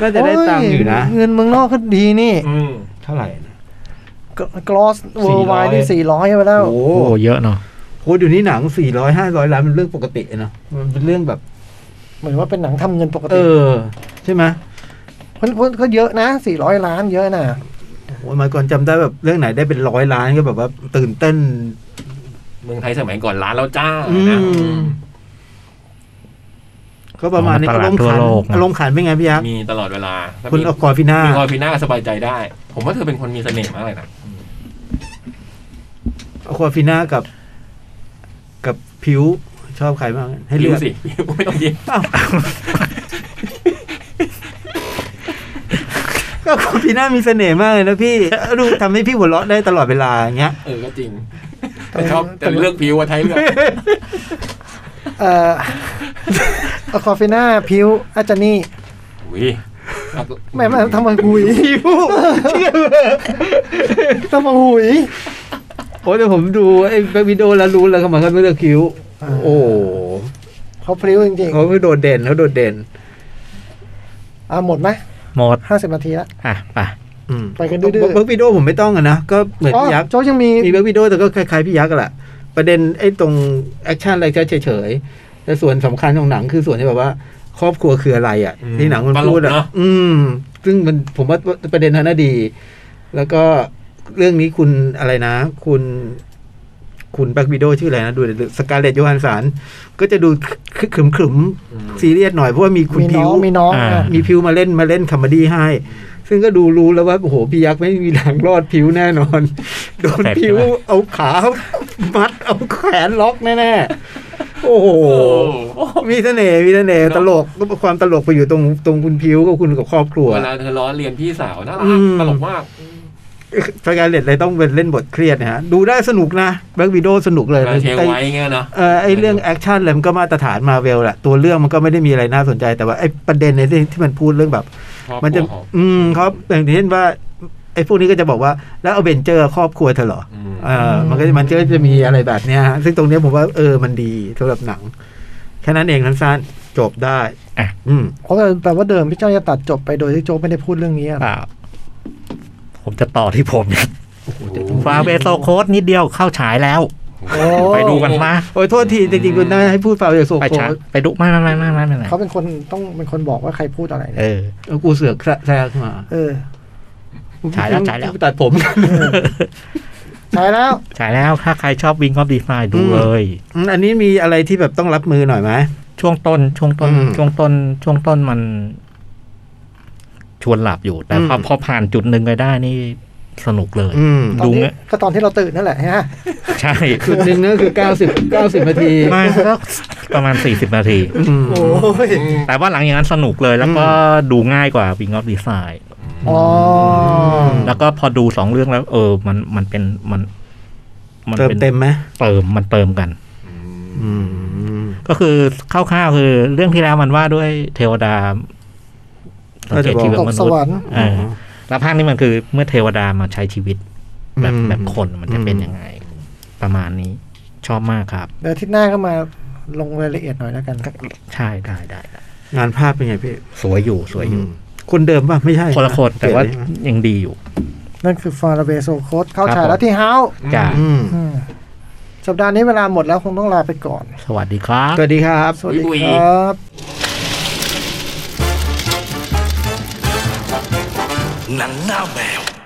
น่าจะได้ตังค์อยู่นะ
โเงินเมืองนอกก็ดีนี่
อืม
เท่าไหร่นะ
กลอสเวอร์ไวนี่สี่ร้อยไปแล้ว
โอ้โห
โอ้เยอะเนาะ
โหเดี๋ยวนี้หนังสี่ร้อยห้าร้อยล้านมันเรื่องปกติเนอะมันเป็นเรื่องแบบ
เหมือนว่าเป็นหนังทำเงินปก
เอ
ติ
อ ใช่ไหม
เพราะเพราะก็เยอะนะสี่ร้อยล้านเยอะนะ
โอ้ยเมาก่อนจำได้แบบเรื่องไหนได้เป็นร้อยล้านก็แบบว่า ตื่นเต้น
เมืองไทยสมัยก่อนร้านเราจ้า
อืม
นะอืม
ก็ประมาณนี้
ต
อา
ลารด
มณ์
ทั่ว
ขัน
โลกนะ
อารมณ์ขันเป็นไงพี่ยักษ์
มีตลอดเวลาแล้ว
คุณ
มี
เอาคอพี่หน้า
มีคอยพีน่าสบายใจได้ ผมว่าเธอเป็นคนมีเสน่ห์มากเลยนะ
เอาคอพี่หน้ากับ กับผิวชอบใครบ้าง ให้เลื
ยิ้ม
อก
สิยิ้มไม่ต้องยิ้ม
อ้าวก็คอพี่หน้ามีเสน่ห์มากเลยนะพี่ดูทำให้พี่หัวเราะได้ตลอดเวลาอย่างเงี้ย
เออก็จริงแต่ชอบแต่เลือกผิวว่าไทยเลือก
เอ่อคอฟิน่าพิวอาจานี่
อุ้ยรัก
ไม่ไม่ทำไมหุย
ผิวเชื่อเหอะ
ทำไมหุย
โอ้แต่ผมดูไอ้วิดีโอแล้วรู้แล้วเขามาเขาไม่เลือกคิ้ว
อ่า
โอ้โห
เขาพริ้วจริง
เขาโดดเด่นเขาโดดเด่น
ๆอ่าหมดไหม
หมด
ห้าสิบนาทีละ
อ่ะไป
อืม
ไปกันดื้อ
เบิร์กวิดโอผมไม่ต้องอะนะ ก็เหมือน
ๆอ๋อ
พี่ยักษ์
โจ๊กยังมี
มีเบิร์กวิดโอแต่ก็คล้ายๆพี่ยักษ์อะแหละประเด็นไอ้ตรงแอคชั่นอะไรก็เฉยๆ แต่ส่วนสำคัญของหนังคือส่วนที่แบบว่า ครอบครัวคืออะไรอ่ะ ที่หนังมันพูด
ตลก
อ่ะ
เนอะ
อืม ซึ่งมันผมว่าประเด็นนั้นน่าดี แล้วก็เรื่องนี้คุณอะไรนะ คุณ คุณแบ็กวิดโอชื่ออะไรนะ ดูสกาเลตโยฮันสันก็จะดูขรึมขรึมๆ
อืม
ซีเรียสหน่อยเพราะว่ามีคุณ
มี
พิ
น้อ
ว
งมีน้อง
อ่า
อ่ะ
มีพิวมาเล่นมาเล่นคอมเมดี้ให้ ซึ่งก็ดูรู้แล้วว่าโอ้โหพี่ยักษ์ไม่มีทางรอดพิวแน่น
*laughs*
อน โดนพิวเอาขามัดเอาแขนล็อกแน่ๆ โอ้โห
โอ้
มีเสน่ห์มีเสน่ห์
เนอะ
ตลกความตลกไปอยู่ตรงตรงคุณพิวกับคุณกับครอบครัว
เวลาเธอล้อเรียนพี่สาวน่ารั
อื
ก
ม
ตลกมาก
สกาเลตเลยต้องเป็นเล่นบทเครียดนะฮะ ดูได้สนุกนะแบ็กวิดโอสนุกเลย
การเทไว้เงี้ยเนาะ
เออไอเรื่องแอคชั่นอะไรมันก็มาตรฐานมาเวลแหละตัวเรื่องมันก็ไม่ได้มีอะไรน่าสนใจ แต่ว่าไอประเด็นในที่ที่มันพูดเรื่องแบบ
ครอบครัว
มันจะ
ของ
อืมเขาอย่างเช่นว่า ไอ้พวกนี้ก็จะบอกว่าแล้วเอาเบนเจอร์ครอบครัวเธอเหรอ
อืม
เออมันก็จะมันก็จะมีอะไรแบบเนี้ยฮะซึ่งตรงเนี้ยผมว่าเออมันดีสำหรับหนัง แค่นั้นเองสั้นๆจบได้
อ่ะ
อืม
เพราะแปลว่าเดิมพี่เจ้าจะตัดจบไปโดยที่โจ๊กไม่ได้พูดเรื่องนี้อะ
เปล่าผมจะต่อที่ผมเนี่ยฟาเวโซโคสนิดเดียวเข้าฉายแล้ว
โอ้
ไปดูกันมา
โอ้ยโทษทีจริงๆคุณน่าให้พูดเปล่าอย่างโซ
ไป
โค
ฉายไปดูไม่ไม่ไม่ไม่ไม่ไม่ไม่
เขาเป็นคนต้องเป็นคนบอกว่าใครพูดอะไร
เอ
เนี่ย
อ
เอากูเสือกแทรกมา
เออ
ฉายแล้วฉายแล้ว
ตัดผม *laughs*
ใช่แล้ว
ฉายแล้วถ้าใครชอบวิงก็ดีไฟดู
อืม
เลย
อืมอันนี้มีอะไรที่แบบต้องรับมือหน่อยไหม
ช่วงต้น ช่วงต้น
อืม
ช่วงต้น ช่วงต้นมัน ชวนหลับอยู่ แต่พอ
อืม
พอผ่านจุดหนึ่งไปได้นี่สนุกเลย
อืม
ตอน
ดู
นี้
เงี้ย
ก็ตอนที่เราตื่นนั่นแหละฮะ
ใช่
จุดหนึ่งนั่นคือเก้าสิบเก้าสิบนาที
ไม่ก็ประมาณสี่สิบนาที
อืม
โอ้ย
แต่ว่าหลังอย่างนั้นสนุกเลย แล้วก็ดูง่ายกว่าวิงออฟดีไซน์
อ๋อ
ม
แล้วก็พอดูสองเรื่องแล้ว เออ มันมันเป็นมัน
เติม
ป็
เต็มไหม
เติมมันเติมกัน
อืม
ก็คือคร่าวๆคือเรื่องที่แล้วมันว่าด้วยเทวดาสังเกตชีวิต
ตก
ม
ส
นุษ
ว
ย์
รรค์
เออแล้วภาคนี้มันคือเมื่อเทวดามาใช้ชีวิต แบบ
อืม
แบบคนมันจะเป็นยังไง ประมาณนี้ ชอบมากครับ
เดี๋ยวอาทิตย์หน้าก็มาลงรายละเอียดหน่อยแล้วกัน
ใช่ได้ได้ได้
งานภาพเป็นไงพี่
สวยอยู่สวยอยู่
คนเดิมป่ะ ไม่ใช่
คนละคนแต่ว่า
เปยนเลย
ยังดีอยู่
นั่นคือฟาราเบโซโคสเข้า
ครั
ฉาย
บผม
แล้วที่เฮาส์
จ้า
อืม
อืมสัปดาห์นี้เวลาหมดแล้วคงต้องลาไปก่อน
สวัสดีครับ
สวัสดีครับ
สวัสดี
อุ๊ย
ครับ
หนังหน้าแมว